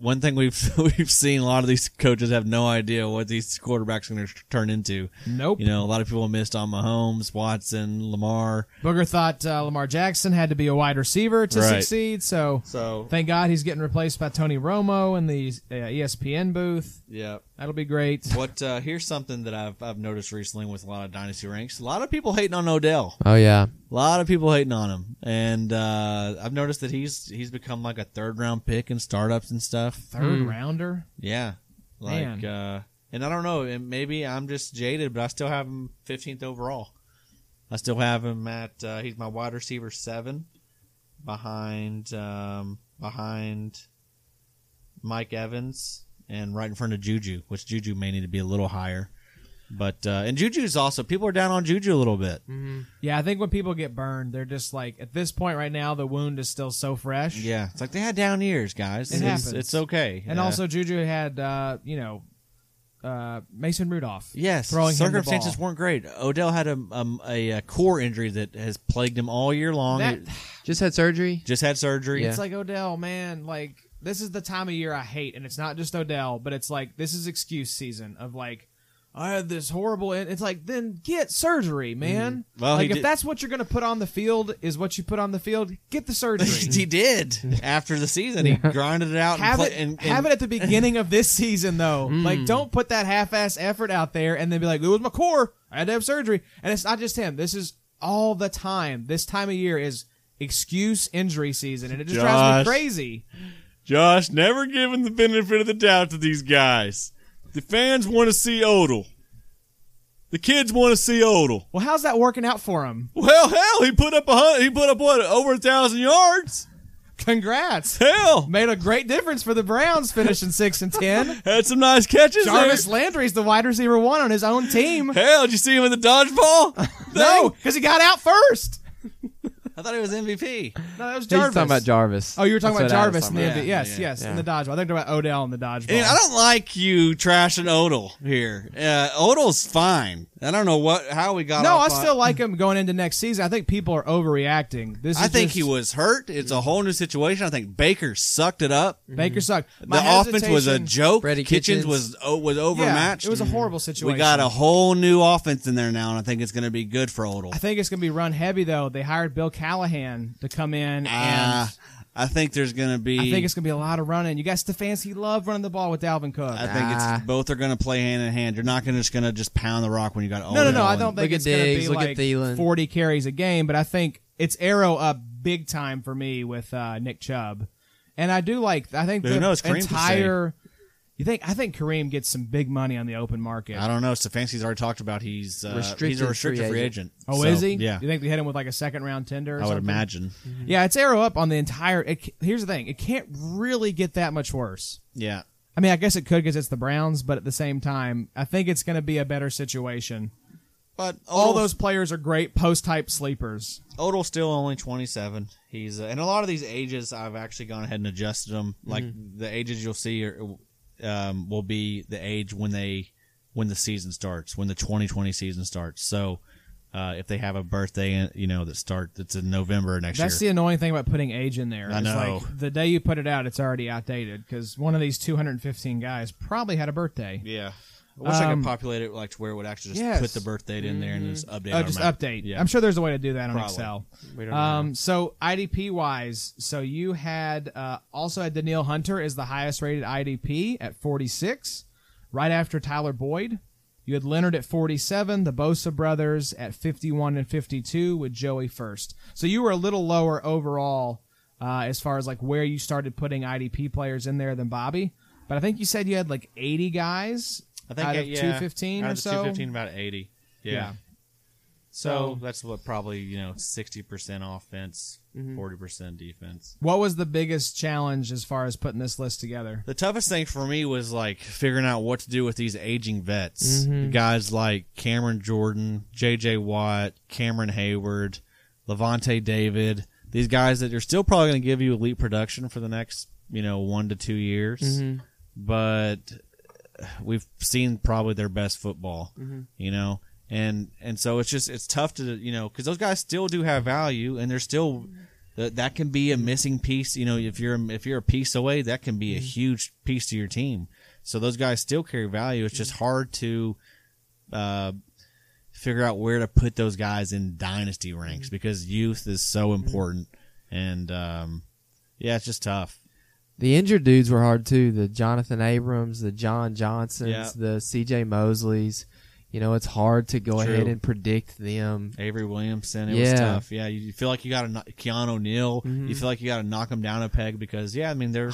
Speaker 3: One thing we've we've seen a lot of these coaches have no idea what these quarterbacks are going to turn into.
Speaker 2: Nope.
Speaker 3: You know, a lot of people missed on Mahomes, Watson, Lamar.
Speaker 2: Booger thought uh, Lamar Jackson had to be a wide receiver to
Speaker 3: Right.
Speaker 2: succeed, so.
Speaker 3: So
Speaker 2: Thank God he's getting replaced by Tony Romo in the uh, ESPN booth.
Speaker 3: yeah,
Speaker 2: That'll be great.
Speaker 3: what uh, here's something that I've I've noticed recently with a lot of dynasty ranks. A lot of people hating on Odell.
Speaker 4: Oh yeah.
Speaker 3: A lot of people hating on him, and uh, I've noticed that he's he's become like a third round pick in startups and stuff.
Speaker 2: Third rounder.
Speaker 3: Yeah, like, uh, and I don't know, and maybe I'm just jaded, but I still have him 15th overall. I still have him at uh, he's my wide receiver seven, behind um, behind Mike Evans and right in front of Juju, which Juju may need to be a little higher. But uh, and Juju's also people are down on Juju a little bit.
Speaker 2: Yeah, I think when people get burned, they're just like at this point right now, the wound is still so fresh.
Speaker 3: Yeah, it's like they had down years, guys.
Speaker 2: It
Speaker 3: it's,
Speaker 2: happens.
Speaker 3: It's okay.
Speaker 2: and
Speaker 3: Yeah.
Speaker 2: also Juju had uh, you know uh, Mason Rudolph.
Speaker 3: yes,
Speaker 2: throwing him the
Speaker 3: circumstances
Speaker 2: ball.
Speaker 3: weren't great. Odell had a, um, a uh core injury that has plagued him all year long.
Speaker 2: That-
Speaker 3: It-
Speaker 4: Just had surgery.
Speaker 3: just had surgery.
Speaker 4: Yeah.
Speaker 2: It's like Odell, man. Like this is the time of year I hate, and it's not just Odell, but it's like this is excuse season of like, I had this horrible. in-" It's like then get surgery, man.
Speaker 3: Mm-hmm. Well, he
Speaker 2: like if
Speaker 3: did-
Speaker 2: that's what you're going to put on the field, is what you put on the field. Get the surgery.
Speaker 3: he did after the season. He grinded it out.
Speaker 2: have
Speaker 3: and,
Speaker 2: it
Speaker 3: play, and, Mm. and
Speaker 2: have it at the beginning of this season though. Like don't put that half-ass effort out there and then be like, "It was my core. I had to have surgery." And it's not just him. This is all the time. This time of year is excuse injury season, and it just drives
Speaker 3: Josh.
Speaker 2: me crazy.
Speaker 5: Josh, never giving the benefit of the doubt to these guys. The fans want to see Odell. The kids want to see Odell.
Speaker 2: Well, how's that working out for him?
Speaker 5: Well, hell, he put up a hun- he put up what over a thousand yards.
Speaker 2: Congrats.
Speaker 5: Hell,
Speaker 2: Made a great difference for the Browns finishing 6 and 10.
Speaker 5: had some nice catches. there.
Speaker 2: Jarvis Landry's the wide receiver one on his own team.
Speaker 5: Hell, did you see him in the dodgeball?
Speaker 2: No, because he got out first.
Speaker 3: I thought it was MVP.
Speaker 2: No, that was
Speaker 4: He's
Speaker 2: Jarvis.
Speaker 4: talking about Jarvis.
Speaker 2: Oh, you were talking
Speaker 4: That's
Speaker 2: about
Speaker 4: what I was
Speaker 2: Jarvis in the
Speaker 4: talking
Speaker 2: NBA. Yes,
Speaker 3: yeah,
Speaker 2: yes,
Speaker 4: yeah.
Speaker 2: in the dodgeball. I think about Odell in the dodgeball.
Speaker 3: And I don't like you trashing Odell here. Uh, Odell's fine. I don't know what how we got.
Speaker 2: no, I
Speaker 3: off on-
Speaker 2: still like him going into next season. I think people are overreacting. This is
Speaker 3: I think
Speaker 2: just-
Speaker 3: he was hurt. It's a whole new situation. I think Baker sucked it up.
Speaker 2: Baker sucked.
Speaker 3: the
Speaker 2: Mm-hmm. My
Speaker 3: offense was a
Speaker 2: hesitation-
Speaker 3: joke.
Speaker 4: Freddie
Speaker 3: Kitchens,
Speaker 4: Kitchens.
Speaker 3: was oh, was
Speaker 2: Yeah,
Speaker 3: overmatched. Mm-hmm.
Speaker 2: It was a horrible situation.
Speaker 3: we got a whole new offense in there now, and I think it's going to be good for Odell.
Speaker 2: I think it's going to be run heavy though. They hired Bill Callahan to come in
Speaker 3: Uh,
Speaker 2: and
Speaker 3: I think there's going to be.
Speaker 2: I think it's going to be a lot of running. You got Stefanski love running the ball with Dalvin Cook.
Speaker 3: I think
Speaker 4: Nah.
Speaker 2: Ah.
Speaker 3: it's both are going to play hand in hand. You're not going to just going to just pound the rock when you got Odell.
Speaker 2: no, no, no. I don't
Speaker 3: and-
Speaker 2: think
Speaker 4: Look at
Speaker 2: it's going to
Speaker 4: Diggs,
Speaker 2: be
Speaker 4: look at
Speaker 2: like
Speaker 4: Thielen.
Speaker 2: 40 carries a game, but I think it's arrow up big time for me with uh, Nick Chubb. And I do like I think
Speaker 3: Who
Speaker 2: the
Speaker 3: knows? Kareem could
Speaker 2: entire You think I think Kareem gets some big money on the open market.
Speaker 3: I don't know. Stefanski's already talked about he's uh, he's
Speaker 4: Restricted
Speaker 3: a
Speaker 4: free
Speaker 3: restricted free agent.
Speaker 4: agent.
Speaker 2: Oh,
Speaker 3: So,
Speaker 2: is he?
Speaker 3: Yeah,
Speaker 2: You think they hit him with like a second round tender? Or
Speaker 3: I would
Speaker 2: something?
Speaker 3: imagine.
Speaker 2: Yeah, it's arrow up on the entire. It, ca- here's the thing: it can't really get that much worse.
Speaker 3: Yeah,
Speaker 2: I mean, I guess it could because it's the Browns, but at the same time, I think it's going to be a better situation.
Speaker 3: but
Speaker 2: All
Speaker 3: Odell-
Speaker 2: those players are great post type sleepers.
Speaker 3: Odell's still only 27. He's uh, and a lot of these ages I've actually gone ahead and adjusted them. Like the ages you'll see are, um, will be the age when they when the season starts, when the 2020 season starts. So uh, if they have a birthday, uh, you know, that start that's in November next
Speaker 2: That's the
Speaker 3: year.
Speaker 2: annoying thing about putting age in there.
Speaker 3: I
Speaker 2: It's
Speaker 3: know.
Speaker 2: like the day you put it out, it's already outdated because one of these 215 guys probably had a birthday.
Speaker 3: yeah. I wish I
Speaker 2: Um,
Speaker 3: could populate it like to where it would actually just
Speaker 2: yes.
Speaker 3: put the birth date in there and just update.
Speaker 2: Oh, just update.
Speaker 3: automatic- Yeah.
Speaker 2: I'm sure there's a way to do that on
Speaker 3: Probably.
Speaker 2: Excel.
Speaker 4: We don't know.
Speaker 2: Um, so IDP wise, so you had uh, also had Daniil Hunter as the highest rated IDP at 46, right after Tyler Boyd. You had Leonard at 47, the Bosa brothers at 51 and 52 with Joey first. So you were a little lower overall uh, as far as like where you started putting IDP players in there than Bobby. But I think you said you had like 80 guys
Speaker 3: I think
Speaker 2: out
Speaker 3: uh,
Speaker 2: of
Speaker 3: yeah,
Speaker 2: 215
Speaker 3: out
Speaker 2: or
Speaker 3: of the
Speaker 2: so.
Speaker 3: 215 about 80. yeah.
Speaker 2: Yeah.
Speaker 3: So
Speaker 2: So
Speaker 3: that's what probably you know sixty percent offense,
Speaker 2: Mm-hmm.
Speaker 3: 40 percent defense.
Speaker 2: what was the biggest challenge as far as putting this list together?
Speaker 3: The toughest thing for me was like figuring out what to do with these aging vets,
Speaker 2: Mm-hmm.
Speaker 3: guys like Cameron Jordan, J.J. Watt, Cameron Hayward, Levante David. These guys that are still probably going to give you elite production for the next you know one to two years,
Speaker 2: Mm-hmm.
Speaker 3: but we've seen probably their best football, you know, and and so it's just it's tough to you know because those guys still do have value and they're still that that can be a missing piece, you know, if you're if you're a piece away, that can be a huge piece to your team. So those guys still carry value. It's just hard to uh, figure out where to put those guys in dynasty ranks because youth is so important, and um, yeah, it's just tough.
Speaker 4: The injured dudes were hard too. The Jonathan Abrams, the John Johnsons,
Speaker 3: Yeah.
Speaker 4: the CJ Mosleys. You know, it's hard to go
Speaker 3: True.
Speaker 4: ahead and predict them.
Speaker 3: Avery Williamson. It
Speaker 4: Yeah. Mm-hmm.
Speaker 3: was tough. Yeah, you you feel like you got to knock Keanu Neal. You feel like you got to knock them down a peg because yeah, I mean they're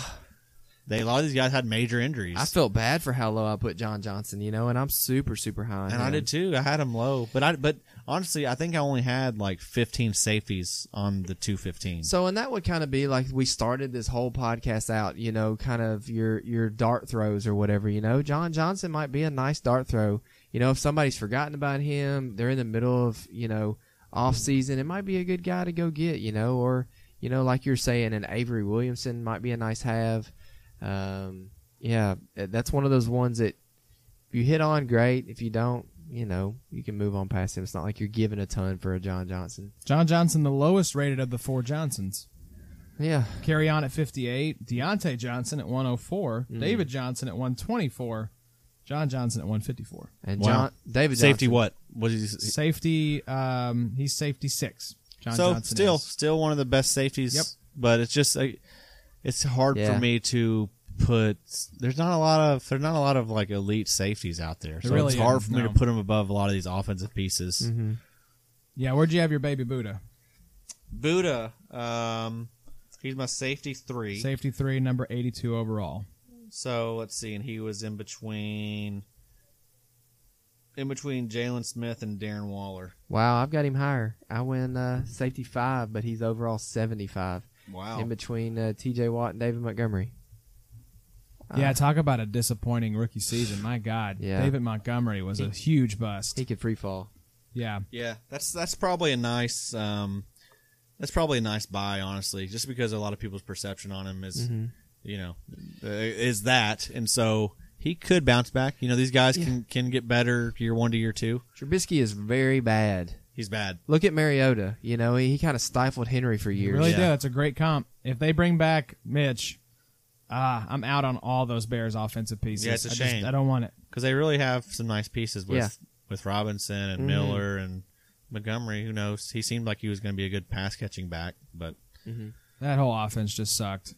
Speaker 3: they a lot of these guys had major injuries.
Speaker 4: I felt bad for how low I put John Johnson, you know, and I'm super, super high. on
Speaker 3: and I
Speaker 4: him.
Speaker 3: did too. I had him low, but I but honestly, I think I only had like 15 safeties on the 215.
Speaker 4: So, and that would kind of be like we started this whole podcast out, you know, kind of your your dart throws or whatever. You know, John Johnson might be a nice dart throw. You know, if somebody's forgotten about him, they're in the middle of you know off season, it might be a good guy to go get. You know, or you know, like you're saying, an Avery Williamson might be a nice have. Um, yeah, that's one of those ones that if you hit on, great. If you don't, you know, you can move on past him. It's not like you're giving a ton for a John Johnson.
Speaker 2: John Johnson, the lowest rated of the four Johnsons.
Speaker 4: Yeah.
Speaker 2: Carry oh
Speaker 4: Hmm.
Speaker 2: on at 58. Deontay Johnson at 104. David Johnson at 124. John Johnson at 154.
Speaker 4: And
Speaker 3: Wow.
Speaker 4: John David
Speaker 3: Safety.
Speaker 4: Johnson.
Speaker 3: What? What is
Speaker 2: Safety, um, he's safety six. John
Speaker 3: so
Speaker 2: Johnson
Speaker 3: still
Speaker 2: is.
Speaker 3: still one of the best safeties.
Speaker 2: Yep.
Speaker 3: But it's just like it's hard
Speaker 4: Yeah.
Speaker 3: for me to put. There's not a lot of there's not a lot of like elite safeties out there, so
Speaker 2: really
Speaker 3: it's hard
Speaker 2: isn't,
Speaker 3: for me
Speaker 2: no. Mm.
Speaker 3: to put them above a lot of these offensive pieces.
Speaker 2: Yeah, where'd you have your baby Buddha?
Speaker 3: Buddha, um, he's my safety three.
Speaker 2: Safety three, number 82 overall.
Speaker 3: So let's see, and he was in between, in between Jalen Smith and Darren Waller.
Speaker 4: Wow, I've got him higher. I went uh, safety five, but he's overall seventy five.
Speaker 3: Wow.
Speaker 4: In between uh, T.J. Watt and David Montgomery.
Speaker 2: yeah,
Speaker 4: Uh,
Speaker 2: talk about a disappointing rookie season. My God,
Speaker 4: Yeah.
Speaker 2: David Montgomery was a huge bust.
Speaker 4: He could free fall.
Speaker 2: Yeah,
Speaker 3: yeah, that's that's probably a nice, um, that's probably a nice buy, honestly, just because a lot of people's perception on him is,
Speaker 4: Mm-hmm.
Speaker 3: you know, uh, is that, and so he could bounce back. You know, these guys can can get better year one to year two.
Speaker 4: Trubisky is very bad.
Speaker 3: He's bad.
Speaker 4: Look at Mariota. You know, he, he kind of stifled Henry for years.
Speaker 2: really
Speaker 3: Yeah.
Speaker 2: do. That's a great comp. If they bring back Mitch, ah, I'm out on all those Bears offensive pieces.
Speaker 3: Yeah, it's a
Speaker 2: I just-
Speaker 3: shame.
Speaker 2: I don't want it.
Speaker 3: because they really have some nice pieces with
Speaker 4: Yeah. Mm-hmm.
Speaker 3: with Robinson and Miller and Montgomery. Who knows? He seemed like he was going to be a good pass catching back, but
Speaker 2: That whole offense just sucked.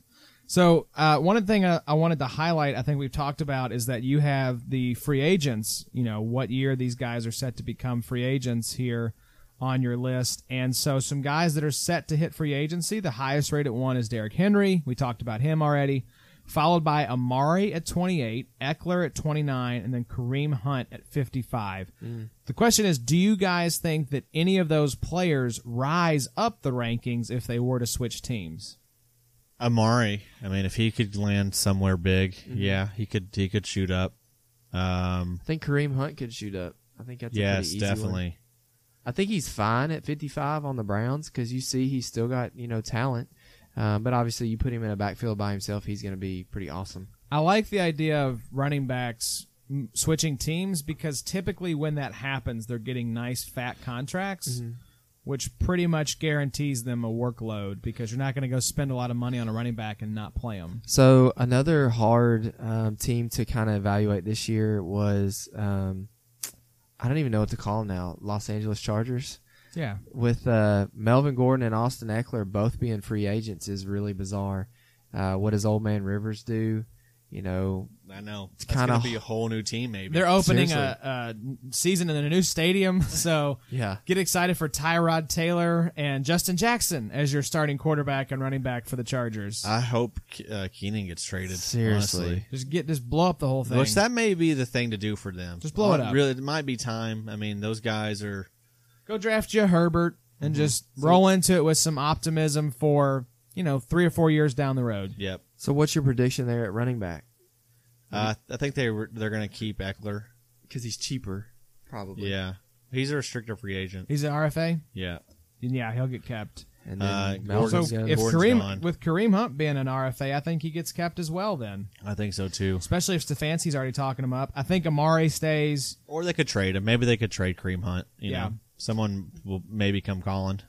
Speaker 2: So uh, one thing I, I wanted to highlight, I think we've talked about, is that you have the free agents. You know what year these guys are set to become free agents here on your list, and so some guys that are set to hit free agency. The highest rated one is Derrick Henry. We talked about him already, followed by Amari at 28, Eckler at 29, and then Kareem Hunt at 55. The question is, do you guys think that any of those players rise up the rankings if they were to switch teams?
Speaker 3: Amari. I mean, if he could land somewhere big,
Speaker 4: Mm-hmm.
Speaker 3: yeah, he could he could shoot up. Um,
Speaker 4: I think Kareem Hunt could shoot up. I think that's a
Speaker 3: yes,
Speaker 4: pretty easy one.
Speaker 3: definitely.
Speaker 4: I think he's fine at 55 on the Browns because you see he's still got you know talent, uh, but obviously you put him in a backfield by himself, he's going to be pretty awesome.
Speaker 2: I like the idea of running backs m- switching teams because typically when that happens, they're getting nice fat contracts, which pretty much guarantees them a workload because you're not going to go spend a lot of money on a running back and not play them.
Speaker 4: So another hard um, team to kind of evaluate this year was um, I don't even know what to call them now. Los Angeles Chargers
Speaker 2: Yeah.
Speaker 4: with uh, Melvin Gordon and Austin Eckler both being free agents is really bizarre. Uh, what does Old Man Rivers do? You know,
Speaker 3: I know. It's
Speaker 4: kinda-
Speaker 3: kind of be a whole new team, maybe.
Speaker 2: They're opening
Speaker 4: Seriously.
Speaker 2: a, a season in a new stadium, so
Speaker 4: yeah,
Speaker 2: get excited for Tyrod Taylor and Justin Jackson as your starting quarterback and running back for the Chargers.
Speaker 3: I hope Ke- uh, Keenan gets traded.
Speaker 4: Seriously.
Speaker 3: honestly.
Speaker 2: just get just blow up the whole thing.
Speaker 3: Which that may be the thing to do for them.
Speaker 2: Just blow it
Speaker 3: Uh,
Speaker 2: up.
Speaker 3: Really, it might be time. I mean, those guys are
Speaker 2: go draft you Herbert and just roll into it with some optimism for you know three or four years down the road.
Speaker 3: Yep.
Speaker 4: So what's your prediction there at running back?
Speaker 2: Mm-hmm.
Speaker 3: Uh, I think they were, they're going to keep Eckler.
Speaker 4: Because he's cheaper, probably.
Speaker 3: Yeah. He's a restricted free agent.
Speaker 2: He's an RFA.
Speaker 3: Yeah.
Speaker 2: then Yeah, he'll get kept.
Speaker 4: And
Speaker 3: Uh,
Speaker 4: then
Speaker 2: So
Speaker 4: Melvin's
Speaker 3: Gordon's
Speaker 4: gonna-
Speaker 2: if
Speaker 3: Gordon's
Speaker 2: Kareem
Speaker 3: gone.
Speaker 2: with Kareem Hunt being an RFA, I think he gets kept as well. Then,
Speaker 3: I think so too.
Speaker 2: especially if Stefanski's already talking him up, I think Amari stays.
Speaker 3: Or they could trade him. Maybe they could trade Kareem Hunt. You
Speaker 2: Yeah.
Speaker 3: know, someone will maybe come calling.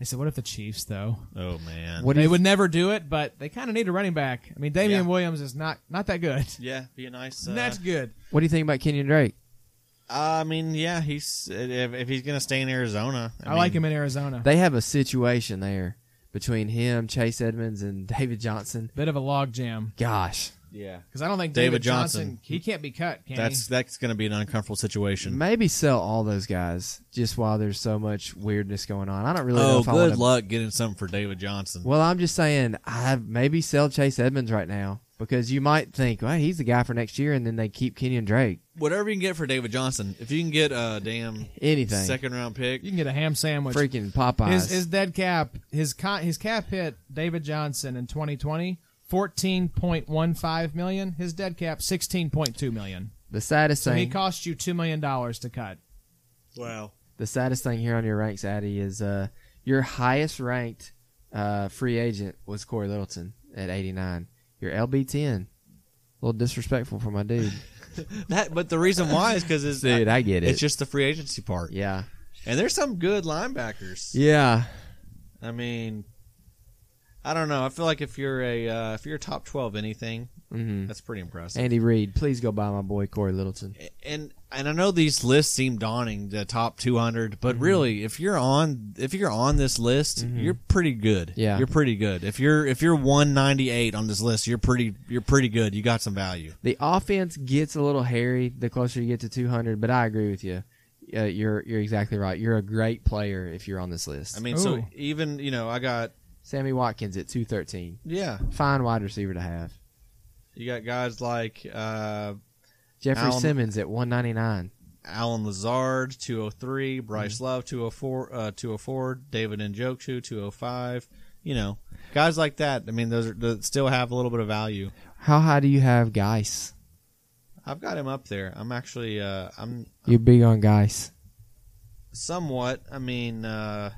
Speaker 2: I said, what if the Chiefs though?
Speaker 3: Oh man.
Speaker 4: What do
Speaker 2: they
Speaker 4: you-
Speaker 2: would never do it, but they kind of need a running back. I mean, Damian
Speaker 3: Yeah.
Speaker 2: Williams is not not that good.
Speaker 3: Yeah, be a nice. Uh,
Speaker 2: That's good.
Speaker 4: what do you think about Kenyon Drake?
Speaker 3: I mean, yeah, he's if, if he's gonna stay in Arizona.
Speaker 2: I, like him in Arizona.
Speaker 4: They have a situation there between him, Chase Edmonds, and David Johnson.
Speaker 2: Bit of a log jam
Speaker 4: Gosh,
Speaker 3: Yeah,
Speaker 2: because I don't think David,
Speaker 3: David
Speaker 2: Johnson,
Speaker 3: Johnson.
Speaker 2: he can't be cut. Can he?
Speaker 3: that's that's gonna be an uncomfortable situation.
Speaker 4: maybe sell all those guys just while there's so much weirdness going on. I don't really know
Speaker 3: oh,
Speaker 4: if I want
Speaker 3: good
Speaker 4: to.
Speaker 3: luck getting something for David Johnson.
Speaker 4: Well, I'm just saying, I maybe sell Chase Edmonds right now because you might think, well, he's the guy for next year, and then they keep Kenyon Drake.
Speaker 3: Whatever you can get for David Johnson, if you can get a damn
Speaker 4: Anything,
Speaker 3: second round pick,
Speaker 2: You can get a ham sandwich.
Speaker 4: freaking Popeyes.
Speaker 2: His, his dead cap, his con, his cap hit David Johnson in 2020, 14.15 million. His dead cap, 16.2 million.
Speaker 4: the saddest
Speaker 2: So he
Speaker 4: thing.
Speaker 2: cost you two million dollars to cut.
Speaker 3: wow,
Speaker 4: the saddest thing here on your ranks, Addy, is uh, your highest ranked uh, free agent was Corey Littleton at 89. Your LB10. A little disrespectful for my dude.
Speaker 3: that. But the reason why is because it's
Speaker 4: Dude, I get it.
Speaker 3: it's just the free agency part.
Speaker 4: yeah.
Speaker 3: And there's some good linebackers.
Speaker 4: Yeah.
Speaker 3: I mean, I don't know. I feel like if you're a uh, if you're top twelve anything,
Speaker 4: Mm-hmm.
Speaker 3: that's pretty impressive.
Speaker 4: Andy Reid, please go buy my boy Corey Littleton.
Speaker 3: And and, I know these lists seem daunting, the top two hundred, but really, if you're on if you're on this list, you're pretty good.
Speaker 4: Yeah.
Speaker 3: you're pretty good. If you're if you're one ninety eight on this list, you're pretty you're pretty good. You got some value.
Speaker 4: The offense gets a little hairy the closer you get to 200, but I agree with you. Uh, you're you're exactly right. You're a great player if you're on this list.
Speaker 3: I mean, so
Speaker 2: Ooh.
Speaker 3: even you know, I got
Speaker 4: Sammy Watkins at 213,
Speaker 3: yeah,
Speaker 4: fine wide receiver to have.
Speaker 3: you got guys like uh,
Speaker 4: Jeffrey
Speaker 3: Allen-
Speaker 4: Simmons at 199.
Speaker 3: Alan Lazard, 203, Bryce
Speaker 2: Mm-hmm.
Speaker 3: Love, 204, uh, 204, David Njoku, 205. You know, guys like that. I mean, those are that still have a little bit of value.
Speaker 4: How high do you have Geis?
Speaker 3: I've got him up there. I'm actually, uh, I'm
Speaker 4: You're big on Geis.
Speaker 3: somewhat. I mean, uh,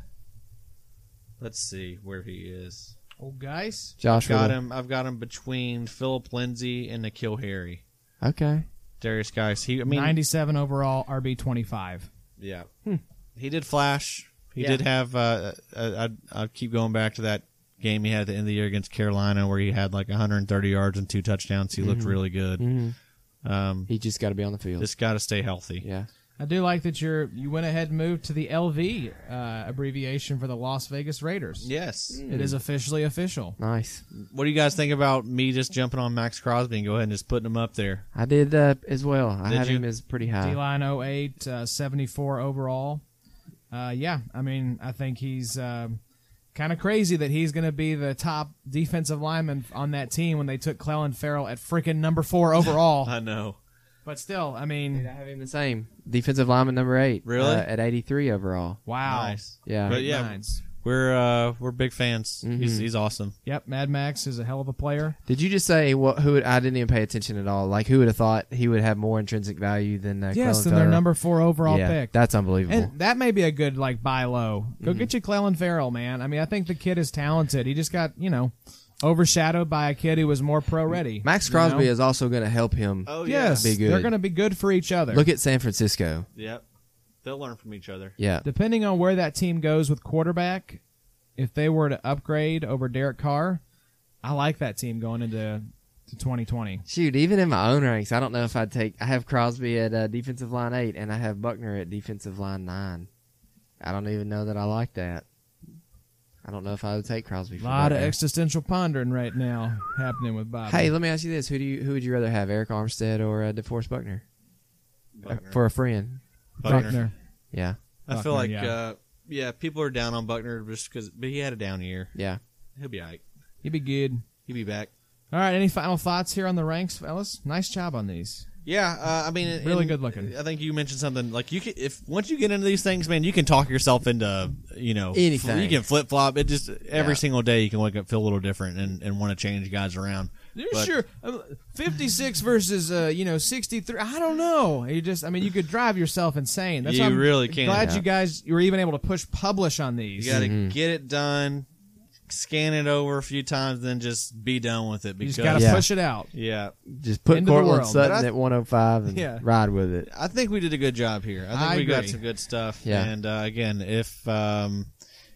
Speaker 3: let's see where he is.
Speaker 2: Old guys.
Speaker 4: Josh
Speaker 3: Got
Speaker 4: Riddle.
Speaker 3: him. I've got him between Philip Lindsay and Nikhil Harry.
Speaker 4: Okay.
Speaker 3: Darius guys. He, I mean,
Speaker 2: 97 overall, RB 25.
Speaker 3: Yeah. He did flash. He
Speaker 4: Yeah.
Speaker 3: did have. Uh, I, I, I keep going back to that game he had at the end of the year against Carolina, where he had like 130 yards and two touchdowns. He looked really good. Um,
Speaker 4: Mm-hmm. He just got to be on the field.
Speaker 3: just got to stay healthy.
Speaker 4: yeah.
Speaker 2: I do like that you're you went ahead and moved to the LV uh, abbreviation for the Las Vegas Raiders.
Speaker 3: Yes.
Speaker 2: It is officially official.
Speaker 4: Nice.
Speaker 3: Hmm. What do you guys think about me just jumping on Max Crosby and go ahead and just putting him up there?
Speaker 4: I did that as well. I
Speaker 3: Did
Speaker 4: had
Speaker 3: you?
Speaker 4: him as pretty
Speaker 2: D
Speaker 4: high.
Speaker 2: line 08, uh, 74 overall. Uh, yeah, I mean, I think he's um, kind of crazy that he's going to be the top defensive lineman on that team when they took Clellan Farrell at freaking number four overall.
Speaker 3: I know.
Speaker 2: but still, I mean,
Speaker 4: I have him the same. Defensive lineman number eight.
Speaker 3: Really?
Speaker 4: uh, at 83 overall.
Speaker 2: wow.
Speaker 3: Nice.
Speaker 4: Yeah.
Speaker 3: But yeah,
Speaker 2: Nines.
Speaker 3: we're uh, we're big fans. He's he's awesome.
Speaker 2: Yep, Mad Max is a hell of a player.
Speaker 4: Did you just say what? Who? Would, I didn't even pay attention at all. Like who would have thought he would have more intrinsic value than
Speaker 2: Yes,
Speaker 4: uh, Clellan
Speaker 2: and their
Speaker 4: Ferrell?
Speaker 2: number four overall
Speaker 4: yeah,
Speaker 2: pick.
Speaker 4: That's Mm-hmm. unbelievable.
Speaker 2: And that may be a good like buy low. Go get you Clellan Farrell, man. I mean, I think the kid is talented. He just got you know overshadowed by a kid who was more pro ready.
Speaker 4: Max
Speaker 2: you
Speaker 4: Crosby
Speaker 2: know?
Speaker 4: is also going to help him.
Speaker 3: Oh
Speaker 2: yes,
Speaker 4: Be good.
Speaker 2: they're going to be good for each other.
Speaker 4: Look at San Francisco.
Speaker 3: Yep. They'll learn from each other.
Speaker 4: Yeah.
Speaker 2: Depending on where that team goes with quarterback, if they were to upgrade over Derek Carr, I like that team going into to 2020.
Speaker 4: Shoot, even in my own ranks, I don't know if I'd take. I have Crosby at uh, defensive line eight, and I have Buckner at defensive line nine. I don't even know that I like that. I don't know if I would take Crosby.
Speaker 2: A
Speaker 4: For
Speaker 2: lot of
Speaker 4: Buckner.
Speaker 2: existential pondering right now happening with Bob.
Speaker 4: Hey, let me ask you this: Who do you who would you rather have, Eric Armstead or uh, DeForest Buckner, Uh, for a friend?
Speaker 2: Buckner.
Speaker 4: Yeah,
Speaker 3: I
Speaker 2: Buckner,
Speaker 3: feel like
Speaker 2: yeah.
Speaker 3: uh, yeah, people are down on Buckner just because, but he had a down year.
Speaker 4: yeah.
Speaker 3: He'll be all right.
Speaker 2: He'd be good.
Speaker 3: He'll be back.
Speaker 2: All right, any final thoughts here on the ranks, fellas? Nice job on these.
Speaker 3: Yeah, uh, I mean,
Speaker 2: Really
Speaker 3: and-
Speaker 2: good looking.
Speaker 3: I think you mentioned something like you can if once you get into these things, man, you can talk yourself into you know fl-
Speaker 4: Anything.
Speaker 3: You can flip flop. It just every
Speaker 4: Yeah.
Speaker 3: single day you can wake up feel a little different and, and want to change guys around.
Speaker 2: You're
Speaker 3: But-
Speaker 2: sure um, 56 versus uh, you know 63. I don't know. You just I mean you could drive yourself insane. That's
Speaker 3: You
Speaker 2: why I'm
Speaker 3: really can.
Speaker 2: Glad
Speaker 4: Yeah.
Speaker 2: you guys you were even able to push publish on
Speaker 3: You
Speaker 2: these.
Speaker 3: got to
Speaker 4: Mm-hmm.
Speaker 3: get it done, scan it over a few times, then just be done with it
Speaker 2: you
Speaker 3: because
Speaker 2: just got to
Speaker 4: Yeah.
Speaker 2: push it out.
Speaker 3: yeah.
Speaker 4: Just put
Speaker 2: End of the
Speaker 4: Cortland
Speaker 2: world.
Speaker 4: Sutton
Speaker 3: But I-
Speaker 4: at one hundred five and
Speaker 2: Yeah.
Speaker 4: ride with it.
Speaker 3: I think we did a good job here. I think
Speaker 2: I
Speaker 3: we got
Speaker 2: agree.
Speaker 3: some good stuff.
Speaker 4: Yeah.
Speaker 3: And uh, again, if um,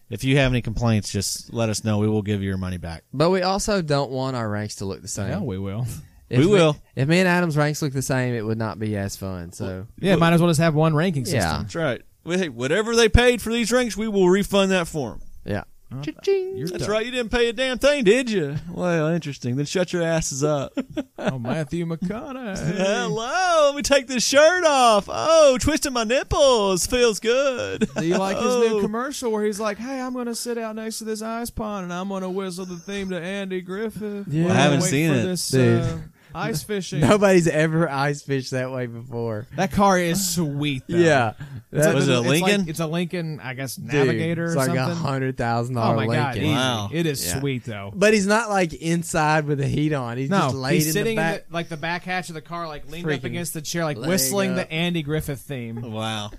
Speaker 3: if you have any complaints, just let us know. We will give you your money back.
Speaker 4: But we also don't want our ranks to look the same.
Speaker 2: Yeah, we will.
Speaker 4: If
Speaker 3: we will.
Speaker 4: If me and Adam's ranks look the same, it would not be as fun. So
Speaker 2: Yeah, might as well just have one ranking system.
Speaker 4: yeah,
Speaker 3: That's right. We- hey, whatever they paid for these drinks, we will refund that for them.
Speaker 4: yeah.
Speaker 2: You're
Speaker 3: That's
Speaker 2: done.
Speaker 3: right. You didn't pay a damn thing, did you? Well, interesting. Then shut your asses up.
Speaker 2: Oh, Matthew McConaughey.
Speaker 3: Hello. Let me take this shirt off. Oh, twisting my nipples feels good.
Speaker 2: Do you like his
Speaker 3: Oh.
Speaker 2: new commercial where he's like, "Hey, I'm gonna sit out next to this ice pond and I'm gonna whistle the theme to Andy Griffith."
Speaker 4: Yeah.
Speaker 2: while
Speaker 4: I haven't
Speaker 2: wait
Speaker 3: seen
Speaker 2: for
Speaker 3: it,
Speaker 2: this,
Speaker 4: dude.
Speaker 2: uh, ice fishing.
Speaker 4: Nobody's ever ice fished that way before.
Speaker 2: That car is sweet. though.
Speaker 4: Yeah, that
Speaker 3: Was it a
Speaker 2: it's
Speaker 3: Lincoln?
Speaker 2: like- it's a Lincoln, I guess,
Speaker 4: dude,
Speaker 2: Navigator
Speaker 4: It's
Speaker 2: or
Speaker 4: like a
Speaker 2: something.
Speaker 4: hundred thousand
Speaker 2: oh
Speaker 4: dollar
Speaker 2: my god,
Speaker 4: Lincoln.
Speaker 2: easy.
Speaker 3: Wow.
Speaker 2: it is
Speaker 4: Yeah.
Speaker 2: sweet though.
Speaker 4: But he's not like inside with the heat on. He's
Speaker 2: No,
Speaker 4: just laid
Speaker 2: he's
Speaker 4: in
Speaker 2: sitting
Speaker 4: the back.
Speaker 2: in the, like the back hatch of the car, like leaned up
Speaker 4: Freaking
Speaker 2: against the chair, like
Speaker 4: leg
Speaker 2: whistling
Speaker 4: up.
Speaker 2: the Andy Griffith theme.
Speaker 3: Wow.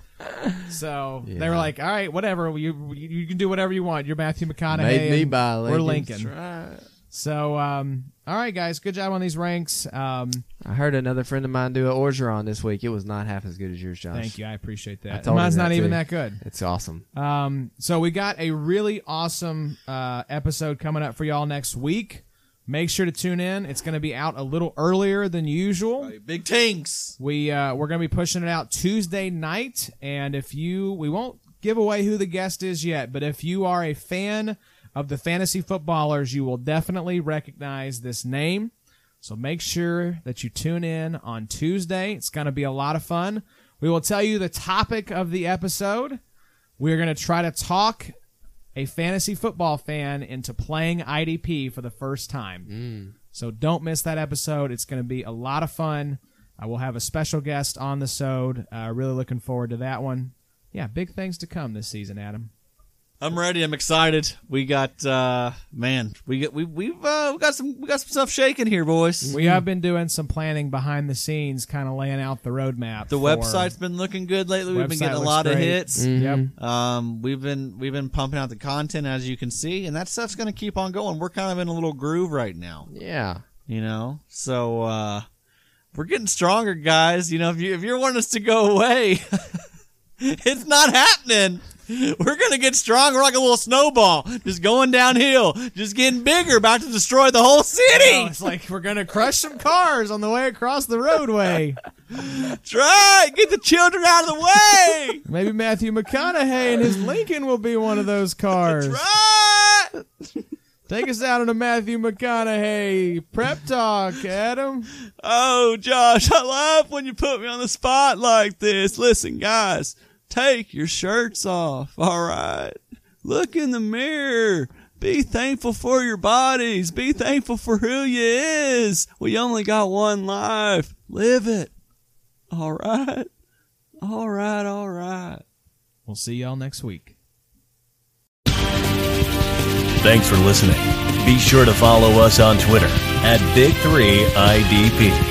Speaker 2: So
Speaker 4: Yeah.
Speaker 2: they were like, "All right, whatever. You you you can do whatever you want. You're Matthew McConaughey.
Speaker 4: Made me
Speaker 2: and
Speaker 4: buy
Speaker 2: We're
Speaker 4: Lincoln.
Speaker 2: Lincoln." So um, All right, guys, good job on these ranks. Um,
Speaker 4: I heard another friend of mine do an Orgeron this week. It was not half as good as yours, Josh.
Speaker 2: thank you, I appreciate
Speaker 4: I
Speaker 2: that.
Speaker 4: told him
Speaker 2: Mine's
Speaker 4: that,
Speaker 2: not even
Speaker 4: too.
Speaker 2: that good.
Speaker 4: It's awesome.
Speaker 2: Um, so we got a really awesome uh, episode coming up for y'all next week. Make sure to tune in. It's going to be out a little earlier than usual.
Speaker 3: Big tanks.
Speaker 2: We uh, we're going to be pushing it out Tuesday night, and if you we won't give away who the guest is yet, but if you are a fan of the fantasy footballers, you will definitely recognize this name. So make sure that you tune in on Tuesday. It's going to be a lot of fun. We will tell you the topic of the episode. We're going to try to talk a fantasy football fan into playing IDP for the first time. So don't miss that episode. It's going to be a lot of fun. I will have a special guest on the sode. Uh, really looking forward to that one. Yeah, big things to come this season, Adam.
Speaker 3: I'm ready. I'm excited. We got uh man, we got we we've uh, we got some we got some stuff shaking here, boys.
Speaker 2: We have been doing some planning behind the scenes, kind of laying out the roadmap.
Speaker 3: the
Speaker 2: for-
Speaker 3: website's been looking good lately. We've been
Speaker 2: Website
Speaker 3: getting a
Speaker 2: looks
Speaker 3: lot of
Speaker 2: great.
Speaker 3: hits.
Speaker 2: Yep.
Speaker 3: Um, we've been we've been pumping out the content as you can see, and that stuff's going to keep on going. We're kind of in a little groove right now,
Speaker 4: Yeah.
Speaker 3: you know. So uh, we're getting stronger, guys. You know, if you if you're wanting us to go away, it's not happening. We're gonna get strong. We're like a little snowball, just going downhill, just getting bigger, about to destroy the whole
Speaker 2: Oh,
Speaker 3: city.
Speaker 2: it's like we're gonna crush some cars on the way across the roadway.
Speaker 3: That's right. Get the children out of the way.
Speaker 2: Maybe Matthew McConaughey and his Lincoln will be one of those cars.
Speaker 3: right.
Speaker 2: Take us out on a Matthew McConaughey prep talk, Adam.
Speaker 3: Oh, Josh, I love when you put me on the spot like this. Listen, guys, take your shirts off, all right? Look in the mirror. Be thankful for your bodies. Be thankful for who you is. We only got one life. Live it. All right. All right, all right.
Speaker 2: We'll see y'all next week.
Speaker 1: Thanks for listening. Be sure to follow us on Twitter at Big3IDP